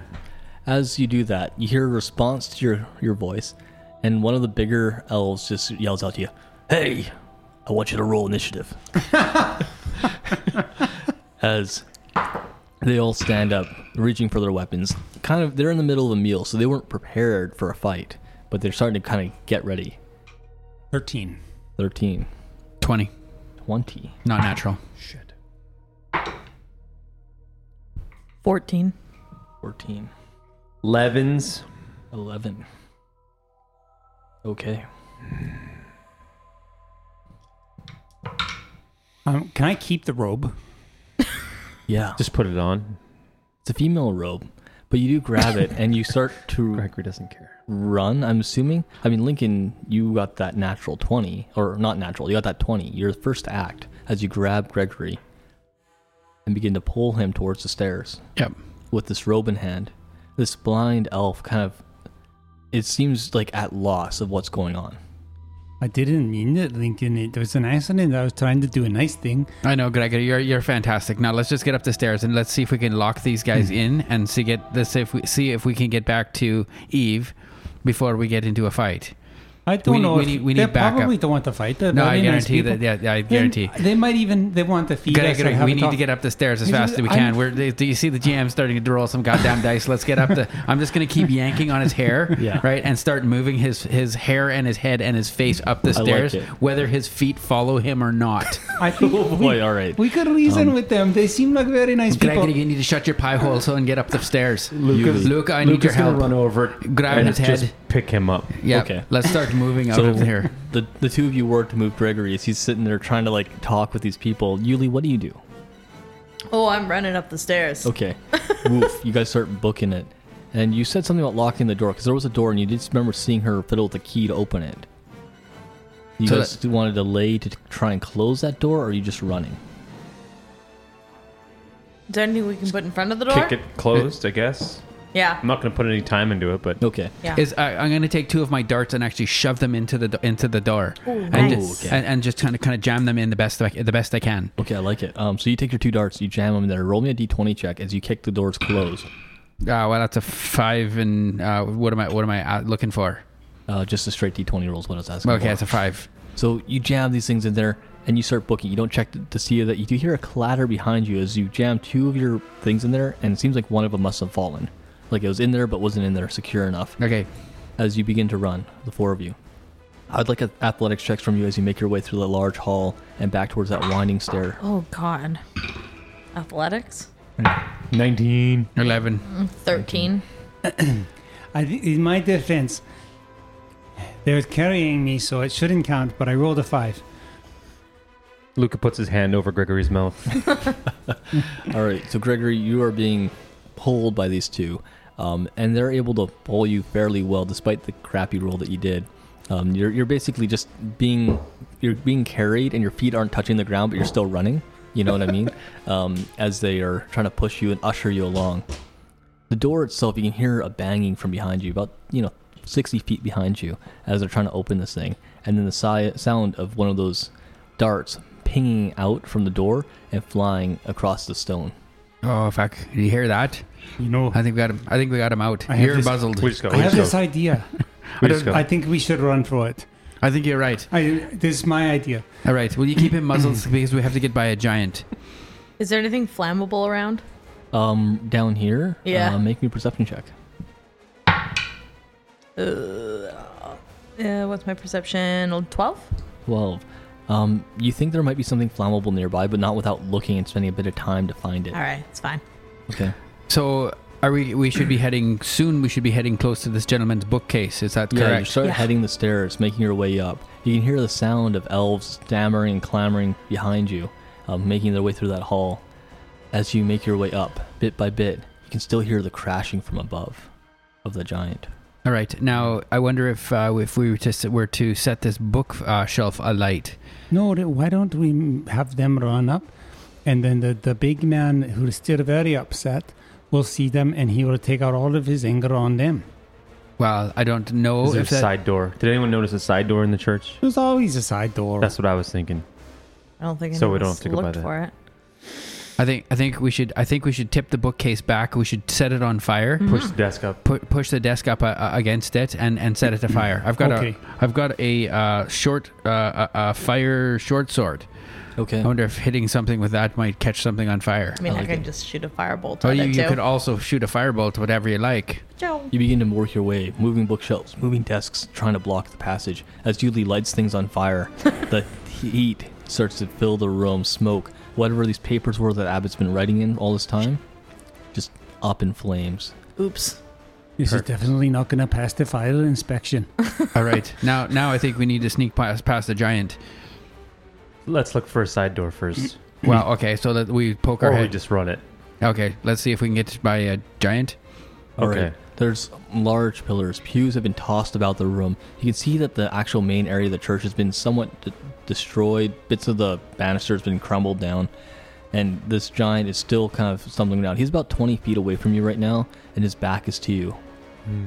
[SPEAKER 1] as you do that, you hear a response to your your voice, and one of the bigger elves just yells out to you, "Hey, I want you to roll initiative." as they all stand up, reaching for their weapons. Kind of, they're in the middle of a meal, so they weren't prepared for a fight, but they're starting to kind of get ready.
[SPEAKER 4] Thirteen.
[SPEAKER 1] 13,
[SPEAKER 3] Twenty,
[SPEAKER 1] 20,
[SPEAKER 3] not natural.
[SPEAKER 5] 14.
[SPEAKER 1] 14,
[SPEAKER 2] Levens.
[SPEAKER 1] 11. Okay.
[SPEAKER 4] Um, can I keep the robe?
[SPEAKER 1] Yeah.
[SPEAKER 2] Just put it on.
[SPEAKER 1] It's a female robe, but you do grab it and you start to
[SPEAKER 2] Gregory doesn't care.
[SPEAKER 1] run, I'm assuming. I mean, Lincoln, you got that natural 20, or not natural, you got that 20. Your first act as you grab Gregory and begin to pull him towards the stairs
[SPEAKER 3] Yep.
[SPEAKER 1] with this robe in hand. This blind elf kind of, it seems like at loss of what's going on.
[SPEAKER 4] I didn't mean it, Lincoln. It was an accident. I was trying to do a nice thing.
[SPEAKER 3] I know, Gregory. You're you're fantastic. Now let's just get up the stairs and let's see if we can lock these
[SPEAKER 1] Hmm.
[SPEAKER 3] guys in and see get this if we see if we can get back to Eve before we get into a fight.
[SPEAKER 4] I don't
[SPEAKER 3] We-
[SPEAKER 4] know.
[SPEAKER 3] we
[SPEAKER 4] if
[SPEAKER 3] need- we
[SPEAKER 4] they
[SPEAKER 3] need backup.
[SPEAKER 4] probably don't want to fight. They're
[SPEAKER 3] No, I
[SPEAKER 4] very nice
[SPEAKER 3] guarantee
[SPEAKER 4] people.
[SPEAKER 3] that. Yeah, yeah I
[SPEAKER 4] They-
[SPEAKER 3] guarantee.
[SPEAKER 4] They, might even they want to feed us.
[SPEAKER 3] Gregory,
[SPEAKER 4] or have
[SPEAKER 3] we
[SPEAKER 4] a
[SPEAKER 3] need
[SPEAKER 4] talk.
[SPEAKER 3] to get up the stairs as
[SPEAKER 4] You
[SPEAKER 3] fast as
[SPEAKER 4] do-
[SPEAKER 3] we
[SPEAKER 4] I'm-
[SPEAKER 3] can. We're, do you see the GM starting to roll some goddamn dice? Let's get up the. I'm just going to keep yanking on his hair,
[SPEAKER 1] Yeah.
[SPEAKER 3] right, and start moving his his hair and his head and his face up the
[SPEAKER 1] like
[SPEAKER 3] stairs,
[SPEAKER 1] it.
[SPEAKER 3] whether his feet follow him or not.
[SPEAKER 4] I think
[SPEAKER 1] boy, all right.
[SPEAKER 4] We could
[SPEAKER 3] Um,
[SPEAKER 4] reason with them. They seem like very nice people.
[SPEAKER 3] Gregory, you need to shut your pie hole so and get up the stairs.
[SPEAKER 2] Lucas-
[SPEAKER 3] Luke, I
[SPEAKER 2] Luke
[SPEAKER 3] need your
[SPEAKER 2] is gonna
[SPEAKER 3] help.
[SPEAKER 2] run over,
[SPEAKER 3] Grab
[SPEAKER 2] and
[SPEAKER 3] his head.
[SPEAKER 2] Just pick him up.
[SPEAKER 3] Yeah,
[SPEAKER 1] Okay.
[SPEAKER 3] let's start moving out
[SPEAKER 1] So
[SPEAKER 3] of here.
[SPEAKER 1] the the two of you work to move Gregory as he's sitting there trying to like talk with these people. Yuli, what do you do?
[SPEAKER 5] Oh, I'm running up the stairs.
[SPEAKER 1] Okay, woof! You guys start booking it, and you said something about locking the door because there was a door, and you just remember seeing her fiddle with the key to open it. You
[SPEAKER 3] So
[SPEAKER 1] guys wanted to lay to try and close that door, or are you just running?
[SPEAKER 5] Is there anything we can put in front of the door?
[SPEAKER 2] Kick it closed, I guess.
[SPEAKER 5] Yeah.
[SPEAKER 2] I'm not going to put any time into it, but
[SPEAKER 1] Okay.
[SPEAKER 5] yeah.
[SPEAKER 3] Is I, I'm going to take two of my darts and actually shove them into the do- into the door, and,
[SPEAKER 5] nice.
[SPEAKER 3] just,
[SPEAKER 1] Ooh, okay.
[SPEAKER 3] and, and just kind of kind of jam them in the best I, the best I can.
[SPEAKER 1] Okay, I like it. Um, so you take your two darts, you jam them in there. Roll me a d20 check as you kick the doors closed.
[SPEAKER 3] Uh, well, that's a five, and uh, what am I? What am I uh, looking for?
[SPEAKER 1] Uh, just a straight d20 rolls. What I was asking.
[SPEAKER 3] Okay,
[SPEAKER 1] for.
[SPEAKER 3] that's a five.
[SPEAKER 1] So you jam these things in there and you start booking. You don't check to, to see that you do hear a clatter behind you as you jam two of your things in there, and it seems like one of them must have fallen. Like it was in there but wasn't in there secure enough.
[SPEAKER 3] Okay,
[SPEAKER 1] As you begin to run, the four of you. I'd like a, athletics checks from you as you make your way through the large hall and back towards that winding stair.
[SPEAKER 5] oh God. Athletics.
[SPEAKER 2] 19.
[SPEAKER 3] eleven.
[SPEAKER 5] Thirteen.
[SPEAKER 4] I think in my defense, they were carrying me, so it shouldn't count. But I rolled a five.
[SPEAKER 2] Luca puts his hand over Gregory's mouth.
[SPEAKER 1] All right, so Gregory, you are being pulled by these two, um, and they're able to pull you fairly well despite the crappy roll that you did. Um, you're, you're basically just being you're being carried, and your feet aren't touching the ground, but you're still running. You know what I mean? Um, as they are trying to push you and usher you along. The door itself, you can hear a banging from behind you, about you know sixty feet behind you, as they're trying to open this thing, and then the si- sound of one of those darts pinging out from the door and flying across the stone.
[SPEAKER 3] Oh fuck! Did you hear that?
[SPEAKER 4] You know,
[SPEAKER 3] I think we got him. I think we got him out.
[SPEAKER 4] I have
[SPEAKER 3] you're
[SPEAKER 4] this-
[SPEAKER 3] buzzled.
[SPEAKER 2] We just go.
[SPEAKER 4] I
[SPEAKER 2] We
[SPEAKER 4] have
[SPEAKER 2] just
[SPEAKER 4] this
[SPEAKER 2] go.
[SPEAKER 4] idea.
[SPEAKER 2] We just go.
[SPEAKER 4] I think we should run for it.
[SPEAKER 3] I think you're right.
[SPEAKER 4] I, this is my idea.
[SPEAKER 3] All right. Will you keep him muzzled because we have to get by a giant?
[SPEAKER 5] Is there anything flammable around?
[SPEAKER 1] Um, down here.
[SPEAKER 5] Yeah.
[SPEAKER 1] Uh, make me a perception check.
[SPEAKER 5] Uh, what's my perception? Old twelve.
[SPEAKER 1] Twelve. Um, you think there might be something flammable nearby, but not without looking and spending a bit of time to find it.
[SPEAKER 5] All right, it's fine.
[SPEAKER 1] Okay.
[SPEAKER 3] So are we? We should be heading soon. We should be heading close to this gentleman's bookcase. Is that
[SPEAKER 1] Yeah, you
[SPEAKER 3] correct?
[SPEAKER 1] start
[SPEAKER 5] Yeah.
[SPEAKER 1] heading the stairs, making your way up. You can hear the sound of elves stammering and clamoring behind you, um, making their way through that hall. As you make your way up, bit by bit, you can still hear the crashing from above of the giant.
[SPEAKER 3] All right. Now I wonder if uh, if we were to s- were to set this book uh, shelf alight.
[SPEAKER 4] No, th- why don't we have them run up, and then the, the big man who is still very upset will see them, and he will take out all of his anger on them.
[SPEAKER 3] Well, I don't know
[SPEAKER 2] Is there a
[SPEAKER 3] if that.
[SPEAKER 2] side door? Did anyone notice a side door in the church?
[SPEAKER 4] There's always a side door.
[SPEAKER 2] That's what I was thinking.
[SPEAKER 5] I don't think.
[SPEAKER 2] So we
[SPEAKER 5] anyone's
[SPEAKER 2] don't have to go by
[SPEAKER 5] looked
[SPEAKER 2] that.
[SPEAKER 5] for it.
[SPEAKER 3] I think I think we should I think we should tip the bookcase back. We should set it on fire.
[SPEAKER 2] Push the desk up.
[SPEAKER 3] Pu- push the desk up uh, uh, against it and, and set it to fire. I've got
[SPEAKER 4] Okay.
[SPEAKER 3] a I've got a uh, short uh, uh, uh, fire short sword.
[SPEAKER 1] Okay.
[SPEAKER 3] I wonder if hitting something with that might catch something on fire.
[SPEAKER 5] I mean, I,
[SPEAKER 1] like
[SPEAKER 5] can
[SPEAKER 1] it.
[SPEAKER 5] just shoot a firebolt
[SPEAKER 3] Oh,
[SPEAKER 5] at
[SPEAKER 3] you,
[SPEAKER 5] it
[SPEAKER 3] you
[SPEAKER 5] too.
[SPEAKER 3] could also shoot a firebolt, whatever you like.
[SPEAKER 5] Joe.
[SPEAKER 1] You begin to work your way, moving bookshelves, moving desks, trying to block the passage. As Julie lights things on fire, the heat starts to fill the room, smoke, whatever these papers were that Abbott's been writing in all this time, just up in flames.
[SPEAKER 5] Oops.
[SPEAKER 4] this is definitely not going to pass the fire inspection.
[SPEAKER 3] All right, now now I think we need to sneak past, past the giant.
[SPEAKER 2] let's look for a side door first,
[SPEAKER 3] Well, okay, so that we poke our
[SPEAKER 2] or Mm-hmm. Oh, we
[SPEAKER 3] head.
[SPEAKER 2] just run it.
[SPEAKER 3] okay, let's see if we can get by a giant.
[SPEAKER 1] All
[SPEAKER 2] Okay.
[SPEAKER 1] right. There's large pillars. Pews have been tossed about the room. You can see that the actual main area of the church has been somewhat d- destroyed. Bits of the banister has been crumbled down. And this giant is still kind of stumbling around. He's about 20 feet away from you right now, and his back is to you.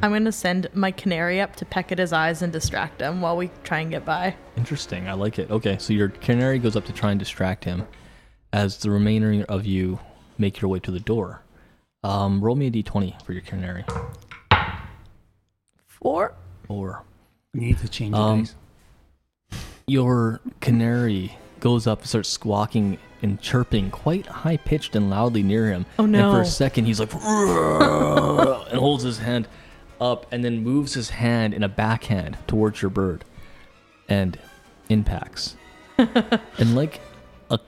[SPEAKER 5] I'm gonna send my canary up to peck at his eyes and distract him while we try and get by.
[SPEAKER 1] Interesting. I like it. Okay, so your canary goes up to try and distract him as the remainder of you make your way to the door. Um, roll me a d20 for your canary.
[SPEAKER 5] Four.
[SPEAKER 1] Or
[SPEAKER 4] You need to change
[SPEAKER 1] Um,
[SPEAKER 4] it, guys.
[SPEAKER 1] your canary goes up, starts squawking and chirping quite high pitched and loudly near him.
[SPEAKER 5] Oh,
[SPEAKER 1] And for
[SPEAKER 5] no.
[SPEAKER 1] a second, he's like, and holds his hand up and then moves his hand in a backhand towards your bird and impacts. and like a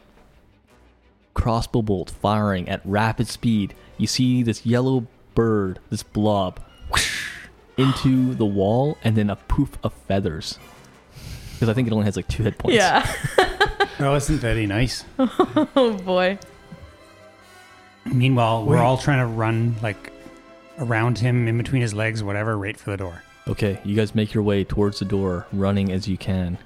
[SPEAKER 1] crossbow bolt firing at rapid speed, you see this yellow bird, this blob, whoosh, into the wall and then a poof of feathers. Because I think it only has like two hit points.
[SPEAKER 5] Yeah.
[SPEAKER 7] That wasn't very nice.
[SPEAKER 5] oh boy.
[SPEAKER 4] Meanwhile, we're all trying to run like around him, in between his legs, whatever, right for the door.
[SPEAKER 1] Okay, you guys make your way towards the door, running as you can.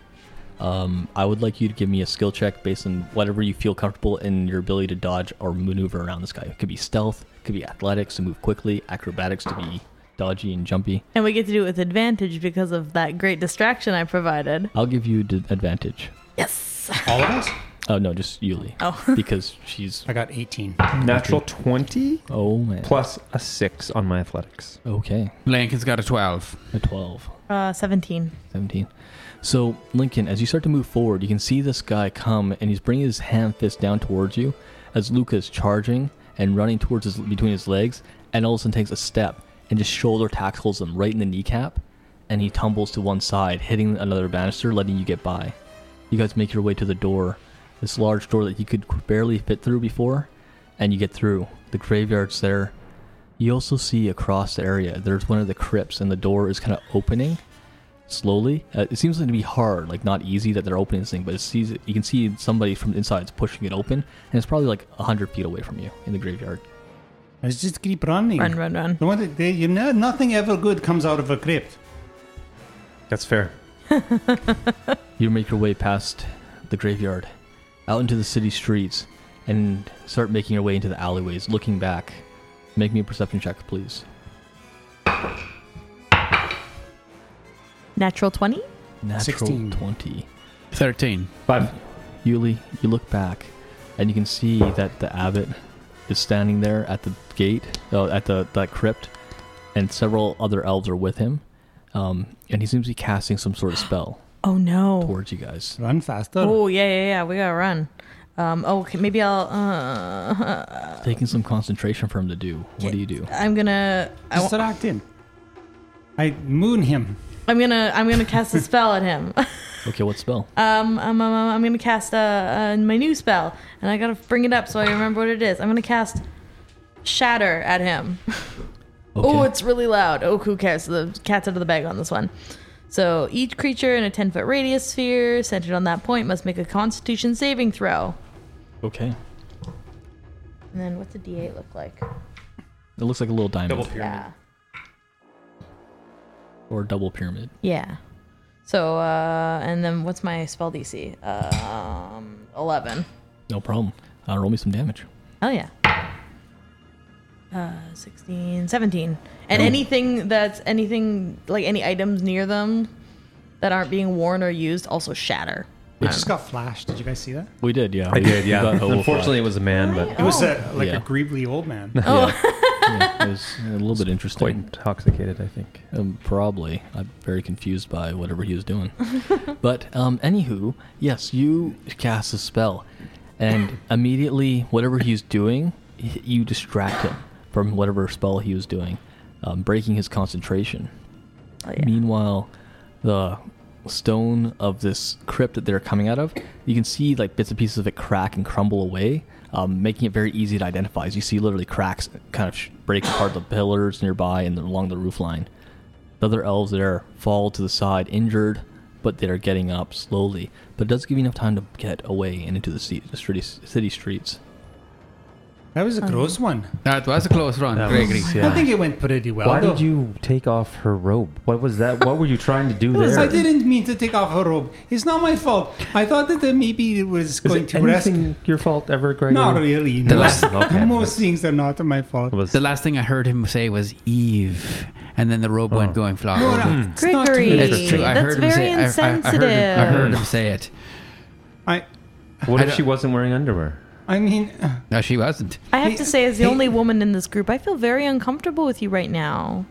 [SPEAKER 1] Um, I would like you to give me a skill check based on whatever you feel comfortable in your ability to dodge or maneuver around this guy. It could be stealth, it could be athletics to move quickly, acrobatics to be dodgy and jumpy.
[SPEAKER 5] And we get to do it with advantage because of that great distraction I provided.
[SPEAKER 1] I'll give you d- advantage.
[SPEAKER 5] Yes.
[SPEAKER 4] All of us?
[SPEAKER 1] Oh no, just Yuli.
[SPEAKER 5] Oh.
[SPEAKER 1] because she's
[SPEAKER 4] I got 18.
[SPEAKER 2] Natural twenty
[SPEAKER 1] oh man.
[SPEAKER 2] plus a six on my athletics.
[SPEAKER 1] Okay,
[SPEAKER 3] Lankin's got a 12.
[SPEAKER 1] a twelve.
[SPEAKER 5] Uh, 17.
[SPEAKER 1] 17. So, Lincoln, as you start to move forward, you can see this guy come and he's bringing his hand fist down towards you as Luca is charging and running towards his between his legs and all of a sudden takes a step and just shoulder tackles him right in the kneecap and he tumbles to one side, hitting another banister, letting you get by. You guys make your way to the door, this large door that you could barely fit through before, and you get through. The graveyard's there. You also see across the area, there's one of the crypts and the door is kind of opening slowly. Uh, it seems to be hard, like not easy that they're opening this thing, but it sees you can see somebody from the inside is pushing it open, and it's probably like hundred feet away from you in the graveyard.
[SPEAKER 7] Let's just keep running.
[SPEAKER 5] Run, run, run.
[SPEAKER 7] The one that they, you know, nothing ever good comes out of a crypt.
[SPEAKER 2] That's fair.
[SPEAKER 1] You make your way past the graveyard, out into the city streets, and start making your way into the alleyways, looking back. Make me a perception check, please.
[SPEAKER 5] Natural 20?
[SPEAKER 1] Natural
[SPEAKER 4] 16.
[SPEAKER 1] 20.
[SPEAKER 3] 13.
[SPEAKER 2] Five.
[SPEAKER 1] Yuli, you look back, and you can see that the abbot is standing there at the gate, uh, at the that crypt, and several other elves are with him, um, and he seems to be casting some sort of spell
[SPEAKER 5] Oh no.
[SPEAKER 1] towards you guys.
[SPEAKER 7] Run faster.
[SPEAKER 5] Oh, yeah, yeah, yeah. We gotta run. Um, oh, okay, maybe I'll. Uh,
[SPEAKER 1] Taking some concentration for him to do. What do you do?
[SPEAKER 5] I'm gonna. I wa-
[SPEAKER 7] Distract him. I moon him.
[SPEAKER 5] I'm gonna. I'm gonna cast a spell at him.
[SPEAKER 1] Okay, what spell?
[SPEAKER 5] Um, um, um, um, I'm gonna cast uh, uh, my new spell, and I gotta bring it up so I remember what it is. I'm gonna cast Shatter at him.
[SPEAKER 1] Okay.
[SPEAKER 5] Oh, it's really loud. Oh, who cares? The cat's out of the bag on this one. So each creature in a 10 foot radius sphere centered on that point must make a Constitution saving throw.
[SPEAKER 1] okay.
[SPEAKER 5] And then what's a D8 look like?
[SPEAKER 1] It looks like a little diamond
[SPEAKER 5] Yeah.
[SPEAKER 1] or a double pyramid.
[SPEAKER 5] Yeah. So uh, and then what's my spell DC? Um, 11.
[SPEAKER 1] No problem. Uh, roll me some damage.
[SPEAKER 5] Hell Oh, yeah. Uh, 16, 17. And anything that's anything like any items near them that aren't being worn or used also shatter.
[SPEAKER 4] It just got flashed. Did you guys see that?
[SPEAKER 1] We did, yeah.
[SPEAKER 2] I did, yeah. Unfortunately,
[SPEAKER 1] Unfortunately,
[SPEAKER 2] it was a man, but
[SPEAKER 4] It was
[SPEAKER 5] Oh.
[SPEAKER 4] a, like
[SPEAKER 1] Yeah.
[SPEAKER 4] a grievely old man.
[SPEAKER 1] it was a little bit
[SPEAKER 2] quite
[SPEAKER 1] interesting.
[SPEAKER 2] intoxicated, I think.
[SPEAKER 1] Um, probably. I'm very confused by whatever he was doing. but um, anywho, yes, you cast a spell, and immediately whatever he's doing, y- you distract him from whatever spell he was doing, um, breaking his concentration.
[SPEAKER 5] Oh, yeah.
[SPEAKER 1] Meanwhile, the stone of this crypt that they're coming out of, you can see like bits and pieces of it crack and crumble away, um, making it very easy to identify. As you see, literally cracks kind of sh- break apart the pillars nearby and along the roof line. The other elves there fall to the side, injured, but they are getting up slowly. But it does give you enough time to get away and into the ci- the city, city streets.
[SPEAKER 4] That was a
[SPEAKER 5] Um,
[SPEAKER 4] close one.
[SPEAKER 3] That was a close run,
[SPEAKER 2] That
[SPEAKER 3] Gregory.
[SPEAKER 2] was-
[SPEAKER 4] I
[SPEAKER 2] yeah.
[SPEAKER 4] think it went pretty well.
[SPEAKER 2] Why
[SPEAKER 4] though.
[SPEAKER 2] did you take off her robe? What was that? What were you trying to do there?
[SPEAKER 4] I didn't mean to take off her robe. It's not my fault. I thought that uh, maybe it was
[SPEAKER 2] Is
[SPEAKER 4] going
[SPEAKER 2] it
[SPEAKER 4] to rest.
[SPEAKER 2] anything your fault ever, Greg?
[SPEAKER 4] Not really.
[SPEAKER 3] The
[SPEAKER 4] no.
[SPEAKER 3] last-
[SPEAKER 2] okay.
[SPEAKER 4] Most things are not my fault.
[SPEAKER 2] It was
[SPEAKER 3] The last thing I heard him say was Eve, and then the robe went going flying.
[SPEAKER 4] No,
[SPEAKER 2] hmm.
[SPEAKER 4] no, uh, it's not
[SPEAKER 5] Gregory.
[SPEAKER 4] true.
[SPEAKER 3] It's true. I
[SPEAKER 5] That's
[SPEAKER 3] heard him
[SPEAKER 5] very
[SPEAKER 3] say. I, I, I, heard him, I heard
[SPEAKER 5] insensitive.
[SPEAKER 3] him say it.
[SPEAKER 4] I,
[SPEAKER 2] What
[SPEAKER 3] I
[SPEAKER 2] if
[SPEAKER 3] don't-
[SPEAKER 2] she wasn't wearing underwear?
[SPEAKER 4] I mean, uh,
[SPEAKER 3] No, she wasn't.
[SPEAKER 5] I have to say, as the
[SPEAKER 4] Hey.
[SPEAKER 5] only woman in this group, I feel very uncomfortable with you right now.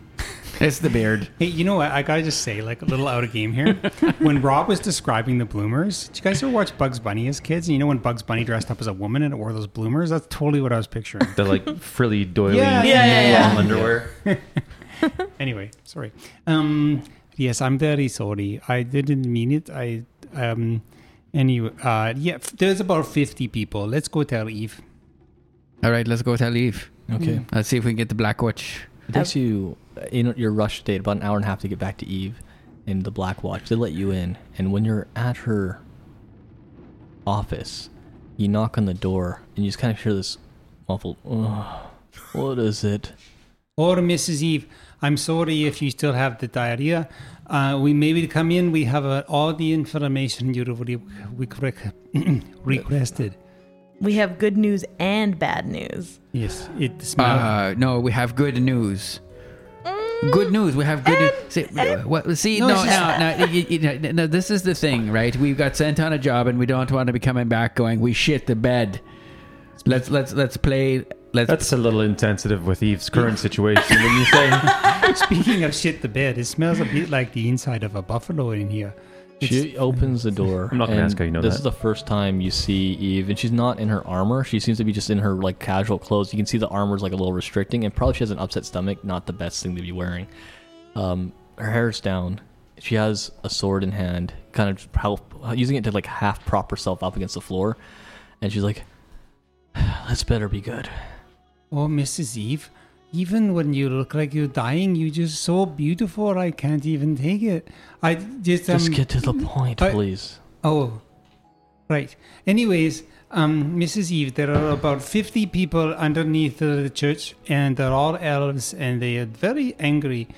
[SPEAKER 3] It's the beard.
[SPEAKER 4] hey, you know what? I gotta just say, like a little out of game here. when Rob was describing the bloomers, did you guys ever watch Bugs Bunny as kids? And you know when Bugs Bunny dressed up as a woman and it wore those bloomers? That's totally what I was picturing.
[SPEAKER 2] The like frilly doily
[SPEAKER 4] Yeah,
[SPEAKER 2] long
[SPEAKER 4] yeah, yeah, yeah.
[SPEAKER 2] underwear.
[SPEAKER 4] anyway, sorry. Um, yes, I'm very sorry. I didn't mean it. I um, anyway, uh, yeah, f- there's about fifty people. Let's go tell Eve.
[SPEAKER 3] All right, let's go tell Eve. Mm.
[SPEAKER 1] Okay.
[SPEAKER 3] Let's see if we can get the Black Witch.
[SPEAKER 1] It takes you in your rush state about an hour and a half to get back to Eve in the Black Watch. They let you in, and when you're at her office, you knock on the door, and you just kind of hear this muffled, "Ugh, "What is it?"
[SPEAKER 4] Or Mrs. Eve, I'm sorry if you still have the diarrhea. Uh, we maybe come in. We have uh, all the information you re- we rec- requested.
[SPEAKER 5] We have good news and bad news.
[SPEAKER 4] Yes, it smells.
[SPEAKER 3] Uh, no, we have good news.
[SPEAKER 5] Mm.
[SPEAKER 3] Good news. We have good news. See, what, see no,
[SPEAKER 4] No,
[SPEAKER 3] no,
[SPEAKER 4] she's-
[SPEAKER 3] no, you- you know, no, This is the thing, right? We got sent on a job, and we don't want to be coming back going. We shit the bed. Let's let's let's play. Let's
[SPEAKER 2] That's a little insensitive with Eve's current situation. When you say
[SPEAKER 4] Speaking of shit, the bed. It smells a bit like the inside of a buffalo in here.
[SPEAKER 1] She opens the door.
[SPEAKER 2] I'm not gonna
[SPEAKER 1] and
[SPEAKER 2] ask how you know
[SPEAKER 1] This
[SPEAKER 2] that.
[SPEAKER 1] is the first time you see Eve, and she's not in her armor. She seems to be just in her like casual clothes. You can see the armor's like a little restricting, and probably she has an upset stomach. Not the best thing to be wearing. Um, her hair's down. She has a sword in hand, kind of help, using it to like half prop herself up against the floor, and she's like, "This better be good."
[SPEAKER 4] Oh, Mrs. Eve, even when you look like you're dying, you're just so beautiful. I can't even take it. I just um.
[SPEAKER 1] Just get to the point,
[SPEAKER 4] I-
[SPEAKER 1] please.
[SPEAKER 4] oh, right. Anyways, um, Mrs. Eve, there are about fifty people underneath uh, the church, and they're all elves, and they are very angry.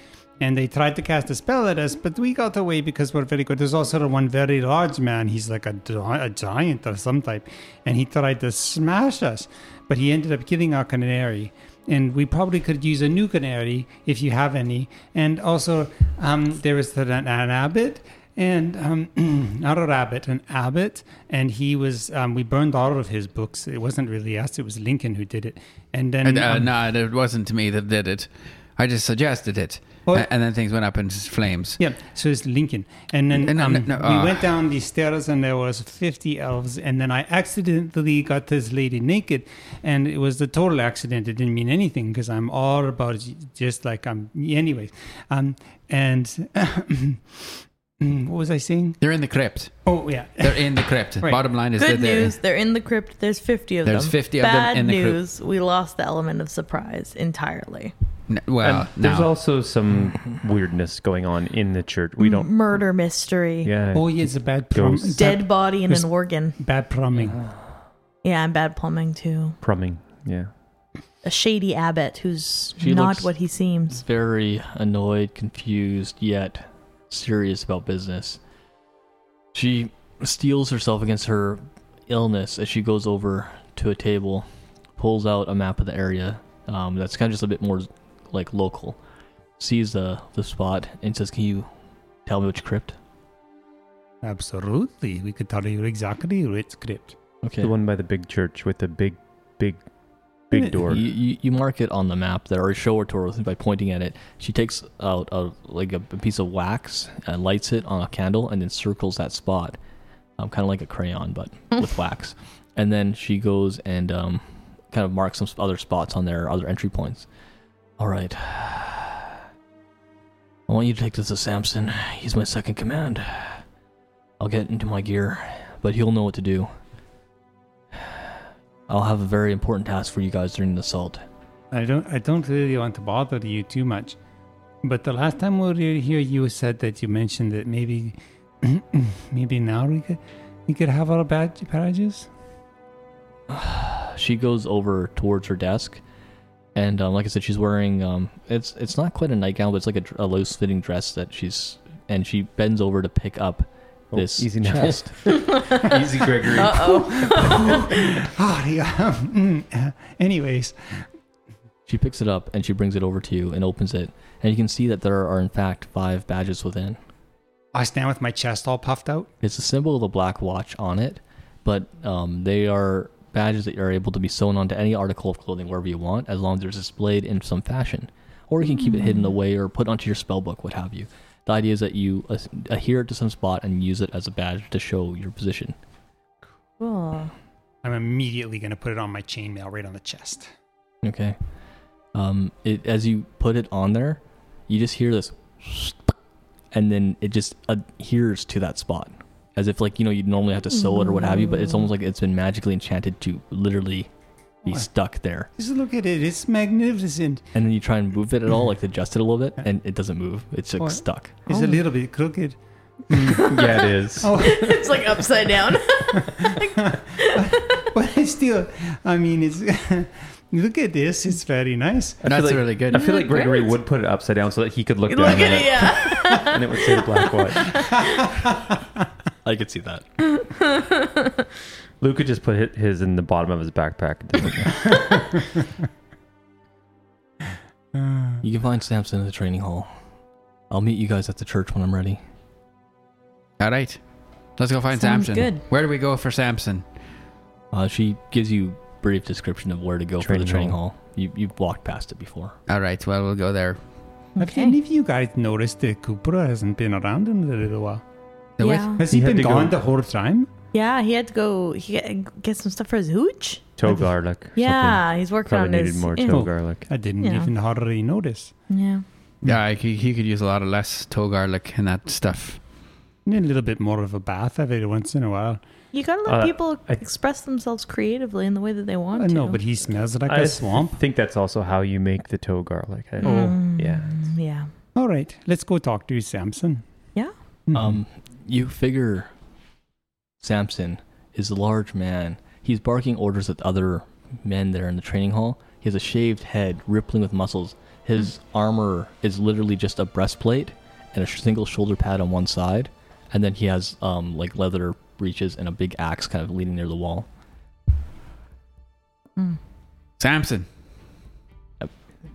[SPEAKER 4] And they tried to cast a spell at us, but we got away because we're very good. There's also one very large man. He's like a, gi- a giant of some type. And he tried to smash us, but he ended up killing our canary. and we probably could use a new canary if you have any. And also, um, there was the, an, an abbot and um, not a rabbit, an abbot, and he was. Um, we burned all of his books. It wasn't really us; it was Lincoln who did it. And then,
[SPEAKER 3] And, uh,
[SPEAKER 4] um,
[SPEAKER 3] no, it wasn't me that did it. I just suggested it,
[SPEAKER 4] Well-
[SPEAKER 3] and then things went up in flames.
[SPEAKER 4] yeah, so it's Lincoln. And then
[SPEAKER 3] And, uh,
[SPEAKER 4] um,
[SPEAKER 3] no, no,
[SPEAKER 4] we
[SPEAKER 3] uh,
[SPEAKER 4] went down these stairs, and there was fifty elves. And then I accidentally got this lady naked, and it was a total accident. It didn't mean anything because I'm all about j- just like I'm. Anyways, um, and. what was I saying?
[SPEAKER 3] They're in the crypt.
[SPEAKER 4] Oh yeah,
[SPEAKER 3] They're in the crypt.
[SPEAKER 4] Right.
[SPEAKER 3] Bottom line is
[SPEAKER 5] Good
[SPEAKER 3] that they're
[SPEAKER 5] news, they're in the crypt. There's 50 of
[SPEAKER 3] There's
[SPEAKER 5] them.
[SPEAKER 3] 50 of them
[SPEAKER 5] Bad
[SPEAKER 3] in the crypt.
[SPEAKER 5] news, we lost the element of surprise entirely.
[SPEAKER 3] N- well.
[SPEAKER 2] and
[SPEAKER 3] now.
[SPEAKER 2] there's also some weirdness going on in the church. We don't.
[SPEAKER 5] Murder mystery.
[SPEAKER 2] Yeah.
[SPEAKER 4] Oh, yeah, it's a bad prom.
[SPEAKER 2] Ghosts.
[SPEAKER 5] Dead body and
[SPEAKER 4] Mis-
[SPEAKER 5] an organ.
[SPEAKER 4] Bad plumbing.
[SPEAKER 5] Yeah, and bad plumbing too.
[SPEAKER 2] Prumming. Yeah.
[SPEAKER 5] A shady abbot who's
[SPEAKER 1] She
[SPEAKER 5] not
[SPEAKER 1] looks-
[SPEAKER 5] what he seems.
[SPEAKER 1] very annoyed, confused, yet serious about business. She steels herself against her illness as she goes over to a table, pulls out a map of the area um, that's kind of just a bit more like local, sees the, the spot, and says, Can you tell me which crypt?
[SPEAKER 4] Absolutely. We could tell you exactly which crypt.
[SPEAKER 1] Okay.
[SPEAKER 2] The one by the big church with the big, big,
[SPEAKER 4] Yeah,
[SPEAKER 2] big door.
[SPEAKER 1] You, you, you mark it on the map there, or show her to her by pointing at it. She takes out a like a piece of wax and lights it on a candle, and then circles that spot, um, kind of like a crayon, but with wax. And then she goes and um, kind of marks some other spots on there, other entry points. All right. I want you to take this to Samson. He's my second command. I'll get into my gear, but he'll know what to do. I'll have a very important task for you guys during the assault.
[SPEAKER 4] I don't. I don't really want to bother you too much, but the last time we were here, you said that you mentioned that maybe Maybe now we could we could have our bad badges.
[SPEAKER 1] she goes over towards her desk, and um, like I said, she's wearing um, it's it's not quite a nightgown, but it's like a, dr- a loose fitting dress that she's and she bends over to pick up
[SPEAKER 2] Oh,
[SPEAKER 1] this
[SPEAKER 2] easy now.
[SPEAKER 1] chest.
[SPEAKER 2] Easy, Gregory.
[SPEAKER 4] Ah, yeah. Mm, uh, Anyways,
[SPEAKER 1] she picks it up and she brings it over to you and opens it, and you can see that there are in fact five badges within.
[SPEAKER 4] I stand with my chest all puffed out.
[SPEAKER 1] It's a symbol of the Black Watch on it, but um, they are badges that you're able to be sewn onto any article of clothing wherever you want, as long as they're displayed in some fashion. Or you can keep it hidden away or put onto your spell book, what have you. The idea is that you as- adhere it to some spot and use it as a badge to show your position.
[SPEAKER 5] Cool.
[SPEAKER 4] I'm immediately gonna put it on my chainmail right on the chest.
[SPEAKER 1] Okay. Um, it, as you put it on there, you just hear this, and then it just adheres to that spot, as if like you know you'd normally have to sew it or what have you, but it's almost like it's been magically enchanted to literally be stuck there.
[SPEAKER 4] Just look at it. It's magnificent.
[SPEAKER 1] And then you try and move it at all, like to adjust it a little bit, and it doesn't move. It's like
[SPEAKER 4] What?
[SPEAKER 1] stuck.
[SPEAKER 4] It's a little bit crooked.
[SPEAKER 2] yeah, it
[SPEAKER 4] Oh,
[SPEAKER 2] is.
[SPEAKER 5] it's like upside down.
[SPEAKER 4] But it's still, I mean, it's. look at this. It's very nice.
[SPEAKER 2] I feel
[SPEAKER 3] That's
[SPEAKER 2] like-
[SPEAKER 3] really good.
[SPEAKER 2] I feel like Gregory would put it upside down so that he could look down
[SPEAKER 5] Look at
[SPEAKER 2] at
[SPEAKER 5] it,
[SPEAKER 2] it,
[SPEAKER 5] yeah.
[SPEAKER 2] and it would say the Black Watch.
[SPEAKER 1] I could see that.
[SPEAKER 2] Luke could just put hi- his in the bottom of his backpack. It doesn't matter.
[SPEAKER 1] You can find Samson in the training hall. I'll meet you guys at the church when I'm ready.
[SPEAKER 3] All right. Let's go find
[SPEAKER 5] Sounds
[SPEAKER 3] Samson.
[SPEAKER 5] good.
[SPEAKER 3] Where do we go for Samson?
[SPEAKER 1] Uh, she gives you brief description of where to go for
[SPEAKER 2] Training
[SPEAKER 1] the training
[SPEAKER 2] hall.
[SPEAKER 1] hall. You, you've walked past it before.
[SPEAKER 3] All right. Well, we'll go there.
[SPEAKER 4] Have
[SPEAKER 5] Okay.
[SPEAKER 4] any of you guys noticed that Cooper hasn't been around in a little while?
[SPEAKER 3] The wit-
[SPEAKER 5] Yeah.
[SPEAKER 4] Has he,
[SPEAKER 2] He had
[SPEAKER 4] been
[SPEAKER 2] to go-
[SPEAKER 4] gone the whole time?
[SPEAKER 5] yeah, he had to go he get, get some stuff for his hooch.
[SPEAKER 2] Toe garlic. or
[SPEAKER 5] Yeah, he's
[SPEAKER 2] something.
[SPEAKER 5] working
[SPEAKER 2] Probably
[SPEAKER 5] on
[SPEAKER 2] needed
[SPEAKER 5] his.
[SPEAKER 2] more
[SPEAKER 5] yeah.
[SPEAKER 2] toe garlic.
[SPEAKER 4] I didn't
[SPEAKER 5] Yeah.
[SPEAKER 4] even hardly notice.
[SPEAKER 5] yeah.
[SPEAKER 3] Yeah, I- he, he could use a lot of less toe garlic and that stuff.
[SPEAKER 4] Need a little bit more of a bath every once in a while.
[SPEAKER 5] You gotta let
[SPEAKER 2] Uh,
[SPEAKER 5] people
[SPEAKER 2] I-
[SPEAKER 5] express themselves creatively in the way that they want
[SPEAKER 4] I
[SPEAKER 5] to.
[SPEAKER 4] know, but he smells like
[SPEAKER 2] I
[SPEAKER 4] a
[SPEAKER 2] s-
[SPEAKER 4] swamp.
[SPEAKER 2] think that's also how you make the toe garlic. I-
[SPEAKER 5] Oh.
[SPEAKER 2] yeah.
[SPEAKER 5] Mm. yeah.
[SPEAKER 4] All right, let's go talk to Samson.
[SPEAKER 5] Yeah.
[SPEAKER 4] Mhm.
[SPEAKER 1] Um, you figure Samson is a large man. He's barking orders at the other men there in the training hall. He has a shaved head, rippling with muscles. His armor is literally just a breastplate and a sh- single shoulder pad on one side, and then he has um like leather breeches and a big axe kind of leaning near the wall.
[SPEAKER 3] Samson.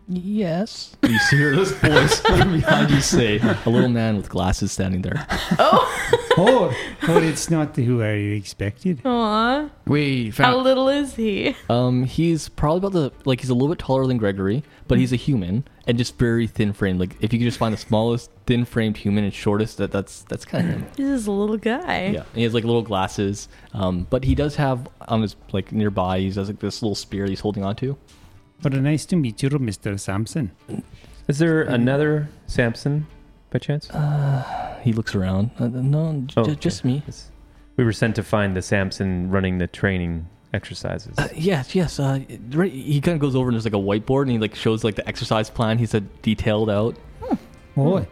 [SPEAKER 1] Yes. You see her this voice from behind you say, a little man with glasses standing there.
[SPEAKER 4] oh, but it's not who I expected.
[SPEAKER 5] Aw,
[SPEAKER 3] We
[SPEAKER 5] how
[SPEAKER 3] found.
[SPEAKER 5] little is he?
[SPEAKER 1] Um, he's probably about the like he's a little bit taller than Gregory, but he's a human and just very thin framed. Like if you could just find the smallest thin framed human and shortest, that that's that's kind of him.
[SPEAKER 5] This is a little guy.
[SPEAKER 1] Yeah, and he has like little glasses. Um, but he does have on his like nearby, he has like this little spear he's holding onto.
[SPEAKER 4] But nice to meet you, Mr. Samson.
[SPEAKER 2] Is there another Samson by chance?
[SPEAKER 1] He looks around. Uh, no, j-
[SPEAKER 2] Oh,
[SPEAKER 1] j-
[SPEAKER 2] okay.
[SPEAKER 1] just me.
[SPEAKER 2] It's- We were sent to find the Samson running the training exercises.
[SPEAKER 1] Uh, yes, yes. Uh, right, he kind of goes over and there's like a whiteboard and he like shows like the exercise plan. He said detailed out.
[SPEAKER 4] Oh,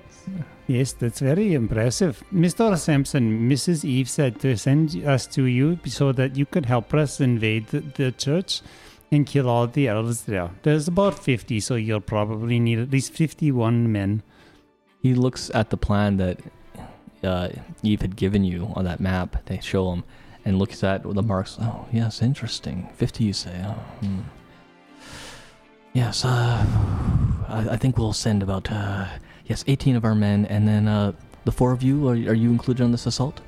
[SPEAKER 4] yes, that's very impressive. Mr. Sampson, Mrs. Eve said to send us to you so that you could help us invade the, the church and kill all the elves there. There's about 50, so you'll probably need at least 51 men.
[SPEAKER 1] He looks at the plan that uh, Eve had given you on that map. They show him and looks at the marks. Oh, yes, interesting. 50, you say. Oh, hmm. Yes, uh, I, I think we'll send about, uh, yes, 18 of our men, and then uh, the four of you, are, are you included on this assault?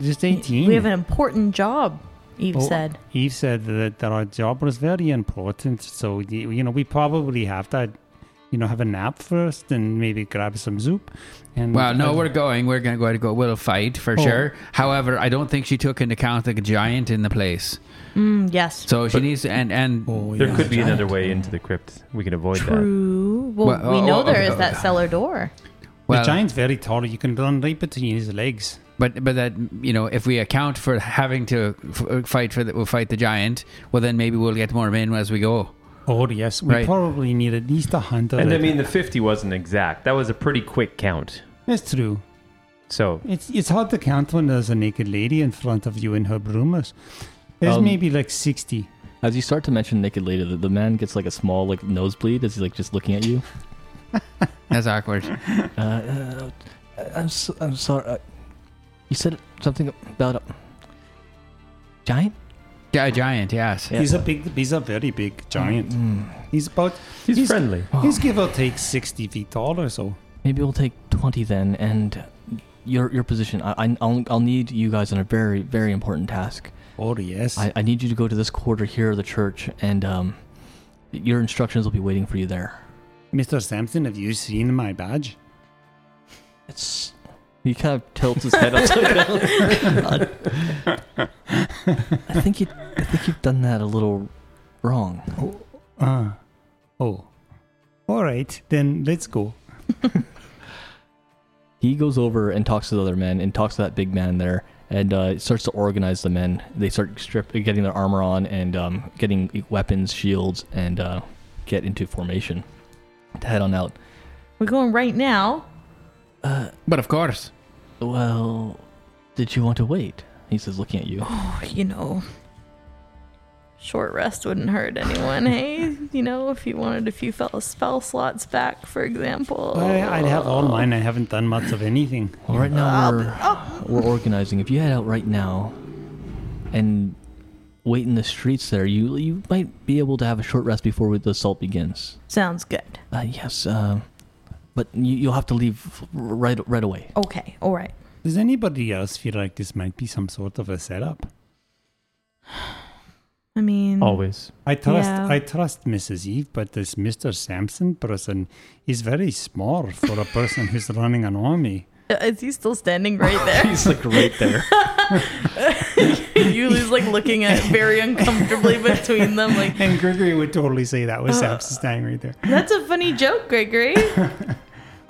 [SPEAKER 4] Just 18.
[SPEAKER 5] We have an important job, Eve
[SPEAKER 4] Oh.
[SPEAKER 5] said.
[SPEAKER 4] Eve said that, that our job was very important, so, y- you know, we probably have to, you know, have a nap first and maybe grab some soup. And
[SPEAKER 3] Well, no, we're going. We're going to go. We'll fight for
[SPEAKER 4] Oh.
[SPEAKER 3] sure. However, I don't think she took into account the giant in the place.
[SPEAKER 5] Mm, yes.
[SPEAKER 3] So she needs and and
[SPEAKER 4] Oh.
[SPEAKER 2] there could be another way into the crypt. We could avoid
[SPEAKER 5] True. Well,
[SPEAKER 3] Well,
[SPEAKER 5] we
[SPEAKER 3] oh,
[SPEAKER 5] know
[SPEAKER 3] oh,
[SPEAKER 5] there is
[SPEAKER 3] oh,
[SPEAKER 5] that
[SPEAKER 3] oh.
[SPEAKER 5] cellar door.
[SPEAKER 3] well,
[SPEAKER 4] the giant's very tall. You can run right between his legs.
[SPEAKER 3] But but that you know, if we account for having to f- fight for the, we'll fight the giant, well then maybe we'll get more men as we go.
[SPEAKER 4] Oh yes, we
[SPEAKER 3] Right.
[SPEAKER 4] probably need at least a hundred.
[SPEAKER 2] that. And I mean, the 50 wasn't exact. That was a pretty quick count.
[SPEAKER 4] that's true.
[SPEAKER 2] So
[SPEAKER 4] It's it's hard to count when there's a naked lady in front of you in her bloomers. There's
[SPEAKER 1] Um,
[SPEAKER 4] maybe like sixty.
[SPEAKER 1] As you start to mention naked lady, the, the man gets like a small like nosebleed as he's like just looking at you.
[SPEAKER 3] That's awkward.
[SPEAKER 1] Uh, uh, I'm so, I'm sorry. Uh, you said something about a giant.
[SPEAKER 3] Yeah, giant. Yes.
[SPEAKER 1] Yeah. Mm.
[SPEAKER 4] He's a big. He's a very big giant. He's about.
[SPEAKER 2] he's, friendly.
[SPEAKER 4] Mm.
[SPEAKER 1] Oh.
[SPEAKER 4] He's give or take sixty feet tall or so.
[SPEAKER 1] Maybe we'll take twenty then, and your your position. I, I I'll, I'll need you guys on a very very important task.
[SPEAKER 4] Oh yes.
[SPEAKER 1] I, I need you to go to this quarter here of the church, and um, your instructions will be waiting for you there.
[SPEAKER 4] Mr. Sampson, have you seen my badge?
[SPEAKER 1] It's he kind of tilts his head upside down. I think you I think you've done that a little wrong.
[SPEAKER 4] Uh, oh. All right, then let's go.
[SPEAKER 1] He goes over and talks to the other men and talks to that big man there and uh, starts to organize the men. They start strip, getting their armor on and um, getting weapons, shields, and uh, get into formation to head on out. Uh,
[SPEAKER 5] We're going right now.
[SPEAKER 3] But of course,
[SPEAKER 1] Well, did you want to wait? He says, looking at you.
[SPEAKER 5] Oh, You know, short rest wouldn't hurt anyone, hey? You know, if you wanted a few fell, spell slots back, for example.
[SPEAKER 3] Oh,
[SPEAKER 4] I, I'd have all mine. I haven't done much of anything.
[SPEAKER 1] Well, right now we're, we're organizing. If you head out right now and wait in the streets there, you you might be able to have a short rest before the assault begins.
[SPEAKER 5] Sounds good.
[SPEAKER 1] Uh, yes, uh, but you, you'll have to leave r- right right away.
[SPEAKER 5] Okay, all right.
[SPEAKER 4] Does anybody else feel like this might be some sort of a setup?
[SPEAKER 5] I mean,
[SPEAKER 3] Oh.
[SPEAKER 2] Always.
[SPEAKER 4] I trust
[SPEAKER 5] Yeah.
[SPEAKER 4] I trust Mrs. Eve, but this Mr. Sampson person is very small for a person who's running an army.
[SPEAKER 5] Uh, Is he still standing right there? He's like right there. Yuli's like looking at it very uncomfortably between them. Like
[SPEAKER 4] And Gregory would totally say that was Sampson standing right there.
[SPEAKER 5] that's a funny joke, Gregory.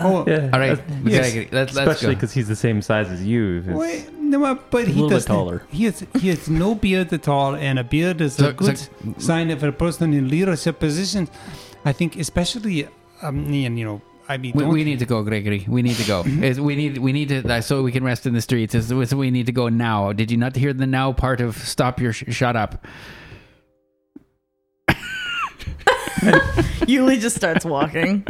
[SPEAKER 4] Oh,
[SPEAKER 2] Yeah.
[SPEAKER 3] all right.
[SPEAKER 2] that's-
[SPEAKER 3] Gregory, let, let's
[SPEAKER 2] Especially
[SPEAKER 3] go.
[SPEAKER 2] because he's the same size as you. It's-
[SPEAKER 4] wait, no, uh, but he
[SPEAKER 1] little bit
[SPEAKER 4] doesn't-
[SPEAKER 1] taller.
[SPEAKER 4] He has he has no beard at all, and a beard is
[SPEAKER 3] So-
[SPEAKER 4] a good
[SPEAKER 3] so-
[SPEAKER 4] sign of a person in leadership position. I think, especially, um, and you know, I mean,
[SPEAKER 3] We,
[SPEAKER 4] don't-
[SPEAKER 3] we need to go, Gregory. We need to go. It's- we need we need to uh, so we can rest in the streets. It's- it's- we need to go now. Did you not hear the now part of stop your sh- shut up?
[SPEAKER 5] Yuli just starts walking.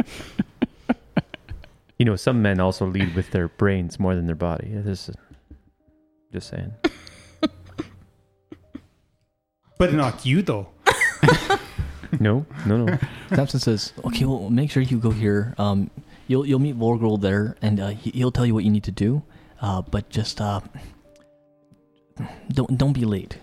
[SPEAKER 2] You know, some men also lead with their brains more than their body. Yeah, This is just saying.
[SPEAKER 4] but not you though.
[SPEAKER 2] No, no, no.
[SPEAKER 1] Samson says, "Okay, well, make sure you go here. Um, you'll you'll meet Vorgrul there, and uh, he, he'll tell you what you need to do. Uh, but just uh, don't don't be late.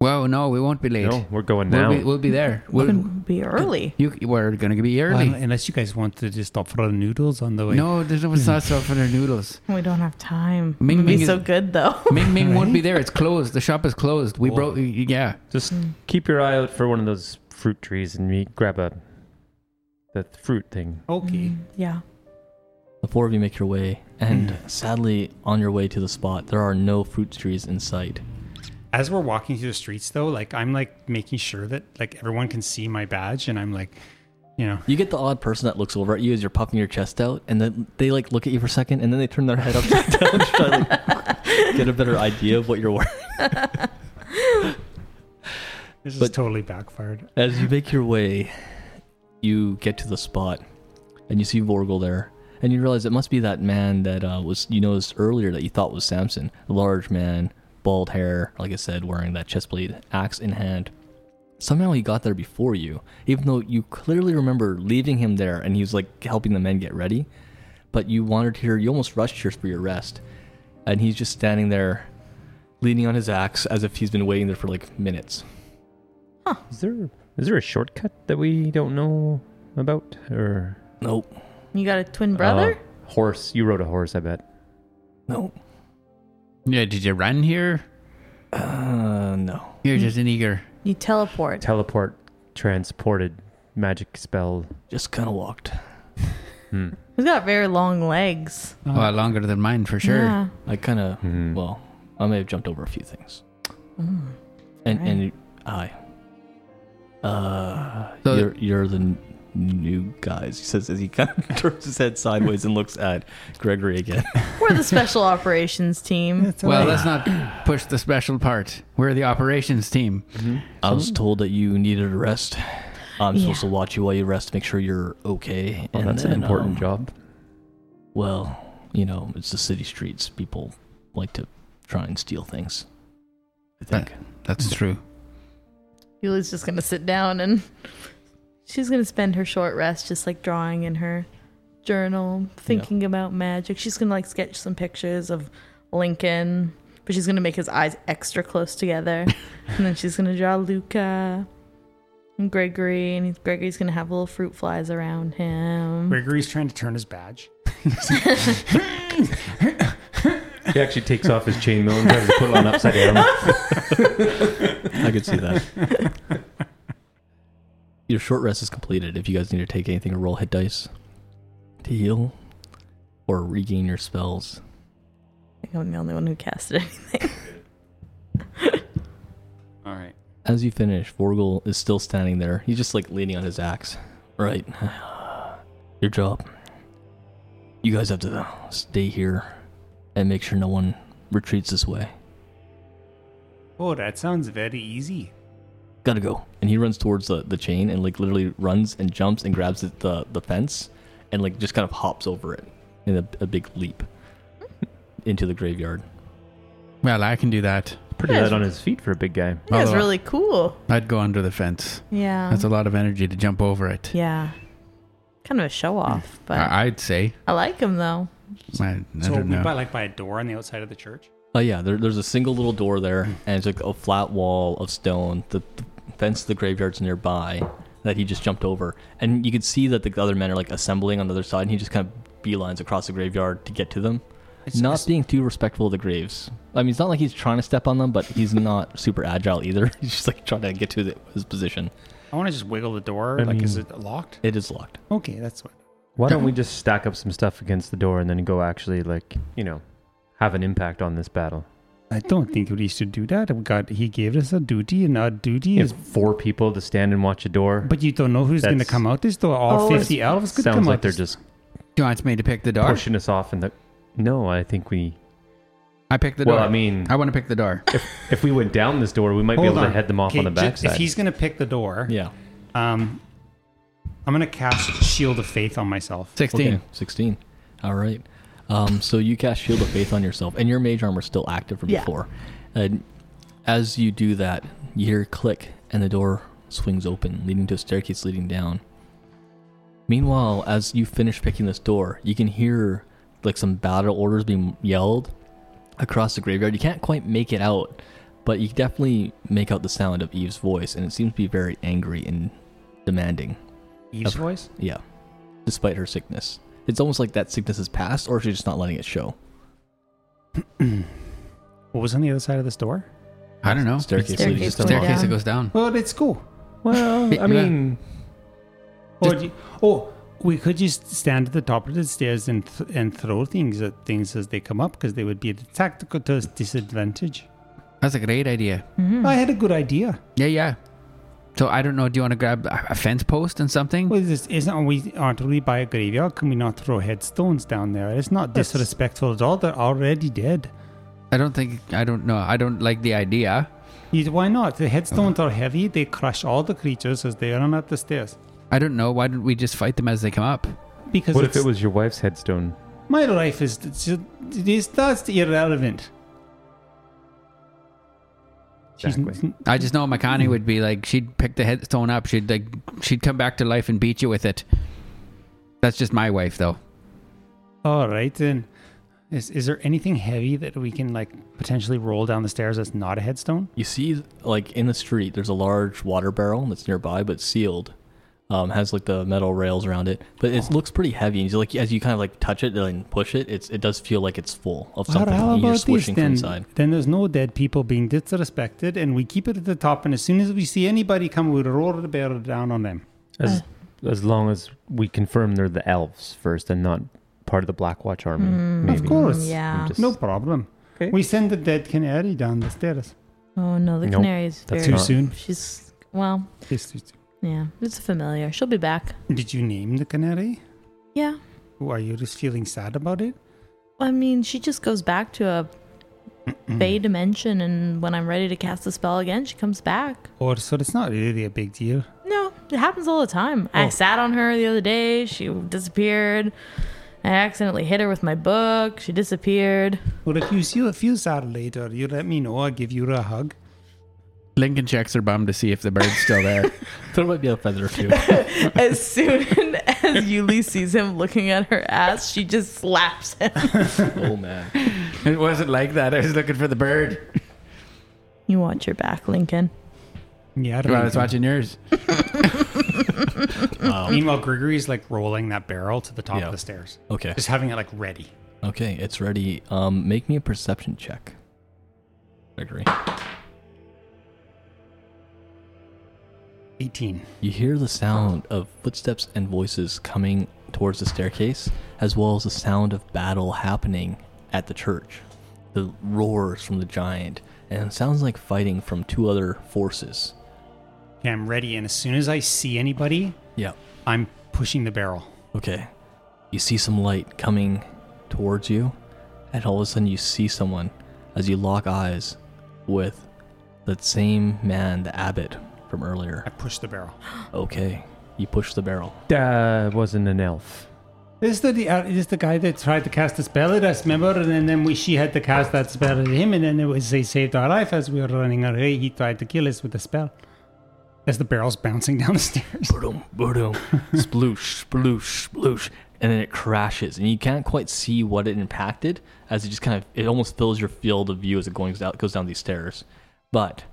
[SPEAKER 3] Well, no, we won't be late.
[SPEAKER 2] No, we're going
[SPEAKER 3] We'll,
[SPEAKER 2] now.
[SPEAKER 3] be, we'll be there.
[SPEAKER 5] We'll
[SPEAKER 3] We'll,
[SPEAKER 5] be early.
[SPEAKER 3] you, we're going to be early.
[SPEAKER 4] Well, unless you guys want to just stop for noodles on the way.
[SPEAKER 3] no, there's no sauce for the noodles.
[SPEAKER 5] We don't have time.
[SPEAKER 3] Ming
[SPEAKER 5] It'd be
[SPEAKER 3] Ming is-
[SPEAKER 5] so good though.
[SPEAKER 3] Ming Ming won't be there. It's closed. The shop is closed. We broke. Yeah.
[SPEAKER 2] Just keep your eye out for one of those fruit trees and me grab a that fruit thing.
[SPEAKER 4] Okay.
[SPEAKER 5] yeah.
[SPEAKER 1] The four of you make your way, and sadly, on your way to the spot, there are no fruit trees in sight.
[SPEAKER 4] As we're walking through the streets, though, like I'm like making sure that like everyone can see my badge, and I'm like, you know,
[SPEAKER 1] You get the odd person that looks over at you as you're puffing your chest out, and then they like look at you for a second, and then they turn their head upside down to try to like, get a better idea of what you're wearing.
[SPEAKER 4] this is
[SPEAKER 1] But-
[SPEAKER 4] totally backfired.
[SPEAKER 1] As you make your way, you get to the spot, and you see Vorgel there, and you realize it must be that man that uh, was you noticed earlier that you thought was Samson, a large man, bald hair, like I said, wearing that chest blade, axe in hand. Somehow he got there before you, even though you clearly remember leaving him there, and he was like helping the men get ready. But you wandered here, you almost rushed here for your rest, and he's just standing there, leaning on his axe as if he's been waiting there for like minutes.
[SPEAKER 2] Is there is there a shortcut that we don't know about or
[SPEAKER 1] Nope,
[SPEAKER 5] You got a
[SPEAKER 3] Oh.
[SPEAKER 5] twin brother?
[SPEAKER 2] Uh, horse? You rode a horse, I bet.
[SPEAKER 1] nope.
[SPEAKER 3] Yeah. Did you run here?
[SPEAKER 1] Uh, no.
[SPEAKER 5] Hmm.
[SPEAKER 3] You're just an eager.
[SPEAKER 5] you teleport.
[SPEAKER 2] Teleport, transported, magic spell. Hmm.
[SPEAKER 1] Just kind of walked.
[SPEAKER 5] He's got very long legs.
[SPEAKER 3] well, longer than mine for sure.
[SPEAKER 5] Uh-huh. Yeah.
[SPEAKER 1] I kind of,
[SPEAKER 2] Hmm.
[SPEAKER 1] well, I may have jumped over a few things.
[SPEAKER 5] Mm.
[SPEAKER 1] And and I, uh,
[SPEAKER 3] So-
[SPEAKER 1] you're you're the new guys. He says as he kind of turns his head sideways and looks at Gregory again.
[SPEAKER 5] We're the special operations team.
[SPEAKER 3] Well, let's not push the special part. We're the operations team.
[SPEAKER 1] I was
[SPEAKER 2] Hmm.
[SPEAKER 1] told that you needed a rest. I'm supposed to
[SPEAKER 5] Yeah.
[SPEAKER 1] watch you while you rest, make sure you're okay.
[SPEAKER 2] Well,
[SPEAKER 1] and
[SPEAKER 2] Oh, that's an
[SPEAKER 1] then,
[SPEAKER 2] important
[SPEAKER 1] um,
[SPEAKER 2] job.
[SPEAKER 1] Well, you know, it's the city streets. People like to try and steal things. I think.
[SPEAKER 3] That's
[SPEAKER 5] Hmm.
[SPEAKER 3] true.
[SPEAKER 5] Yuli's just gonna sit down and she's gonna spend her short rest just like drawing in her journal, thinking about magic. She's gonna like sketch some pictures of Lincoln, but she's gonna make his eyes extra close together. and then she's gonna draw Luca and Gregory, and Gregory's gonna have little fruit flies around him.
[SPEAKER 4] Gregory's trying to turn his badge.
[SPEAKER 2] He actually takes off his chainmail and tries to put it on upside down.
[SPEAKER 1] I could see that. Your short rest is completed. If you guys need to take anything or roll hit dice to heal or regain your spells,
[SPEAKER 5] I think I'm the only one who casted anything.
[SPEAKER 3] All right.
[SPEAKER 1] As you finish, Vorgel is still standing there. He's just like leaning on his axe. Right. Your job. You guys have to stay here and make sure no one retreats this way.
[SPEAKER 4] Oh, that sounds very easy.
[SPEAKER 1] Gotta go. And he runs towards the, the chain and like literally runs and jumps and grabs the, the, the fence and like just kind of hops over it in a, a big leap into the graveyard.
[SPEAKER 3] Well, I can do that.
[SPEAKER 2] Pretty light on his feet for a big guy.
[SPEAKER 5] That's
[SPEAKER 3] Although
[SPEAKER 5] really cool.
[SPEAKER 3] I'd go under the fence.
[SPEAKER 5] Yeah.
[SPEAKER 3] That's a lot of energy to jump over it.
[SPEAKER 5] Um, yeah. Kind of a show off, but I,
[SPEAKER 3] I- I'd say.
[SPEAKER 5] like him though.
[SPEAKER 3] I, I
[SPEAKER 4] So
[SPEAKER 3] don't
[SPEAKER 4] we
[SPEAKER 3] know.
[SPEAKER 4] by like by a door on the outside of the church.
[SPEAKER 1] Oh yeah, there, there's a single little door there, and it's like a flat wall of stone. The, the fence of the graveyard's nearby that he just jumped over, and you could see that the other men are like assembling on the other side, and he just kind of beelines across the graveyard to get to them. not being too respectful of the graves. I mean, it's not like he's trying to step on them, but he's not super agile either. He's just like trying to get to the, his position.
[SPEAKER 4] I want to just wiggle the door.
[SPEAKER 2] I
[SPEAKER 4] like, is
[SPEAKER 2] mean-
[SPEAKER 4] it locked?
[SPEAKER 1] It is locked.
[SPEAKER 4] Okay, that's what.
[SPEAKER 2] Why don't we just stack up some stuff against the door and then go actually like you know have an impact on this battle?
[SPEAKER 4] I don't think we should do that. We got he gave us a duty, and our duty
[SPEAKER 2] You
[SPEAKER 4] is.
[SPEAKER 2] have four people to stand and watch a door.
[SPEAKER 4] But you don't know who's going to
[SPEAKER 2] That's-
[SPEAKER 4] come out this door. All
[SPEAKER 5] Oh,
[SPEAKER 4] fifty elves could
[SPEAKER 2] Sounds
[SPEAKER 4] come
[SPEAKER 2] like
[SPEAKER 4] out.
[SPEAKER 2] they're
[SPEAKER 4] this-
[SPEAKER 2] just
[SPEAKER 3] Do you want me to pick the door?
[SPEAKER 2] pushing us off in the. No, I think we.
[SPEAKER 3] I pick the door.
[SPEAKER 2] well, I mean,
[SPEAKER 3] I want to pick the door.
[SPEAKER 2] if, if we went down this door, we might be
[SPEAKER 4] Hold
[SPEAKER 2] able
[SPEAKER 4] on.
[SPEAKER 2] to head them off
[SPEAKER 4] Okay,
[SPEAKER 2] on the
[SPEAKER 4] ju-
[SPEAKER 2] backside.
[SPEAKER 4] If he's going to pick the door,
[SPEAKER 1] Yeah.
[SPEAKER 4] um, I'm going to cast Shield of Faith on myself.
[SPEAKER 3] 16.
[SPEAKER 1] Okay. Sixteen. All right. Um, so you cast Shield of Faith on yourself, and your mage armor is still active from
[SPEAKER 5] Yeah.
[SPEAKER 1] before. And as you do that, you hear a click, and the door swings open, leading to a staircase leading down. Meanwhile, as you finish picking this door, you can hear like some battle orders being yelled across the graveyard. You can't quite make it out, but you definitely make out the sound of Eve's voice, and it seems to be very angry and demanding.
[SPEAKER 4] Eve's
[SPEAKER 1] Okay.
[SPEAKER 4] voice?
[SPEAKER 1] Yeah. Despite her sickness. It's almost like that sickness has passed or she's just not letting it show.
[SPEAKER 4] What was on the other side of this door?
[SPEAKER 3] I don't know.
[SPEAKER 1] Staircase,
[SPEAKER 5] Staircase
[SPEAKER 1] leads just to
[SPEAKER 5] going
[SPEAKER 1] the
[SPEAKER 3] Staircase
[SPEAKER 1] loft.
[SPEAKER 5] down.
[SPEAKER 3] that goes down.
[SPEAKER 4] Well, it's cool.
[SPEAKER 2] well,
[SPEAKER 4] uh,
[SPEAKER 3] Yeah.
[SPEAKER 2] I mean,
[SPEAKER 4] Or do- oh, we could just stand at the top of the stairs and th- and throw things at things as they come up because they would be at a tactical dis- disadvantage.
[SPEAKER 3] That's a great idea.
[SPEAKER 5] Mm-hmm.
[SPEAKER 2] Hmm.
[SPEAKER 4] I had a good idea.
[SPEAKER 3] Yeah, yeah. So I don't know. Do you want to grab a a fence post and something?
[SPEAKER 4] Well, this isn't we aren't we by a graveyard? Can we not throw headstones down there? It's not
[SPEAKER 2] That's-
[SPEAKER 4] disrespectful at all. They're already dead.
[SPEAKER 3] I don't think. I don't know. I don't like the idea.
[SPEAKER 4] You- Why not? The headstones are heavy. They crush all the creatures as they run up the stairs.
[SPEAKER 3] I don't know. Why don't we just fight them as they come up?
[SPEAKER 4] Because
[SPEAKER 2] what if it
[SPEAKER 4] it's-
[SPEAKER 2] was your wife's headstone?
[SPEAKER 4] my life is it's- it is that's irrelevant. She's n-
[SPEAKER 2] Exactly.
[SPEAKER 3] I just know Makani would be like she'd pick the headstone up. She'd like she'd come back to life and beat you with it. That's just my wife, though.
[SPEAKER 4] All right then. Is is there anything heavy that we can like potentially roll down the stairs that's not a headstone?
[SPEAKER 1] You see, like in the street, there's a large water barrel that's nearby, but sealed. Um, has like the metal rails around it, but it looks pretty heavy. And you like as you kind of like touch it and push it, it's it does feel like it's full of something.
[SPEAKER 4] Well,
[SPEAKER 1] and you hear
[SPEAKER 4] this
[SPEAKER 1] swishing from
[SPEAKER 4] then?
[SPEAKER 1] inside.
[SPEAKER 4] Then there's no dead people being disrespected, and we keep it at the top. And as soon as we see anybody come, we roll the barrel down on them.
[SPEAKER 2] As as long as we confirm they're the elves first and not part of the Black Watch army.
[SPEAKER 5] Hmm.
[SPEAKER 2] maybe.
[SPEAKER 4] Of course,
[SPEAKER 5] Mm-hmm. Yeah.
[SPEAKER 2] I'm just-
[SPEAKER 4] no problem.
[SPEAKER 2] Okay.
[SPEAKER 4] We send the dead canary down the stairs.
[SPEAKER 5] Oh no, the
[SPEAKER 2] Nope,
[SPEAKER 5] canary is
[SPEAKER 2] that's
[SPEAKER 5] very.
[SPEAKER 2] not-
[SPEAKER 4] soon.
[SPEAKER 5] She's well.
[SPEAKER 4] Yes, yes, yes.
[SPEAKER 5] Yeah, it's familiar. She'll be back.
[SPEAKER 7] Did you name the canary?
[SPEAKER 5] Yeah.
[SPEAKER 7] Who Are you just feeling sad about it?
[SPEAKER 5] I mean, she just goes back to a
[SPEAKER 2] Hmm.
[SPEAKER 5] Fey dimension, and when I'm ready to cast the spell again, she comes back.
[SPEAKER 7] Or so it's not really a big deal.
[SPEAKER 5] No, it happens all the time.
[SPEAKER 2] Oh.
[SPEAKER 5] I sat on her the other day. She disappeared. I accidentally hit her with my book. She disappeared.
[SPEAKER 7] Well, if you feel, feel sad later, you let me know. I'll give you a hug.
[SPEAKER 3] Lincoln checks her bum to see if the bird's still there.
[SPEAKER 1] There might be a feather or two.
[SPEAKER 5] As soon as Yuli sees him looking at her ass, she just slaps him.
[SPEAKER 1] oh man.
[SPEAKER 3] it wasn't like that. I was looking for the bird.
[SPEAKER 5] You watch your back, Lincoln.
[SPEAKER 7] Yeah, I don't
[SPEAKER 3] Well, I
[SPEAKER 7] know.
[SPEAKER 3] was watching yours.
[SPEAKER 7] Meanwhile, Gregory's like rolling that barrel to the top
[SPEAKER 1] Yeah.
[SPEAKER 7] of the stairs,
[SPEAKER 1] Okay.
[SPEAKER 7] just having it like ready.
[SPEAKER 1] Okay, it's ready. Um, make me a perception check. Gregory.
[SPEAKER 7] 18.
[SPEAKER 1] You hear the sound of footsteps and voices coming towards the staircase, as well as the sound of battle happening at the church. The roars from the giant, and it sounds like fighting from two other forces.
[SPEAKER 7] Okay, I'm ready, and as soon as I see anybody,
[SPEAKER 1] Yeah.
[SPEAKER 7] I'm pushing the barrel.
[SPEAKER 1] Okay. You see some light coming towards you, and all of a sudden you see someone as you lock eyes with that same man, the abbot from
[SPEAKER 7] I
[SPEAKER 1] earlier.
[SPEAKER 7] push the barrel.
[SPEAKER 1] Okay. You push the barrel.
[SPEAKER 2] That wasn't an elf.
[SPEAKER 7] Is the the- uh, is the guy that tried to cast a spell at us, remember? And then, then we she had to cast that spell at him, and then it was they saved our life as we were running away. He tried to kill us with a spell. As the barrel's bouncing down the stairs.
[SPEAKER 1] boom, boom, sploosh, sploosh, sploosh, and then it crashes, and you can't quite see what it impacted, as it just kind of it almost fills your field of view as it goes out goes down these stairs. But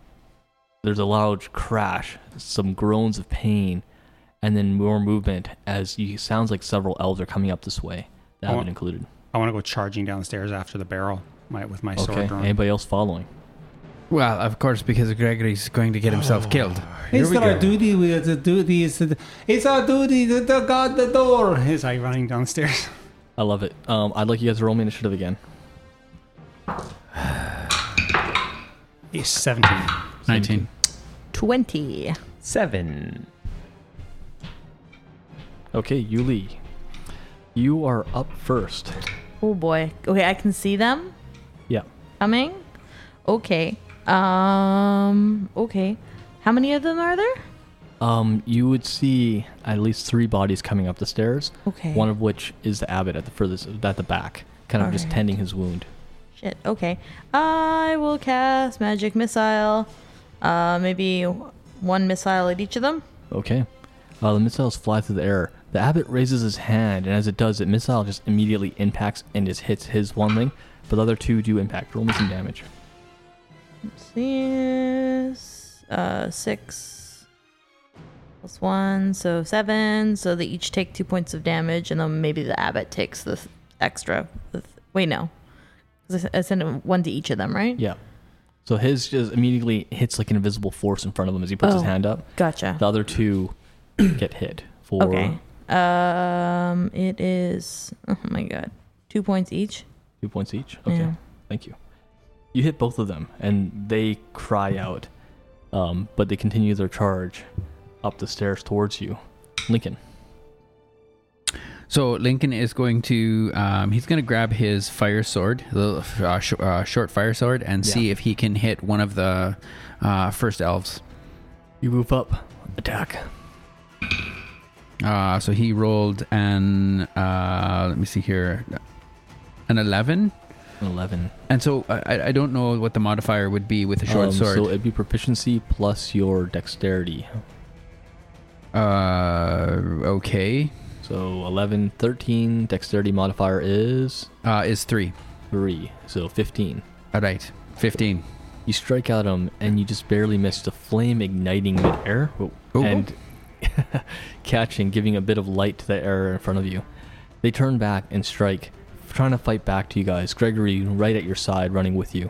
[SPEAKER 1] there's a loud crash, some groans of pain, and then more movement as you sounds like several elves are coming up this way. That
[SPEAKER 7] I
[SPEAKER 1] haven't
[SPEAKER 7] want-
[SPEAKER 1] included.
[SPEAKER 7] I want to go charging down the stairs after the barrel my, with my
[SPEAKER 1] Okay.
[SPEAKER 7] sword drawn.
[SPEAKER 1] Anybody else following?
[SPEAKER 3] Well, of course, because Gregory's going to get himself killed.
[SPEAKER 7] It's our duty. We have to do this. It's our duty to, to guard the door. Is I running downstairs?
[SPEAKER 1] I love it. Um, I'd like you guys to roll me initiative again.
[SPEAKER 7] He's 17.
[SPEAKER 3] 19.
[SPEAKER 5] 20.
[SPEAKER 2] Seven.
[SPEAKER 1] Okay, Yuli, you are up first.
[SPEAKER 5] Oh boy. Okay, I can see them
[SPEAKER 1] Yeah.
[SPEAKER 5] coming. Okay. Um, okay. How many of them are there?
[SPEAKER 1] Um, you would see at least three bodies coming up the stairs.
[SPEAKER 5] Okay.
[SPEAKER 1] One of which is the abbot at the furthest at the back, kind of just
[SPEAKER 5] Alright.
[SPEAKER 1] tending his wound.
[SPEAKER 5] Shit. Okay. I will cast magic missile. Uh, maybe one missile at each of them.
[SPEAKER 1] Okay. Uh, the missiles fly through the air. The abbot raises his hand, and as it does, the missile just immediately impacts and just hits his one wing, but the other two do impact. Roll me some damage.
[SPEAKER 5] Six, uh, six plus one, so seven. So they each take two points of damage, and then maybe the abbot takes the th- extra. The th- wait, no, 'Cause I s- I sent him one to each of them, right?
[SPEAKER 1] Yeah. So his just immediately hits like an invisible force in front of him as he puts his
[SPEAKER 5] Oh.
[SPEAKER 1] hand up.
[SPEAKER 5] Gotcha.
[SPEAKER 1] The other two get hit for
[SPEAKER 5] Okay. Um, it is. Oh my god, two points each.
[SPEAKER 1] Two points each. Okay.
[SPEAKER 5] Yeah.
[SPEAKER 1] Thank you. You hit both of them, and they cry out, um, but they continue their charge up the stairs towards you. Lincoln.
[SPEAKER 3] So Lincoln is going to um, he's going to grab his fire sword, the little, uh, sh- uh, short fire sword, and see if he can hit one of the uh, first elves.
[SPEAKER 1] You move up. Attack.
[SPEAKER 3] Uh, so he rolled an uh, let me see here, an eleven.
[SPEAKER 1] An 11.
[SPEAKER 3] And so I- I, I don't know what the modifier would be with a short
[SPEAKER 1] Um,
[SPEAKER 3] sword.
[SPEAKER 1] So it'd be proficiency plus your dexterity.
[SPEAKER 3] uh, okay,
[SPEAKER 1] So 11, 13. Dexterity modifier is
[SPEAKER 3] uh, is three.
[SPEAKER 1] 3. So 15.
[SPEAKER 3] All right, fifteen.
[SPEAKER 1] You strike at him, and you just barely miss the flame igniting midair
[SPEAKER 3] Oh.
[SPEAKER 1] and catching, giving a bit of light to the air in front of you. They turn back and strike, trying to fight back to you guys. Gregory, right at your side, running with you.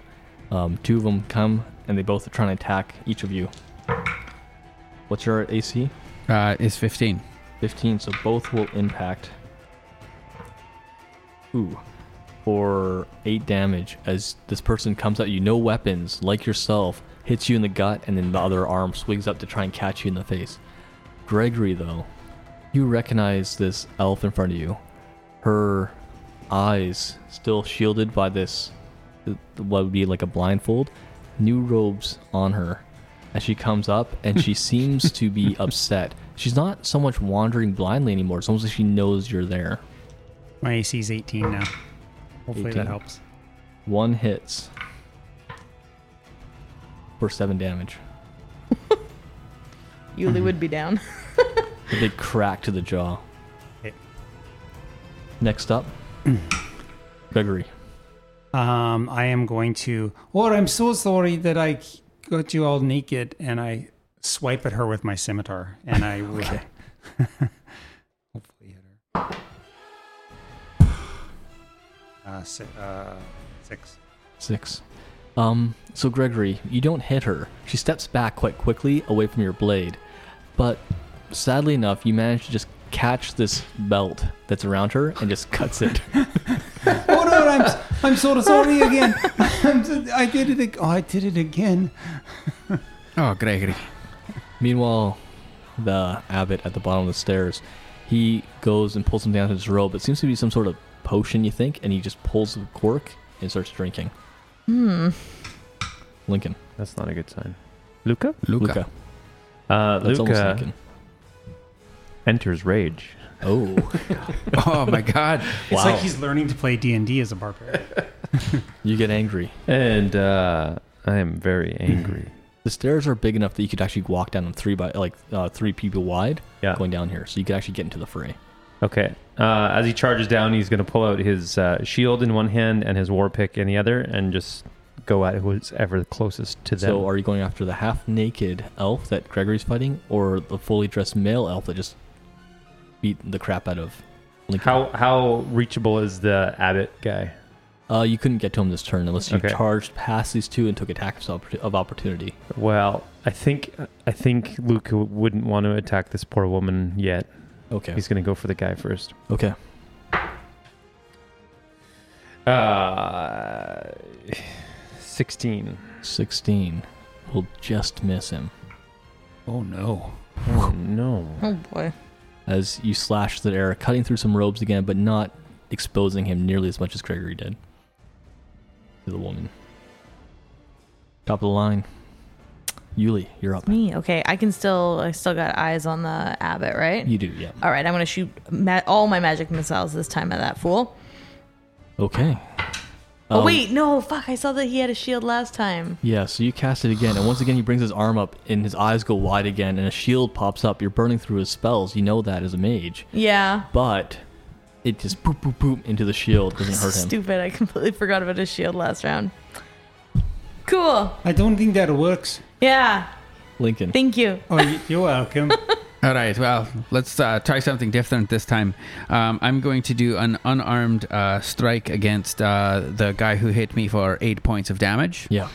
[SPEAKER 1] Um, two of them come, and they both are trying to attack each of you. What's your AC?
[SPEAKER 3] Uh, is fifteen.
[SPEAKER 1] 15, so both will impact. Ooh. For 8 damage as this person comes at you, no weapons, like yourself, hits you in the gut, and then the other arm swings up to try and catch you in the face. Gregory, though, you recognize this elf in front of you. Her eyes still shielded by this, th- what would be like a blindfold, new robes on her. As she comes up, and she seems to be upset. She's not so much wandering blindly anymore. It's almost like she knows you're there.
[SPEAKER 4] My AC is 18 now.
[SPEAKER 1] 18.
[SPEAKER 4] Hopefully that helps.
[SPEAKER 1] One hits for seven damage. Mm-hmm.
[SPEAKER 5] Yuli would be down.
[SPEAKER 1] A big crack to the jaw.
[SPEAKER 4] Okay.
[SPEAKER 1] Next up, Gregory.
[SPEAKER 7] Um, I am going to. Or I'm so sorry that I got you all naked, and I
[SPEAKER 4] Swipe at her with my scimitar, and I will hopefully hit her. Uh, si- uh, six.
[SPEAKER 1] Six. Um, so Gregory, you don't hit her. She steps back quite quickly away from your blade, but sadly enough, you manage to just catch this belt that's around her and just cuts it.
[SPEAKER 7] Oh no, I'm I'm so sorry again. I'm so, I did it. ag- Oh, I did it again.
[SPEAKER 3] Oh, Gregory.
[SPEAKER 1] Meanwhile, the abbot at the bottom of the stairs, he goes and pulls him down to his robe. It seems to be some sort of potion, you think, and he just pulls the cork and starts drinking. Hmm. Lincoln.
[SPEAKER 2] That's not a good sign. Luca?
[SPEAKER 3] Luca.
[SPEAKER 1] Luca.
[SPEAKER 2] Uh,
[SPEAKER 1] That's almost
[SPEAKER 2] Luca
[SPEAKER 1] Lincoln.
[SPEAKER 2] enters rage.
[SPEAKER 1] Oh,
[SPEAKER 3] Oh my God.
[SPEAKER 4] It's
[SPEAKER 1] Wow.
[SPEAKER 4] like he's learning to play D and D as a barbarian.
[SPEAKER 1] you get angry.
[SPEAKER 2] And uh, I am very angry.
[SPEAKER 1] The stairs are big enough that you could actually walk down them three by like uh, three people wide,
[SPEAKER 2] Yeah.
[SPEAKER 1] going down here, so you could actually get into the fray.
[SPEAKER 2] Okay. Uh, as he charges down, he's going to pull out his uh, shield in one hand and his war pick in the other and just go at who's ever closest to them.
[SPEAKER 1] So, are you going after the half-naked elf that Gregory's fighting, or the fully dressed male elf that just beat the crap out of Lincoln?
[SPEAKER 2] how how reachable is the abbot guy?
[SPEAKER 1] Uh, you couldn't get to him this turn unless you
[SPEAKER 2] Okay.
[SPEAKER 1] charged past these two and took attack of oppor- of opportunity.
[SPEAKER 2] Well, I think I think Luke wouldn't want to attack this poor woman yet.
[SPEAKER 1] Okay.
[SPEAKER 2] He's going to go for the guy first.
[SPEAKER 1] okay.
[SPEAKER 2] Uh, sixteen.
[SPEAKER 1] Sixteen will just miss him
[SPEAKER 3] Oh no.
[SPEAKER 2] Oh no.
[SPEAKER 5] Oh boy.
[SPEAKER 1] as you slash the air, cutting through some robes again, but not exposing him nearly as much as Gregory did to the woman. Top of the line, Yuli, you're up.
[SPEAKER 5] Me. Okay. I can still. I still got eyes on the abbot, right?
[SPEAKER 1] You do, yeah.
[SPEAKER 5] All right. I'm gonna shoot ma- all my magic missiles this time at that fool.
[SPEAKER 1] Okay.
[SPEAKER 5] oh
[SPEAKER 1] Um,
[SPEAKER 5] wait, no. Fuck. I saw that he had a shield last time.
[SPEAKER 1] Yeah, so you cast it again, and once again he brings his arm up, and his eyes go wide again, and a shield pops up. You're burning through his spells. You know that as a mage.
[SPEAKER 5] Yeah.
[SPEAKER 1] but it just poop poop poop into the shield doesn't hurt him.
[SPEAKER 5] Stupid. I completely forgot about his shield last round. Cool.
[SPEAKER 7] I don't think that works.
[SPEAKER 5] Yeah.
[SPEAKER 1] Lincoln.
[SPEAKER 5] Thank you.
[SPEAKER 7] Oh, y- you're welcome.
[SPEAKER 3] All right. Well, let's uh, try something different this time. Um, I'm going to do an unarmed uh, strike against uh, the guy who hit me for eight points of damage.
[SPEAKER 1] Yeah.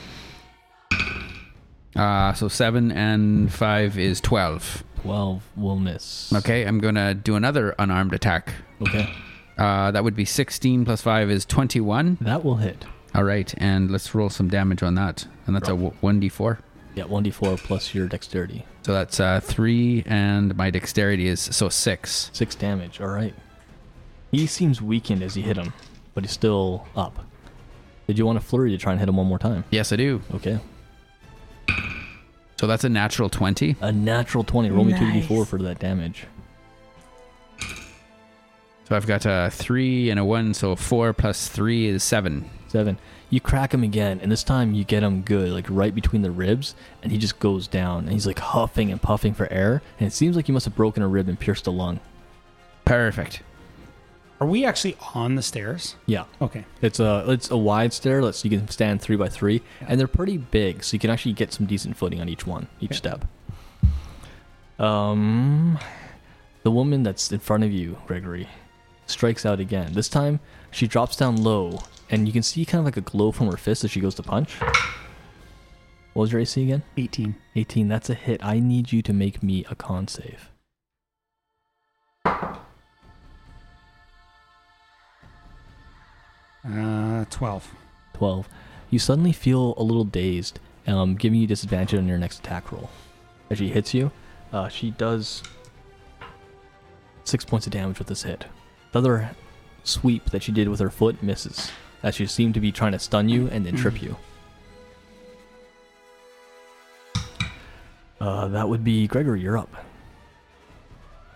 [SPEAKER 3] Uh, so seven and five is twelve.
[SPEAKER 1] Twelve will miss.
[SPEAKER 3] Okay. I'm gonna do another unarmed attack.
[SPEAKER 1] Okay.
[SPEAKER 3] Uh, that would be 16 plus 5 is 21.
[SPEAKER 1] That will hit.
[SPEAKER 3] All right, and let's roll some damage on that. And that's a w- 1d4.
[SPEAKER 1] Yeah, one D four plus your dexterity.
[SPEAKER 3] So that's uh, 3, and my dexterity is so 6.
[SPEAKER 1] Six damage, alright. He seems weakened as you hit him, but he's still up. Did you want a flurry to try and hit him one more time?
[SPEAKER 3] Yes, I do.
[SPEAKER 1] Okay.
[SPEAKER 3] So that's a natural 20.
[SPEAKER 1] A natural twenty. Roll me two D four
[SPEAKER 5] Nice.
[SPEAKER 1] for that damage.
[SPEAKER 3] So I've got a 3 and a 1, so 4 plus 3 is 7.
[SPEAKER 1] Seven. You crack him again, and this time you get him good, like right between the ribs, and he just goes down and he's like huffing and puffing for air, and it seems like you must have broken a rib and pierced a lung.
[SPEAKER 3] Perfect.
[SPEAKER 4] Are we actually on the stairs?
[SPEAKER 1] Yeah.
[SPEAKER 4] Okay.
[SPEAKER 1] It's a it's a wide stair. Let's you can stand three by three, and they're pretty big, so you can actually get some decent footing on each one, each step. Um, the woman that's in front of you, Gregory, strikes out again. This time, she drops down low, and you can see kind of like a glow from her fist as she goes to punch. What was your AC again?
[SPEAKER 4] 18.
[SPEAKER 1] 18. That's a hit. I need you to make me a con save.
[SPEAKER 4] Uh, 12.
[SPEAKER 1] 12. You suddenly feel a little dazed, um, giving you disadvantage on your next attack roll. As she hits you, uh, she does six points of damage with this hit. The other sweep that she did with her foot misses, as she seemed to be trying to stun you and then trip you. Uh, that would be Gregory. You're up.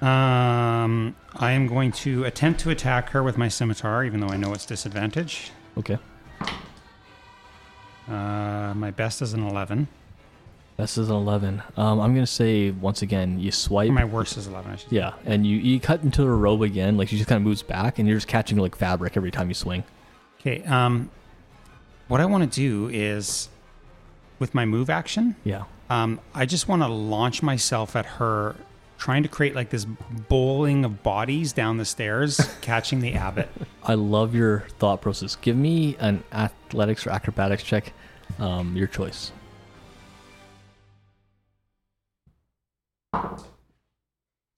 [SPEAKER 7] Um, I am going to attempt to attack her with my scimitar, even though I know it's disadvantage.
[SPEAKER 1] Okay,
[SPEAKER 7] Uh, my best is an 11.
[SPEAKER 1] this is an eleven. Um, I'm gonna say once again, you swipe.
[SPEAKER 7] Or my worst is 11, I should
[SPEAKER 1] Yeah, and you, you cut into her robe again. Like she just kind of moves back, and you're just catching like fabric every time you swing.
[SPEAKER 7] Okay, um, what I want to do is, with my move action,
[SPEAKER 1] Yeah.
[SPEAKER 7] um, I just want to launch myself at her, trying to create like this bowling of bodies down the stairs, catching the abbot.
[SPEAKER 1] I love your thought process. Give me an athletics or acrobatics check, um, your choice.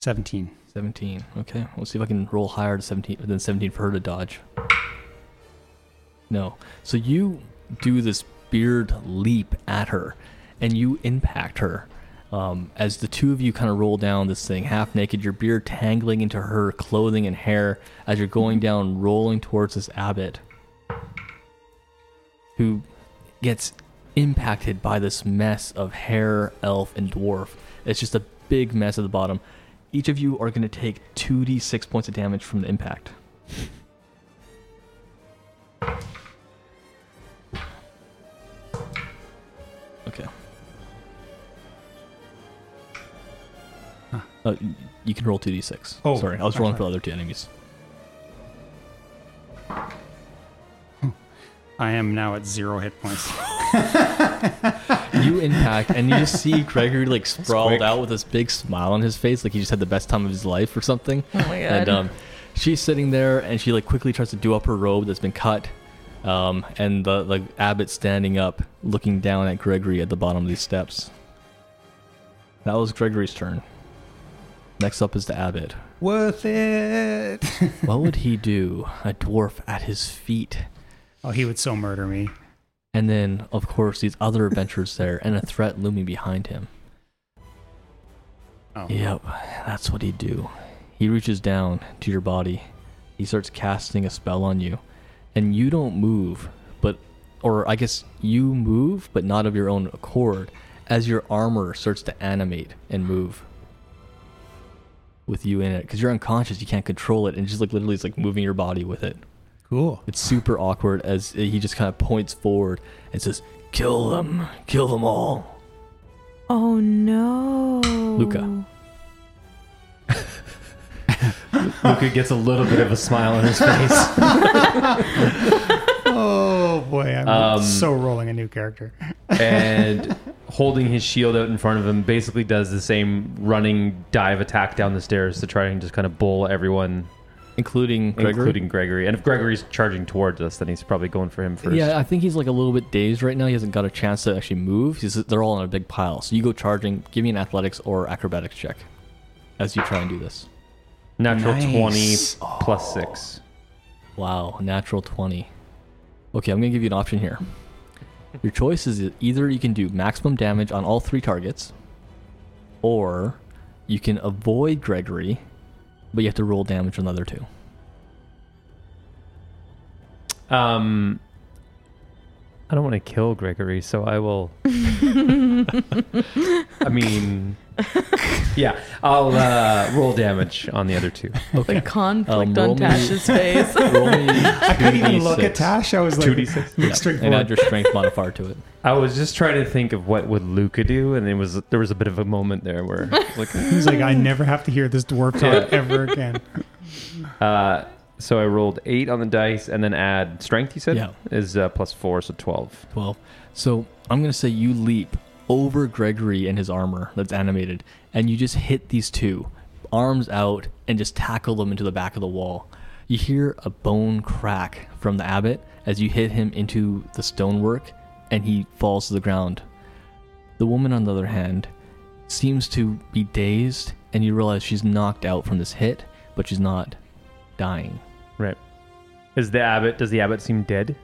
[SPEAKER 7] Seventeen.
[SPEAKER 1] 17. Okay, let's see if I can roll higher to 17 than 17 for her to dodge. No. So you do this beard leap at her, and you impact her. Um, as the two of you kind of roll down this thing, half naked, your beard tangling into her clothing and hair as you're going down, rolling towards this abbot, who gets impacted by this mess of hair, elf, and dwarf. It's just a big mess at the bottom. Each of you are going to take 2d6 points of damage from the impact. Okay. Uh, y- you can roll 2d6.
[SPEAKER 7] Oh,
[SPEAKER 1] Sorry, I was rolling for the other two enemies.
[SPEAKER 7] I am now at zero hit points.
[SPEAKER 1] you impact and you just see Gregory like
[SPEAKER 7] quick.
[SPEAKER 1] sprawled out with this big smile on his face, like he just had the best time of his life or something.
[SPEAKER 5] Oh my
[SPEAKER 1] And
[SPEAKER 5] God.
[SPEAKER 1] um, she's sitting there and she like quickly tries to do up her robe that's been cut. Um, and the like abbot standing up, looking down at Gregory at the bottom of these steps. That was Gregory's turn. Next up is the abbot.
[SPEAKER 7] Worth it.
[SPEAKER 1] What would he do? A dwarf at his feet.
[SPEAKER 7] oh, he would so murder me.
[SPEAKER 1] And then, of course, these other adventures there and a threat looming behind him.
[SPEAKER 7] Oh.
[SPEAKER 1] Yep, that's what he'd do. He reaches down to your body. He starts casting a spell on you. And you don't move, but, or I guess you move, but not of your own accord, as your armor starts to animate and move with you in it. Because you're unconscious, you can't control it. And just like literally, it's like moving your body with it.
[SPEAKER 7] Cool.
[SPEAKER 1] It's super awkward as he just kind of points forward and says, Kill them, kill them all.
[SPEAKER 5] Oh no.
[SPEAKER 1] Luca.
[SPEAKER 2] Luca gets a little bit of a smile on his face.
[SPEAKER 7] Oh boy, I'm
[SPEAKER 2] Um,
[SPEAKER 7] so rolling a new character.
[SPEAKER 2] and holding his shield out in front of him, basically does the same running dive attack down the stairs to try and just kind of bowl everyone,
[SPEAKER 1] Including Gregory.
[SPEAKER 2] including Gregory. And if Gregory's charging towards us, then he's probably going for him first.
[SPEAKER 1] Yeah, I think he's like a little bit dazed right now. He hasn't got a chance to actually move. He's, they're all in a big pile. So you go charging. Give me an athletics or acrobatics check as you try and do this.
[SPEAKER 2] Natural
[SPEAKER 7] Nice.
[SPEAKER 2] 20 plus 6.
[SPEAKER 1] Wow, natural 20. Okay, I'm going to give you an option here. Your choice is either you can do maximum damage on all three targets, or you can avoid Gregory, but you have to roll damage on the other two.
[SPEAKER 2] Um, I don't want to kill Gregory, so I will. I mean, yeah, I'll uh, roll damage on the other two.
[SPEAKER 1] Okay.
[SPEAKER 5] Conflict
[SPEAKER 1] Um, roll
[SPEAKER 5] on
[SPEAKER 1] me-
[SPEAKER 5] Tash's face.
[SPEAKER 1] roll me I
[SPEAKER 7] Couldn't even look at Tash. I was like,
[SPEAKER 2] 2d6.
[SPEAKER 1] And add your strength modifier to it.
[SPEAKER 2] I was just trying to think of what would Luca do, and it was there was a bit of a moment there where like,
[SPEAKER 7] He's like, I never have to hear this dwarf talk
[SPEAKER 2] Yeah.
[SPEAKER 7] ever again.
[SPEAKER 2] uh, so I rolled eight on the dice, and then add strength. You said
[SPEAKER 1] Yeah.
[SPEAKER 2] is uh, plus four, so twelve.
[SPEAKER 1] 12. So I'm going to say you leap over Gregory and his armor that's animated, and you just hit these two, arms out, and just tackle them into the back of the wall. You hear a bone crack from the abbot as you hit him into the stonework, and he falls to the ground. The woman, on the other hand, seems to be dazed, and you realize she's knocked out from this hit, but she's not dying.
[SPEAKER 2] Right. Is the abbot? Does the abbot seem dead?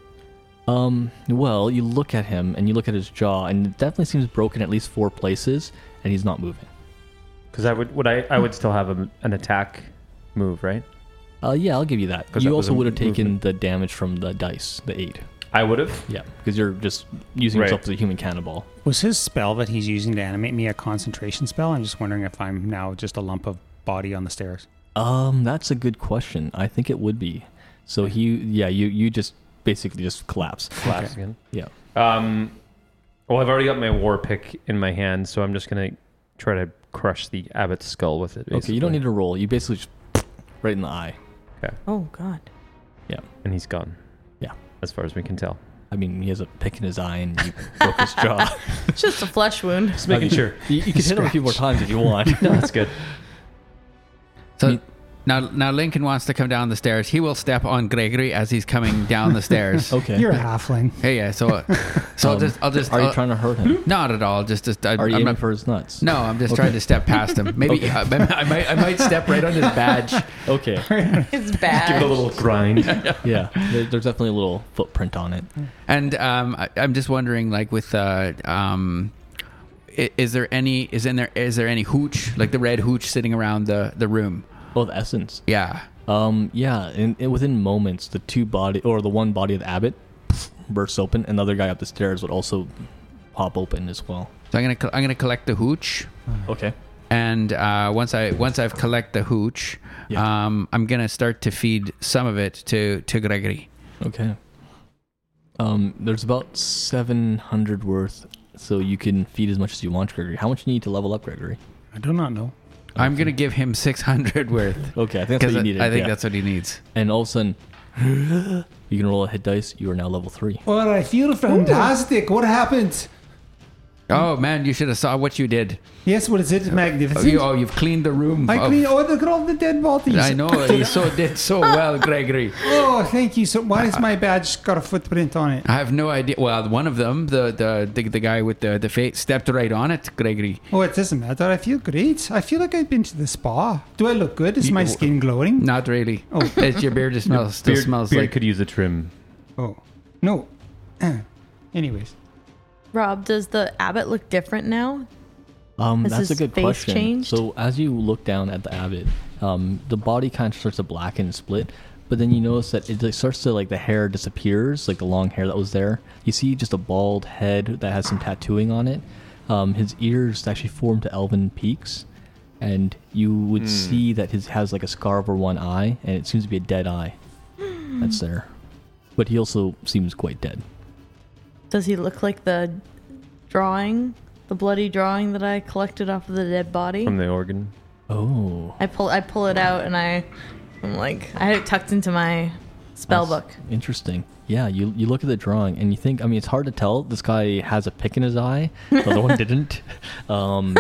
[SPEAKER 1] Um, well, you look at him and you look at his jaw, and it definitely seems broken at least four places, and he's not moving.
[SPEAKER 2] Because I would, would I, I would still have a, an attack move, right?
[SPEAKER 1] Uh, yeah, I'll give you that.
[SPEAKER 2] 'Cause
[SPEAKER 1] You
[SPEAKER 2] that was
[SPEAKER 1] also
[SPEAKER 2] a
[SPEAKER 1] would have taken
[SPEAKER 2] movement.
[SPEAKER 1] the damage from the dice, the eight.
[SPEAKER 2] I would have.
[SPEAKER 1] Yeah, because you're just using
[SPEAKER 2] Right.
[SPEAKER 1] yourself as a human cannonball.
[SPEAKER 4] Was his spell that he's using to animate me a concentration spell? I'm just wondering if I'm now just a lump of body on the stairs.
[SPEAKER 1] Um, that's a good question. I think it would be. So he, yeah, you you just basically just collapse.
[SPEAKER 2] Collapse again.
[SPEAKER 1] Yeah.
[SPEAKER 2] Um, well, I've already got my war pick in my hand, so I'm just gonna try to crush the abbot's skull with it.
[SPEAKER 1] Okay, you don't need to roll. You basically just right in the eye.
[SPEAKER 5] Oh God.
[SPEAKER 2] And he's gone.
[SPEAKER 1] Yeah.
[SPEAKER 2] as far as we can tell.
[SPEAKER 1] I mean, he has a pick in his eye and you broke his jaw.
[SPEAKER 5] It's just a flesh wound.
[SPEAKER 2] Just making sure.
[SPEAKER 1] You, you can hit him a few more times if you want.
[SPEAKER 2] No, that's good.
[SPEAKER 3] So
[SPEAKER 1] Me-
[SPEAKER 3] now, now Lincoln wants to come down the stairs. He will step on Gregory as he's coming down the stairs.
[SPEAKER 1] Okay.
[SPEAKER 4] You're a halfling.
[SPEAKER 3] Hey, yeah. So, so I'll
[SPEAKER 1] Um,
[SPEAKER 3] just, I'll just. uh,
[SPEAKER 1] Are you
[SPEAKER 3] I'll-
[SPEAKER 1] trying to hurt him?
[SPEAKER 3] Not at all. Just, just. I,
[SPEAKER 1] Are you
[SPEAKER 3] I'm
[SPEAKER 1] aiming
[SPEAKER 3] not.
[SPEAKER 1] for his nuts?
[SPEAKER 3] No, I'm just trying to step past him. Maybe I, I might, I might step right on his badge.
[SPEAKER 1] Okay.
[SPEAKER 5] It's bad.
[SPEAKER 2] grind.
[SPEAKER 1] Yeah. There- There's definitely a little footprint on it.
[SPEAKER 3] And um, I, I'm just wondering, like, with uh, um, i- is there any is in there is there any hooch like the red hooch sitting around the the room?
[SPEAKER 1] Oh, the essence.
[SPEAKER 3] Yeah.
[SPEAKER 1] Um, yeah, and, and within moments, the two body or the one body of Abbott bursts open, and the other guy up the stairs would also pop open as well.
[SPEAKER 3] So I'm gonna co- I'm gonna collect the hooch,
[SPEAKER 1] Okay.
[SPEAKER 3] and uh, once I once I've collect the hooch,
[SPEAKER 1] Yeah.
[SPEAKER 3] um, I'm gonna start to feed some of it to to Gregory.
[SPEAKER 1] Okay. Um, there's about seven hundred worth, so you can feed as much as you want, Gregory. How much do you need to level up, Gregory?
[SPEAKER 4] I do not know.
[SPEAKER 3] I'm gonna give him 600 worth
[SPEAKER 1] Okay, I think that's
[SPEAKER 3] because
[SPEAKER 1] what
[SPEAKER 3] I,
[SPEAKER 1] you needed.
[SPEAKER 3] I think
[SPEAKER 1] yeah.
[SPEAKER 3] that's what he needs.
[SPEAKER 1] And all of a sudden, you can roll a hit dice. You are now level three.
[SPEAKER 7] Or I feel fantastic. What happened?
[SPEAKER 3] Oh man, you should have saw what you did.
[SPEAKER 7] Yes, was it
[SPEAKER 3] Oh,
[SPEAKER 7] magnificent?
[SPEAKER 3] you, oh you've cleaned the room.
[SPEAKER 7] I
[SPEAKER 3] of-
[SPEAKER 7] clean all the, all the dead bodies.
[SPEAKER 3] I know you so did so well, Gregory.
[SPEAKER 7] Oh, thank you. So, why is my badge got a footprint on it?
[SPEAKER 3] I have no idea. Well, one of them, the the the, the guy with the the fate, stepped right on it, Gregory.
[SPEAKER 7] Oh, it doesn't matter. I feel great. I feel like I've been to the spa. Do I look good? Is my skin glowing?
[SPEAKER 3] Not really. Oh, it's your beard. It smells still
[SPEAKER 2] beard,
[SPEAKER 3] smells
[SPEAKER 2] beard
[SPEAKER 3] like.
[SPEAKER 2] could use a trim.
[SPEAKER 7] Oh, no. Eh. Anyways,
[SPEAKER 5] Rob, does the abbot look different now?
[SPEAKER 1] Um,
[SPEAKER 5] Has
[SPEAKER 1] that's a
[SPEAKER 5] his
[SPEAKER 1] good
[SPEAKER 5] face
[SPEAKER 1] question.
[SPEAKER 5] changed?
[SPEAKER 1] So as you look down at the abbot, um, the body kind of starts to blacken and split, but then you notice that it like, starts to like the hair disappears, like the long hair that was there. You see just a bald head that has some tattooing on it. Um, his ears actually form to elven peaks, and you would see that his has like a scar over one eye, and it seems to be a dead eye that's there. But he also seems quite dead.
[SPEAKER 5] Does he look like the drawing, the bloody drawing that I collected off of the dead body?
[SPEAKER 2] From the organ.
[SPEAKER 1] Oh,
[SPEAKER 5] I pull I pull it out and I I'm like I had it tucked into my spell
[SPEAKER 1] That's
[SPEAKER 5] book.
[SPEAKER 1] Interesting. Yeah, you you look at the drawing and you think. I mean, it's hard to tell. This guy has a pick in his eye. The other one didn't. Um,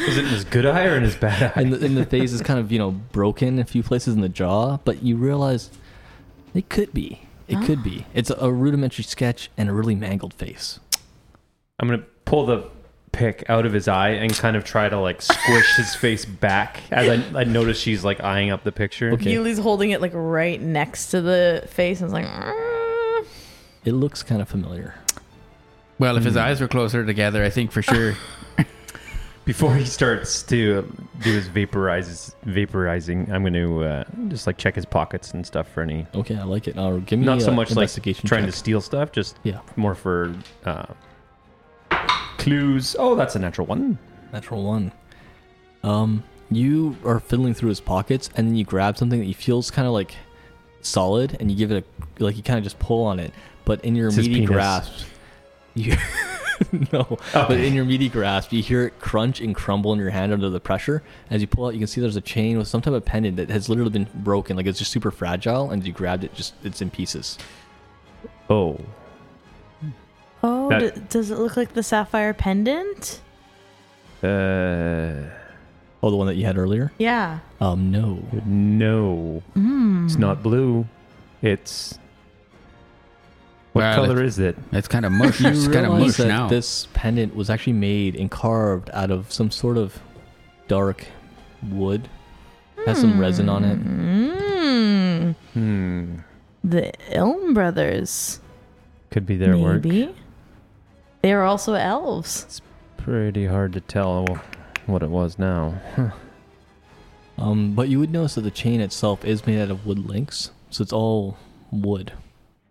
[SPEAKER 2] Is it in his good eye or in his bad eye?
[SPEAKER 1] and the, and the face is kind of you know broken in a few places in the jaw. But you realize it could be. It could be. It's a, rudimentary sketch and a really mangled face.
[SPEAKER 2] I'm gonna pull the pick out of his eye and kind of try to like squish his face back as I, I notice she's like eyeing up the picture.
[SPEAKER 1] Okay.
[SPEAKER 5] Yuli's holding it like right next to the face and it's like "Mm."
[SPEAKER 1] It looks kind of familiar.
[SPEAKER 3] well, if his eyes were closer together, I think for sure.
[SPEAKER 2] Before he starts to do his vaporizes vaporizing, I'm gonna uh, just like check his pockets and stuff for any.
[SPEAKER 1] Okay, I like it. Uh, give me
[SPEAKER 2] Not so
[SPEAKER 1] a
[SPEAKER 2] much like
[SPEAKER 1] investigation
[SPEAKER 2] trying to
[SPEAKER 1] check.
[SPEAKER 2] steal stuff, just
[SPEAKER 1] Yeah,
[SPEAKER 2] more for uh, clues. Oh, that's a natural one.
[SPEAKER 1] Natural one. Um, you are fiddling through his pockets, and then you grab something that you feels kind of like solid, and you give it a like you kind of just pull on it. But in your
[SPEAKER 2] It's his
[SPEAKER 1] meaty
[SPEAKER 2] penis.
[SPEAKER 1] grasp, you no. But in your meaty grasp, you hear it crunch and crumble in your hand under the pressure. As you pull out, you can see there's a chain with some type of pendant that has literally been broken. Like it's just super fragile, and you grabbed it, just it's in pieces.
[SPEAKER 2] Oh,
[SPEAKER 5] Oh,
[SPEAKER 2] That-
[SPEAKER 5] d- does it look like the sapphire pendant?
[SPEAKER 2] uh,
[SPEAKER 1] Oh, the one that you had earlier.
[SPEAKER 5] Yeah.
[SPEAKER 1] Um, no.
[SPEAKER 2] no, it's not blue. It's what
[SPEAKER 3] Well,
[SPEAKER 2] color is it?
[SPEAKER 3] It's kind of mush. It's kind of
[SPEAKER 1] realize
[SPEAKER 3] mush
[SPEAKER 1] that
[SPEAKER 3] now.
[SPEAKER 1] This pendant was actually made and carved out of some sort of dark wood. Has some resin on
[SPEAKER 5] Hmm.
[SPEAKER 1] it.
[SPEAKER 5] Mm.
[SPEAKER 2] Hmm,
[SPEAKER 5] The Elm Brothers.
[SPEAKER 2] could be their work.
[SPEAKER 5] maybe. They are also elves.
[SPEAKER 2] Pretty hard to tell what it was now.
[SPEAKER 1] Um, but you would notice that the chain itself is made out of wood links, so it's all wood.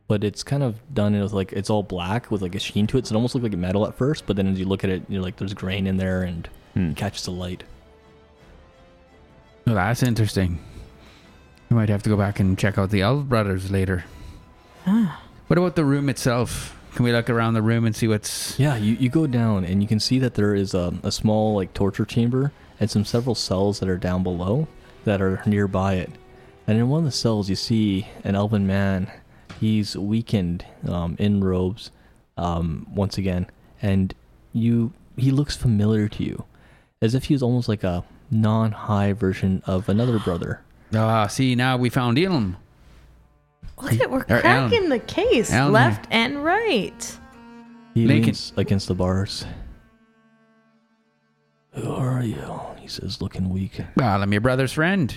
[SPEAKER 1] But it's kind of done with like it's all black with like a sheen to it. So it almost looks like metal at first, but then as you look at it, you're like there's grain in there and
[SPEAKER 2] Hmm.
[SPEAKER 1] it catches the light.
[SPEAKER 3] Well, that's interesting. We might have to go back and check out the Elf Brothers later.
[SPEAKER 5] Ah.
[SPEAKER 3] What about the room itself? Can we look around the room and see what's?
[SPEAKER 1] Yeah, you, you go down and you can see that there is a, a small like torture chamber and some several cells that are down below that are nearby it. And in one of the cells, you see an elven man. He's weakened um, in robes um, once again, and you he looks familiar to you, as if he was almost like a non-high version of another brother.
[SPEAKER 3] Ah, see now we found Ilm.
[SPEAKER 5] Look at we're
[SPEAKER 3] Or Alan.
[SPEAKER 5] cracking the case
[SPEAKER 3] Alan.
[SPEAKER 5] left and right.
[SPEAKER 1] He
[SPEAKER 3] Lincoln.
[SPEAKER 1] leans against the bars. Who are you? He says, looking weak.
[SPEAKER 3] Well, Ah, I'm your brother's friend.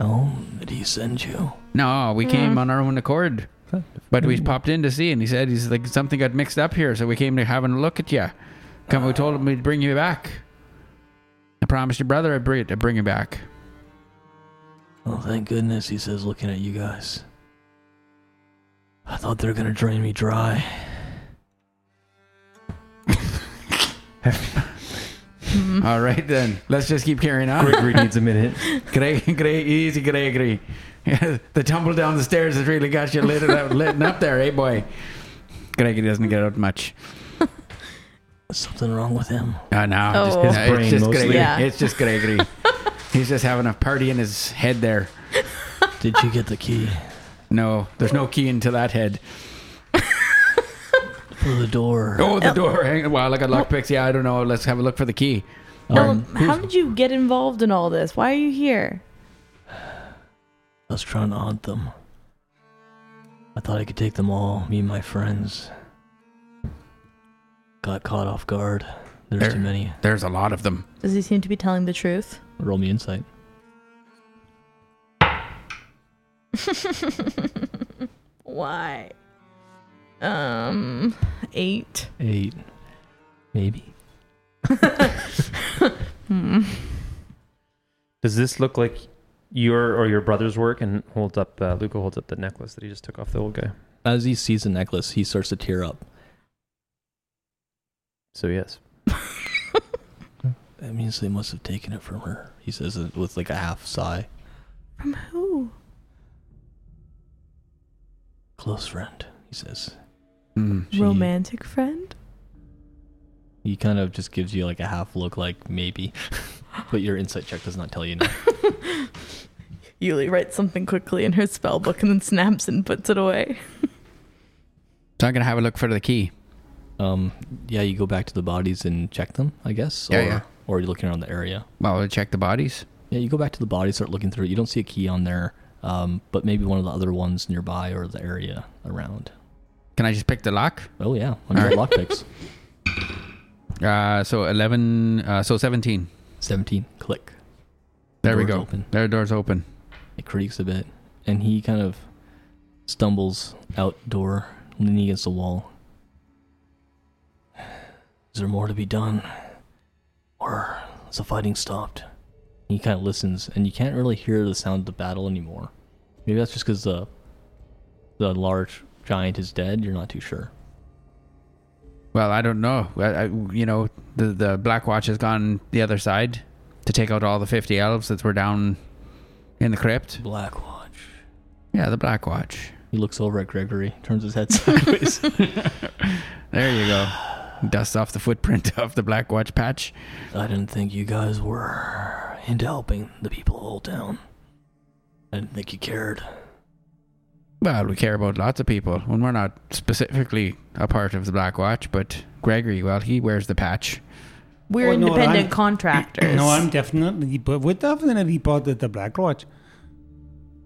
[SPEAKER 1] Oh, did he send you?
[SPEAKER 3] No, we came on our own accord. But we popped in to see, and he said he's like something got mixed up here, so we came to have a look at you. Come, we told him we'd bring you back. I promised your brother I'd bring, I'd bring you back.
[SPEAKER 1] Oh, thank goodness, he says, looking at you guys. I thought they were gonna drain me dry.
[SPEAKER 3] All right then, let's just keep carrying on.
[SPEAKER 2] Gregory needs a minute.
[SPEAKER 3] Greg, Greg, easy, Gregory. the tumble down the stairs has really got you lit up, lit up there, eh, boy? Gregory doesn't get out much.
[SPEAKER 1] Is something wrong with him?
[SPEAKER 3] Uh, no,
[SPEAKER 5] Oh.
[SPEAKER 3] just,
[SPEAKER 5] His
[SPEAKER 3] no,
[SPEAKER 2] brain
[SPEAKER 3] it's just
[SPEAKER 2] mostly.
[SPEAKER 3] Gregory.
[SPEAKER 5] Yeah.
[SPEAKER 3] It's just Gregory. He's just having a party in his head there.
[SPEAKER 1] Did you get the key
[SPEAKER 3] No, there's no key into that head.
[SPEAKER 1] for the door?
[SPEAKER 3] Oh, the door. Hang on. Wow, look at lockpicks. Yeah, I don't know. Let's have a look for the key.
[SPEAKER 5] Ellen, how did you get involved in all this? Why are you here?
[SPEAKER 1] I was trying to haunt them. I thought I could take them all, me and my friends. Got caught off guard. There's
[SPEAKER 3] There.
[SPEAKER 1] too many.
[SPEAKER 3] There's a lot of them.
[SPEAKER 5] Does he seem to be telling the truth?
[SPEAKER 1] Roll me insight.
[SPEAKER 5] Why? Um, eight.
[SPEAKER 1] Eight. Maybe.
[SPEAKER 2] Does this look like your or your brother's work? And holds up, uh, Luca holds up the necklace that he just took off the old guy.
[SPEAKER 1] As he sees the necklace, he starts to tear up.
[SPEAKER 2] So yes,
[SPEAKER 1] That means they must have taken it from her, he says it with like a half sigh.
[SPEAKER 5] From who?
[SPEAKER 1] Close friend, he says.
[SPEAKER 3] Hmm.
[SPEAKER 1] She-
[SPEAKER 5] Romantic friend?
[SPEAKER 1] He kind of just gives you like a half look, like maybe, but your insight check does not tell you. No.
[SPEAKER 5] Yuli writes something quickly in her spell book and then snaps and puts it away.
[SPEAKER 3] So I'm going to have a look for the key.
[SPEAKER 1] Um, yeah, you go back to the bodies and check them, I guess.
[SPEAKER 3] Yeah,
[SPEAKER 1] or,
[SPEAKER 3] yeah.
[SPEAKER 1] Or you're looking around the area.
[SPEAKER 3] Well, we'll check the bodies.
[SPEAKER 1] Yeah, you go back to the bodies, start looking through. it. You don't see a key on there, um, but maybe one of the other ones nearby or the area around.
[SPEAKER 3] Can I just pick the lock?
[SPEAKER 1] Oh yeah, on your lockpicks.
[SPEAKER 3] Uh, so 11, uh, so 17.
[SPEAKER 1] Seventeen, click.
[SPEAKER 3] There we
[SPEAKER 1] Door's
[SPEAKER 3] go.
[SPEAKER 1] open.
[SPEAKER 3] There, door's open.
[SPEAKER 1] It creaks a bit, and he kind of stumbles outdoor, leaning against the wall. Is there more to be done? Or is the fighting stopped? He kind of listens, and you can't really hear the sound of the battle anymore. Maybe that's just because the the large giant is dead. You're not too sure.
[SPEAKER 3] Well, I don't know. I, I, you know, the, the Black Watch has gone the other side to take out all the 50 elves that were down in the crypt.
[SPEAKER 1] Black Watch.
[SPEAKER 3] Yeah, the Black Watch.
[SPEAKER 1] He looks over at Gregory, turns his head sideways.
[SPEAKER 3] There you go. Dust off the footprint of the Black Watch patch.
[SPEAKER 1] I didn't think you guys were into helping the people of Old Town. I didn't think you cared.
[SPEAKER 3] Well, we care about lots of people, and we're not specifically a part of the Black Watch, but Gregory, well, he wears the patch.
[SPEAKER 5] We're
[SPEAKER 7] Well, no,
[SPEAKER 5] independent
[SPEAKER 7] I'm-
[SPEAKER 5] contractors.
[SPEAKER 7] No, I'm definitely, but we're definitely part of the Black Lodge.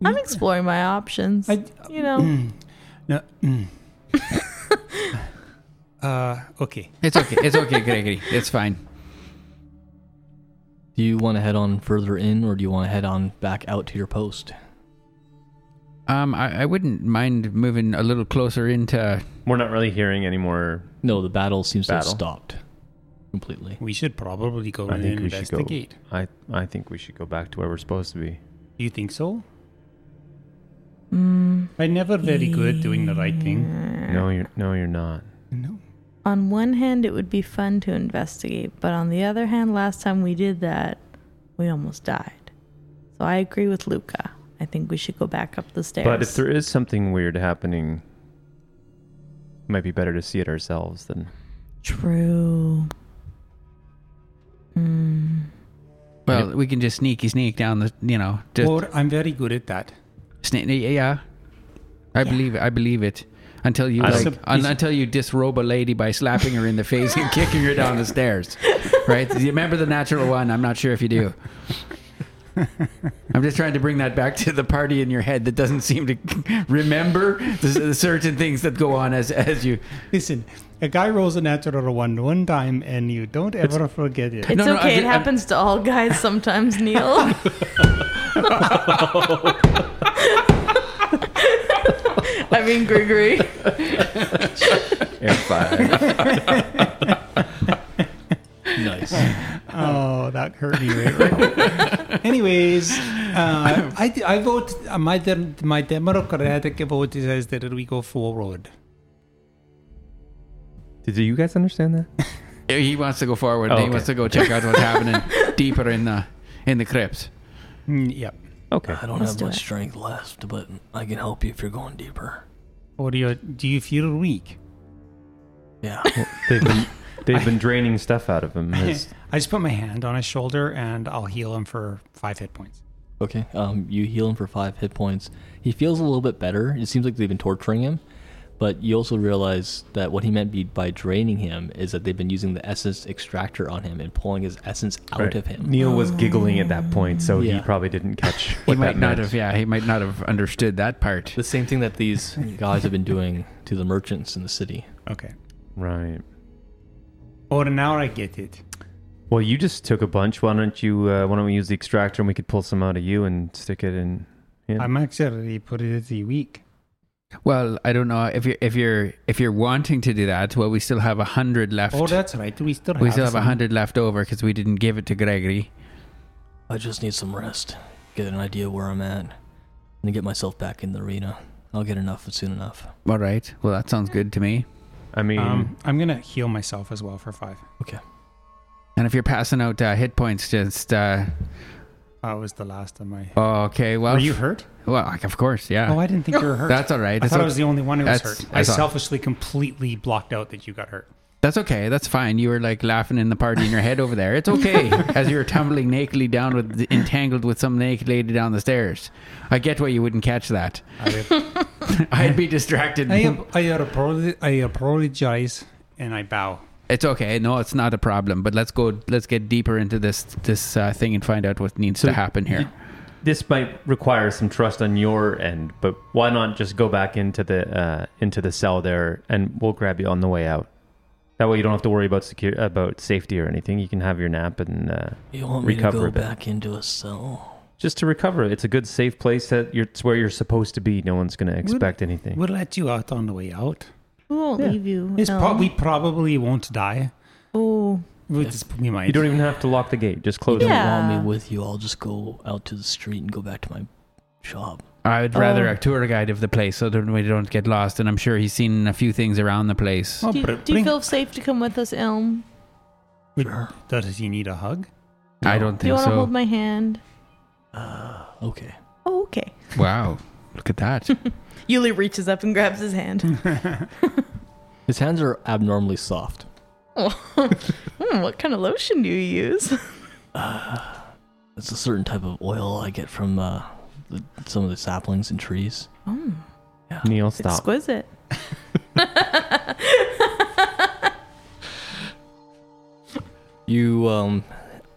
[SPEAKER 5] I'm exploring my options.
[SPEAKER 7] I-
[SPEAKER 5] you know,
[SPEAKER 7] No. mm. uh, okay.
[SPEAKER 3] It's okay. It's okay, Gregory. It's fine.
[SPEAKER 1] Do you want to head on further in, or do you want to head on back out to your post?
[SPEAKER 3] Um, I, I wouldn't mind moving a little closer into.
[SPEAKER 2] we're not really hearing any more.
[SPEAKER 1] No, the battle seems to have
[SPEAKER 2] Battle.
[SPEAKER 1] stopped completely.
[SPEAKER 7] We should probably go
[SPEAKER 2] I
[SPEAKER 7] in and
[SPEAKER 2] think we should go.
[SPEAKER 7] investigate.
[SPEAKER 2] I I think we should go back to where we're supposed to be.
[SPEAKER 7] Do you think so?
[SPEAKER 3] Mm,
[SPEAKER 7] I'm never very good doing the right thing.
[SPEAKER 5] Mm.
[SPEAKER 2] No, you're no, you're not.
[SPEAKER 7] No.
[SPEAKER 5] On one hand, it would be fun to investigate, but on the other hand, last time we did that, we almost died. So I agree with Luca. I think we should go back up the stairs.
[SPEAKER 2] But if there is something weird happening, it might be better to see it ourselves than
[SPEAKER 5] True.
[SPEAKER 3] Well, we can just sneaky sneak down the, you know, just
[SPEAKER 7] Or I'm very good at that.
[SPEAKER 3] sne- yeah. I believe it. I believe it. Until you
[SPEAKER 2] I
[SPEAKER 3] like,
[SPEAKER 2] sup-
[SPEAKER 3] un- until you disrobe a lady by slapping her in the face and kicking her down the stairs, right? Do you remember the natural one? I'm not sure if you do. I'm just trying to bring that back to the party in your head that doesn't seem to remember the, the certain things that go on as as you.
[SPEAKER 7] Listen, a guy rolls a natural one one time and you don't ever forget it.
[SPEAKER 5] It's
[SPEAKER 3] No, no,
[SPEAKER 5] okay.
[SPEAKER 3] I
[SPEAKER 5] it
[SPEAKER 3] did- I-
[SPEAKER 5] happens to all guys sometimes, Neil. I mean, Gregory.
[SPEAKER 2] air five.
[SPEAKER 1] Nice.
[SPEAKER 7] Oh, that hurt me. Right, Anyways, uh, I, I vote uh, my dem- my democratic vote says that we go forward.
[SPEAKER 2] Did you guys understand that?
[SPEAKER 3] He wants to go forward.
[SPEAKER 2] Oh,
[SPEAKER 3] He wants
[SPEAKER 2] okay.
[SPEAKER 3] to go check out what's happening deeper in the in the crypts.
[SPEAKER 7] Mm, yep.
[SPEAKER 2] Okay.
[SPEAKER 1] I don't
[SPEAKER 5] Let's
[SPEAKER 1] have
[SPEAKER 5] do
[SPEAKER 1] much
[SPEAKER 5] it.
[SPEAKER 1] strength left, but I can help you if you're going deeper.
[SPEAKER 7] Or do you, do you feel weak?
[SPEAKER 1] Yeah.
[SPEAKER 2] They've been they've been draining stuff out of him. His-
[SPEAKER 7] I just put my hand on his shoulder and I'll heal him for five hit points.
[SPEAKER 1] Okay. Um, you heal him for five hit points. He feels a little bit better. It seems like they've been torturing him, but you also realize that what he meant be by draining him is that they've been using the essence extractor on him and pulling his essence out
[SPEAKER 2] Right.
[SPEAKER 1] of him.
[SPEAKER 2] Neil was giggling at that point, so he
[SPEAKER 1] Yeah.
[SPEAKER 2] probably didn't catch
[SPEAKER 3] He
[SPEAKER 2] what
[SPEAKER 3] might
[SPEAKER 2] that
[SPEAKER 3] not
[SPEAKER 2] meant.
[SPEAKER 3] have. Yeah, he might not have understood that part.
[SPEAKER 1] The same thing that these guys have been doing to the merchants in the city.
[SPEAKER 7] Okay.
[SPEAKER 2] Right.
[SPEAKER 7] Or now I get it.
[SPEAKER 2] Well, you just took a bunch. Why don't you? Uh, why don't we use the extractor and we could pull some out of you and stick it in? him?
[SPEAKER 7] I'm actually pretty weak.
[SPEAKER 3] Well, I don't know if you're if you're if you're wanting to do that. Well, we still have a hundred left.
[SPEAKER 7] Oh, that's right. We still have
[SPEAKER 3] we still have a
[SPEAKER 7] some.
[SPEAKER 3] hundred left over because we didn't give it to Gregory.
[SPEAKER 1] I just need some rest, get an idea where I'm at, and then get myself back in the arena. I'll get enough soon enough.
[SPEAKER 3] All right. Well, that sounds good to me.
[SPEAKER 2] I mean,
[SPEAKER 7] Um, I'm gonna heal myself as well for five.
[SPEAKER 1] Okay.
[SPEAKER 3] And if you're passing out uh, hit points, just uh,
[SPEAKER 7] That was the last of my.
[SPEAKER 3] oh, okay. Well,
[SPEAKER 7] Are you hurt?
[SPEAKER 3] well, like, of course, yeah.
[SPEAKER 7] Oh, I didn't think you were hurt.
[SPEAKER 3] that's all right.
[SPEAKER 7] I
[SPEAKER 3] It's
[SPEAKER 7] thought I
[SPEAKER 3] okay.
[SPEAKER 7] was the only one who was
[SPEAKER 3] That's-
[SPEAKER 7] hurt. I
[SPEAKER 3] that's all.
[SPEAKER 7] selfishly completely blocked out that you got hurt.
[SPEAKER 3] That's okay. That's fine. You were like laughing in the party in your head over there. It's okay. As you were tumbling nakedly down with entangled with some naked lady down the stairs. I get why you wouldn't catch that.
[SPEAKER 7] I,
[SPEAKER 3] I'd be distracted.
[SPEAKER 7] I, apolo- I apologize and I bow.
[SPEAKER 3] It's okay. No, it's not a problem. But let's go. Let's get deeper into this this uh, thing and find out what needs to happen here.
[SPEAKER 2] this might require some trust on your end, but why not just go back into the uh, into the cell there, and we'll grab you on the way out. That way, you don't have to worry about secure about safety or anything. You can have your nap and uh,
[SPEAKER 1] You want me
[SPEAKER 2] recover
[SPEAKER 1] to
[SPEAKER 2] a
[SPEAKER 1] go
[SPEAKER 2] bit,
[SPEAKER 1] back into a cell?
[SPEAKER 2] just to recover. It's a good, safe place that you're. It's where you're supposed to be. No one's going to expect anything.
[SPEAKER 7] We'll let you out on the way out.
[SPEAKER 5] We won't leave you.
[SPEAKER 7] It's
[SPEAKER 5] no.
[SPEAKER 7] prob- we probably won't die.
[SPEAKER 5] Oh,
[SPEAKER 7] We, just- we might.
[SPEAKER 2] you don't even have to lock the gate. Just
[SPEAKER 1] If
[SPEAKER 2] close
[SPEAKER 1] you
[SPEAKER 2] it.
[SPEAKER 5] Yeah.
[SPEAKER 1] don't want me with you, I'll just go out to the street and go back to my shop.
[SPEAKER 3] I'd rather
[SPEAKER 5] Oh.
[SPEAKER 3] a tour guide of the place so that we don't get lost. And I'm sure he's seen a few things around the place.
[SPEAKER 7] Oh,
[SPEAKER 5] do, you-
[SPEAKER 7] br-
[SPEAKER 5] do you
[SPEAKER 7] bring-
[SPEAKER 5] feel safe to come with us, Elm?
[SPEAKER 1] Sure.
[SPEAKER 7] Does he need a hug?
[SPEAKER 3] I don't
[SPEAKER 5] Do you
[SPEAKER 3] think
[SPEAKER 5] want to
[SPEAKER 3] so.
[SPEAKER 5] hold my hand?
[SPEAKER 1] Uh, okay.
[SPEAKER 5] Oh, okay.
[SPEAKER 3] wow, look at that.
[SPEAKER 5] Yuli reaches up and grabs his hand.
[SPEAKER 1] His hands are abnormally soft.
[SPEAKER 5] Oh, hmm, what kind of lotion do you use?
[SPEAKER 1] It's a certain type of oil I get from uh, the, some of the saplings and trees.
[SPEAKER 5] Oh,
[SPEAKER 2] Neil,
[SPEAKER 5] it's
[SPEAKER 2] stop.
[SPEAKER 5] exquisite.
[SPEAKER 1] You um,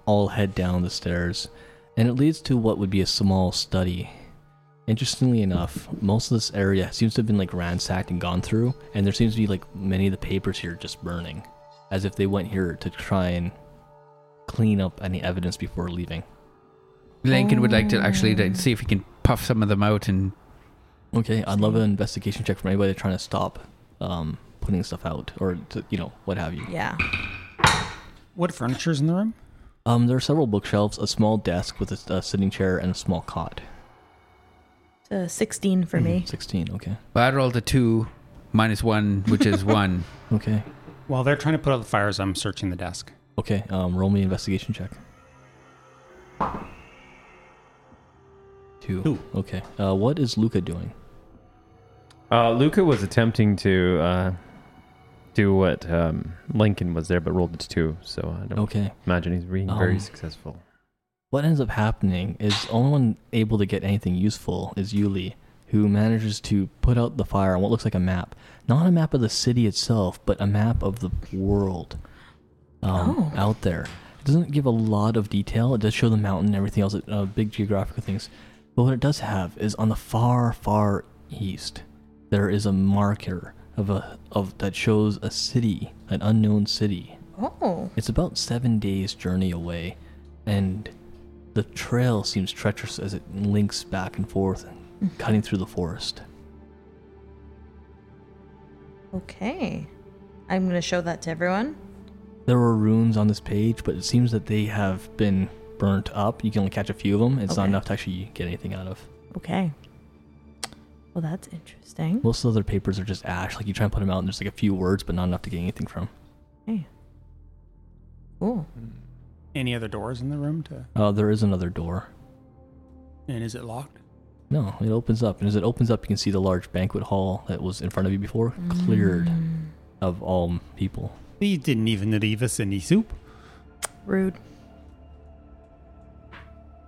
[SPEAKER 1] all head down the stairs, and it leads to what would be a small study. Interestingly enough, most of this area seems to have been like ransacked and gone through, and there seems to be like many of the papers here just burning, as if they went here to try and clean up any evidence before leaving.
[SPEAKER 3] Lincoln would like to actually like, see if he can puff some of them out and
[SPEAKER 1] Okay, I'd love an investigation check from anybody trying to stop um, putting stuff out or to, you know what have you.
[SPEAKER 5] Yeah.
[SPEAKER 7] What furniture's in the room?
[SPEAKER 1] Um, there are several bookshelves, a small desk with a, a sitting chair, and a small cot.
[SPEAKER 5] It's a 16 for me.
[SPEAKER 1] 16, okay.
[SPEAKER 3] Well, I rolled a two minus one, which is one.
[SPEAKER 1] Okay.
[SPEAKER 4] While they're trying to put out the fires, I'm searching the desk.
[SPEAKER 1] Okay, um, roll me investigation check. Two.
[SPEAKER 4] Two.
[SPEAKER 1] Okay. Uh, what is Luca doing?
[SPEAKER 2] Uh, Luca was attempting to uh, do what um, Lincoln was there, but rolled it to two. So I don't
[SPEAKER 1] Okay.
[SPEAKER 2] imagine he's being very
[SPEAKER 1] Um,
[SPEAKER 2] successful.
[SPEAKER 1] What ends up happening is the only one able to get anything useful is Yuli, who manages to put out the fire on what looks like a map. Not a map of the city itself, but a map of the world um, out there. It doesn't give a lot of detail. It does show the mountain and everything else, uh, big geographical things. But what it does have is on the far, far east, there is a marker of a of that shows a city, an unknown city
[SPEAKER 2] Mm-hmm.
[SPEAKER 5] Oh.
[SPEAKER 1] it's about seven days' journey away, and the trail seems treacherous as it links back and forth, cutting through the forest.
[SPEAKER 5] Okay. I'm going to show that to everyone.
[SPEAKER 1] There were runes on this page, but it seems that they have been burnt up. You can only catch a few of them. It's not
[SPEAKER 5] Okay.
[SPEAKER 1] enough to actually get anything out of.
[SPEAKER 5] Okay. Well, that's interesting.
[SPEAKER 1] Most of the other papers are just ash. Like you try and put them out, and there's like a few words, but not enough to get anything from.
[SPEAKER 5] Okay. Cool.
[SPEAKER 4] Any other doors in the room? To
[SPEAKER 1] Uh, there is another door.
[SPEAKER 4] and is it locked?
[SPEAKER 1] No, it opens up, and as it opens up, you can see the large banquet hall that was in front of you before,
[SPEAKER 5] Mm.
[SPEAKER 1] cleared of all people.
[SPEAKER 4] He didn't even leave us any soup.
[SPEAKER 5] Rude.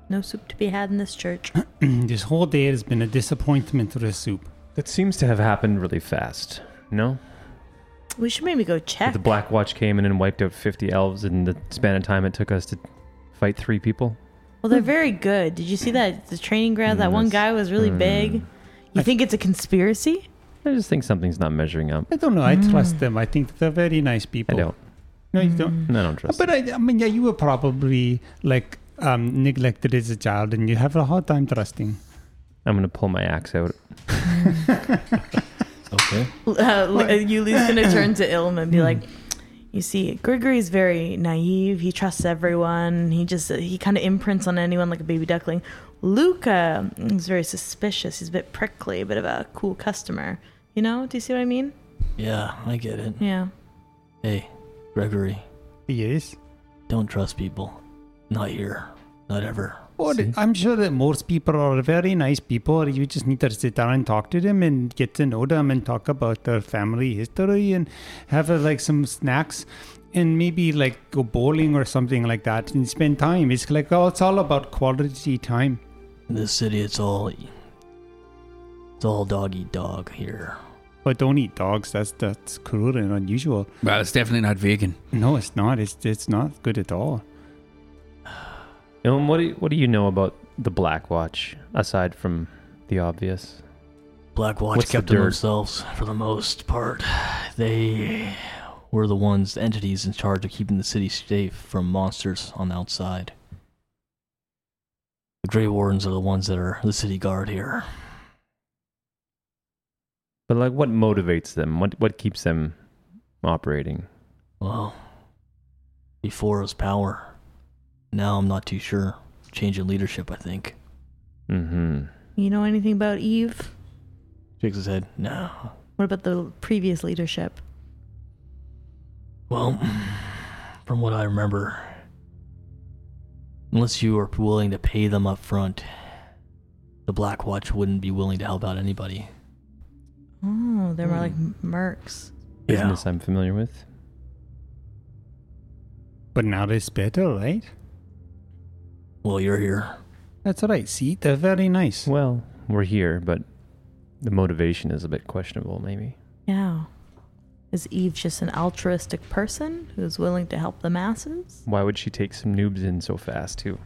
[SPEAKER 5] No soup to be had in this church.
[SPEAKER 4] this whole day has been a disappointment to the soup.
[SPEAKER 2] That seems to have happened really fast. No,
[SPEAKER 5] we should maybe go
[SPEAKER 2] That
[SPEAKER 5] check.
[SPEAKER 2] the Black Watch came in and wiped out fifty elves in the span of time it took us to fight three people.
[SPEAKER 5] Well, they're very good. Did you see that the training ground? That one
[SPEAKER 2] Yes. Mm.
[SPEAKER 5] guy was really big. You think it's a conspiracy?
[SPEAKER 2] I just think something's not measuring up.
[SPEAKER 4] I don't know. I trust them. I think they're very nice
[SPEAKER 2] Mm. I
[SPEAKER 4] people.
[SPEAKER 2] don't.
[SPEAKER 4] No, you don't.
[SPEAKER 2] I don't trust.
[SPEAKER 4] But I, I mean, yeah, you were probably like um, neglected as a child, and you have a hard time trusting.
[SPEAKER 2] I'm gonna pull my axe out.
[SPEAKER 1] Okay.
[SPEAKER 5] Uh, Yuli's gonna turn to Ilm and be like, "You see, Gregory's very naive. He trusts everyone. He just uh, he kind of imprints on anyone like a baby duckling. Luca is very suspicious. He's a bit prickly, a bit of a cool customer. You know? Do you see what I mean?
[SPEAKER 1] Yeah, I get it.
[SPEAKER 5] Yeah.
[SPEAKER 1] Hey, Gregory,
[SPEAKER 4] Yes.
[SPEAKER 1] don't trust people. Not here. Not ever.
[SPEAKER 4] Or I'm sure that most people are very nice people. You just need to sit down and talk to them and get to know them and talk about their family history and have uh, like some snacks and maybe like go bowling or something like that and spend time. It's like oh, it's all about quality time.
[SPEAKER 1] In this city, it's all. It's all dog eat dog here.
[SPEAKER 4] But don't eat dogs. That's that's cruel and unusual.
[SPEAKER 3] well, it's definitely not vegan.
[SPEAKER 4] No, it's not. It's it's not good at all.
[SPEAKER 2] Ilm, what do you, what do you know about the Black Watch aside from the obvious?
[SPEAKER 1] Black Watch
[SPEAKER 2] What's the
[SPEAKER 1] kept to
[SPEAKER 2] dirt?
[SPEAKER 1] themselves for the most part. They were the ones, the entities in charge of keeping the city safe from monsters on the outside. The Grey Wardens are the ones that are the city guard here.
[SPEAKER 2] But like, what motivates them? What what keeps them operating?
[SPEAKER 1] Well, before it was power. Now I'm not too sure. Change in leadership, I think.
[SPEAKER 2] Mm-hmm.
[SPEAKER 5] You know anything about Eve?
[SPEAKER 1] Shakes his head. No.
[SPEAKER 5] What about the previous leadership?
[SPEAKER 1] Well, from what I remember, unless you are willing to pay them up front, the Black Watch wouldn't be willing to help out anybody.
[SPEAKER 5] Oh, they're more like mercs.
[SPEAKER 2] Business I'm familiar with.
[SPEAKER 4] But now it's better, right?
[SPEAKER 1] Well, you're here.
[SPEAKER 4] That's right. See, they're very nice.
[SPEAKER 2] Well, we're here, but the motivation is a bit questionable, maybe.
[SPEAKER 5] Yeah. Is Eve just an altruistic person who's willing to help the masses?
[SPEAKER 2] Why would she take some noobs in so fast, too?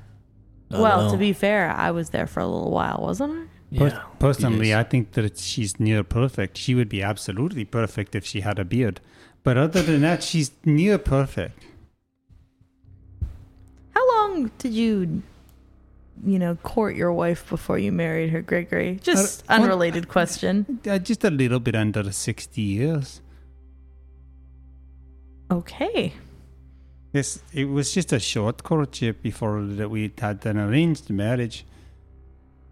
[SPEAKER 1] I
[SPEAKER 5] well,
[SPEAKER 1] don't
[SPEAKER 5] to
[SPEAKER 1] know.
[SPEAKER 5] be fair, I was there for a little while, wasn't
[SPEAKER 1] yeah,
[SPEAKER 4] Per- personally,
[SPEAKER 1] it is.
[SPEAKER 4] I think that she's near perfect. She would be absolutely perfect if she had a beard. But other than that, she's near perfect.
[SPEAKER 5] I? How long did you, you know, court your wife before you married her, Gregory? Just
[SPEAKER 4] Uh, what-
[SPEAKER 5] unrelated question.
[SPEAKER 4] Uh, just a little bit under 60 years.
[SPEAKER 5] Okay.
[SPEAKER 7] Yes, it was just a short courtship before that we had an arranged marriage.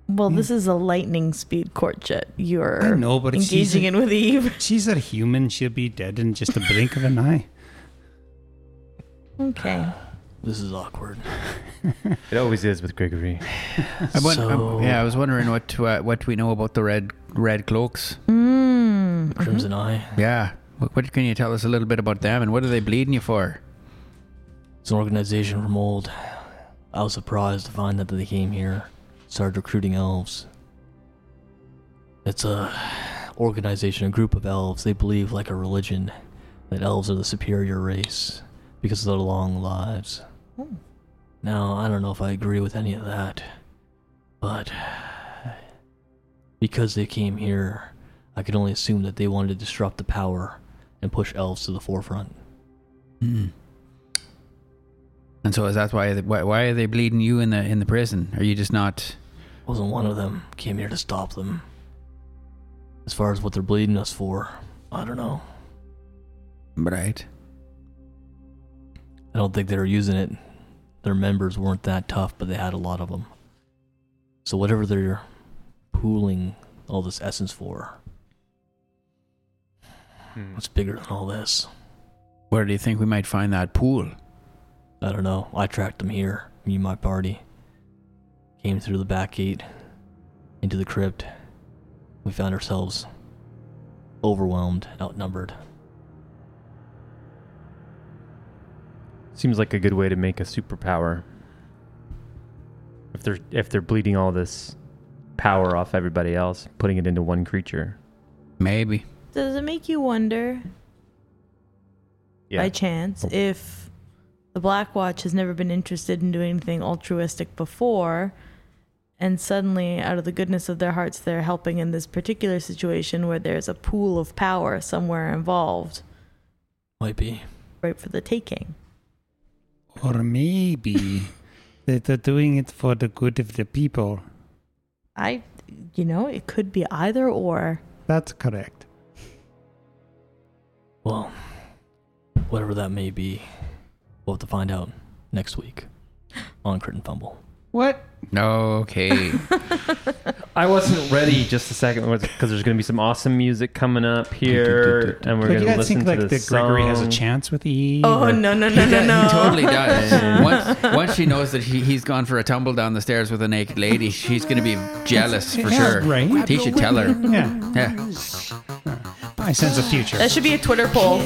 [SPEAKER 5] Well, this is a lightning speed courtship. You're
[SPEAKER 7] I know, but it's
[SPEAKER 5] Er, engaging
[SPEAKER 7] easy.
[SPEAKER 5] in with Eve.
[SPEAKER 7] She's a human. She'll be dead in just a blink of an eye.
[SPEAKER 5] Okay.
[SPEAKER 1] This is awkward.
[SPEAKER 2] It always is with Gregory.
[SPEAKER 3] I won- I-
[SPEAKER 1] so,
[SPEAKER 5] Oh.
[SPEAKER 3] yeah, I was wondering what uh, what we know about the red red cloaks.
[SPEAKER 5] Mm.
[SPEAKER 1] Crimson
[SPEAKER 3] Mm-hmm.
[SPEAKER 1] Eye.
[SPEAKER 3] Yeah, what, what can you tell us a little bit about them and what are they bleeding you for?
[SPEAKER 1] It's an organization from old. I was surprised to find that they came here, started recruiting elves. It's a organization, a group of elves. They believe, like a religion, that elves are the superior race because of their long lives.
[SPEAKER 5] Hmm.
[SPEAKER 1] Now, I don't know if I agree with any of that, but because they came here, I could only assume that they wanted to disrupt the power and push elves to the forefront.
[SPEAKER 3] Hmm. And so is that why, why why are they bleeding you in the in the prison? Are you just not?
[SPEAKER 1] Wasn't one of them. Came here to stop them. As far as what they're bleeding us for, I don't know.
[SPEAKER 3] Right.
[SPEAKER 1] I don't think they were using it. Their members weren't that tough, but they had a lot of them. So whatever they're pooling all this essence for, what's bigger than all this?
[SPEAKER 3] Where do you think we might find that pool?
[SPEAKER 1] I don't know. I tracked them here. Me and my party. Came through the back gate into the crypt. We found ourselves overwhelmed, outnumbered.
[SPEAKER 2] Seems like a good way to make a superpower. If they're if they're bleeding all this power off everybody else, putting it into one creature.
[SPEAKER 3] Maybe.
[SPEAKER 5] Does it make you wonder, by chance, if the Black Watch has never been interested in doing anything altruistic before, and suddenly, out of the goodness of their hearts, they're helping in this particular situation where there's a pool of power somewhere involved,
[SPEAKER 1] Might be.
[SPEAKER 5] right for the taking?
[SPEAKER 7] Or maybe that they're doing it for the good of the people.
[SPEAKER 5] I, you know, it could be either or.
[SPEAKER 7] That's correct.
[SPEAKER 1] Well, whatever that may be, we'll have to find out next week on Crit and Fumble.
[SPEAKER 7] What?
[SPEAKER 3] Okay.
[SPEAKER 2] I wasn't ready just a second because there's going to be some awesome music coming up here, and we're
[SPEAKER 7] But
[SPEAKER 2] going
[SPEAKER 7] you
[SPEAKER 2] to
[SPEAKER 7] guys
[SPEAKER 2] listen
[SPEAKER 7] think
[SPEAKER 2] to
[SPEAKER 7] like that
[SPEAKER 2] this
[SPEAKER 7] Gregory has a
[SPEAKER 2] song.
[SPEAKER 7] chance with Eve?
[SPEAKER 5] Oh
[SPEAKER 7] or-
[SPEAKER 5] no no no no
[SPEAKER 3] He
[SPEAKER 5] no!
[SPEAKER 3] totally does. once, once she knows that he, he's gone for a tumble down the stairs with a naked lady, she's going to be jealous for
[SPEAKER 7] Yeah,
[SPEAKER 3] sure.
[SPEAKER 7] right?
[SPEAKER 3] He should tell her.
[SPEAKER 7] Yeah,
[SPEAKER 3] Yeah.
[SPEAKER 7] I sense a future.
[SPEAKER 5] That should be a Twitter poll.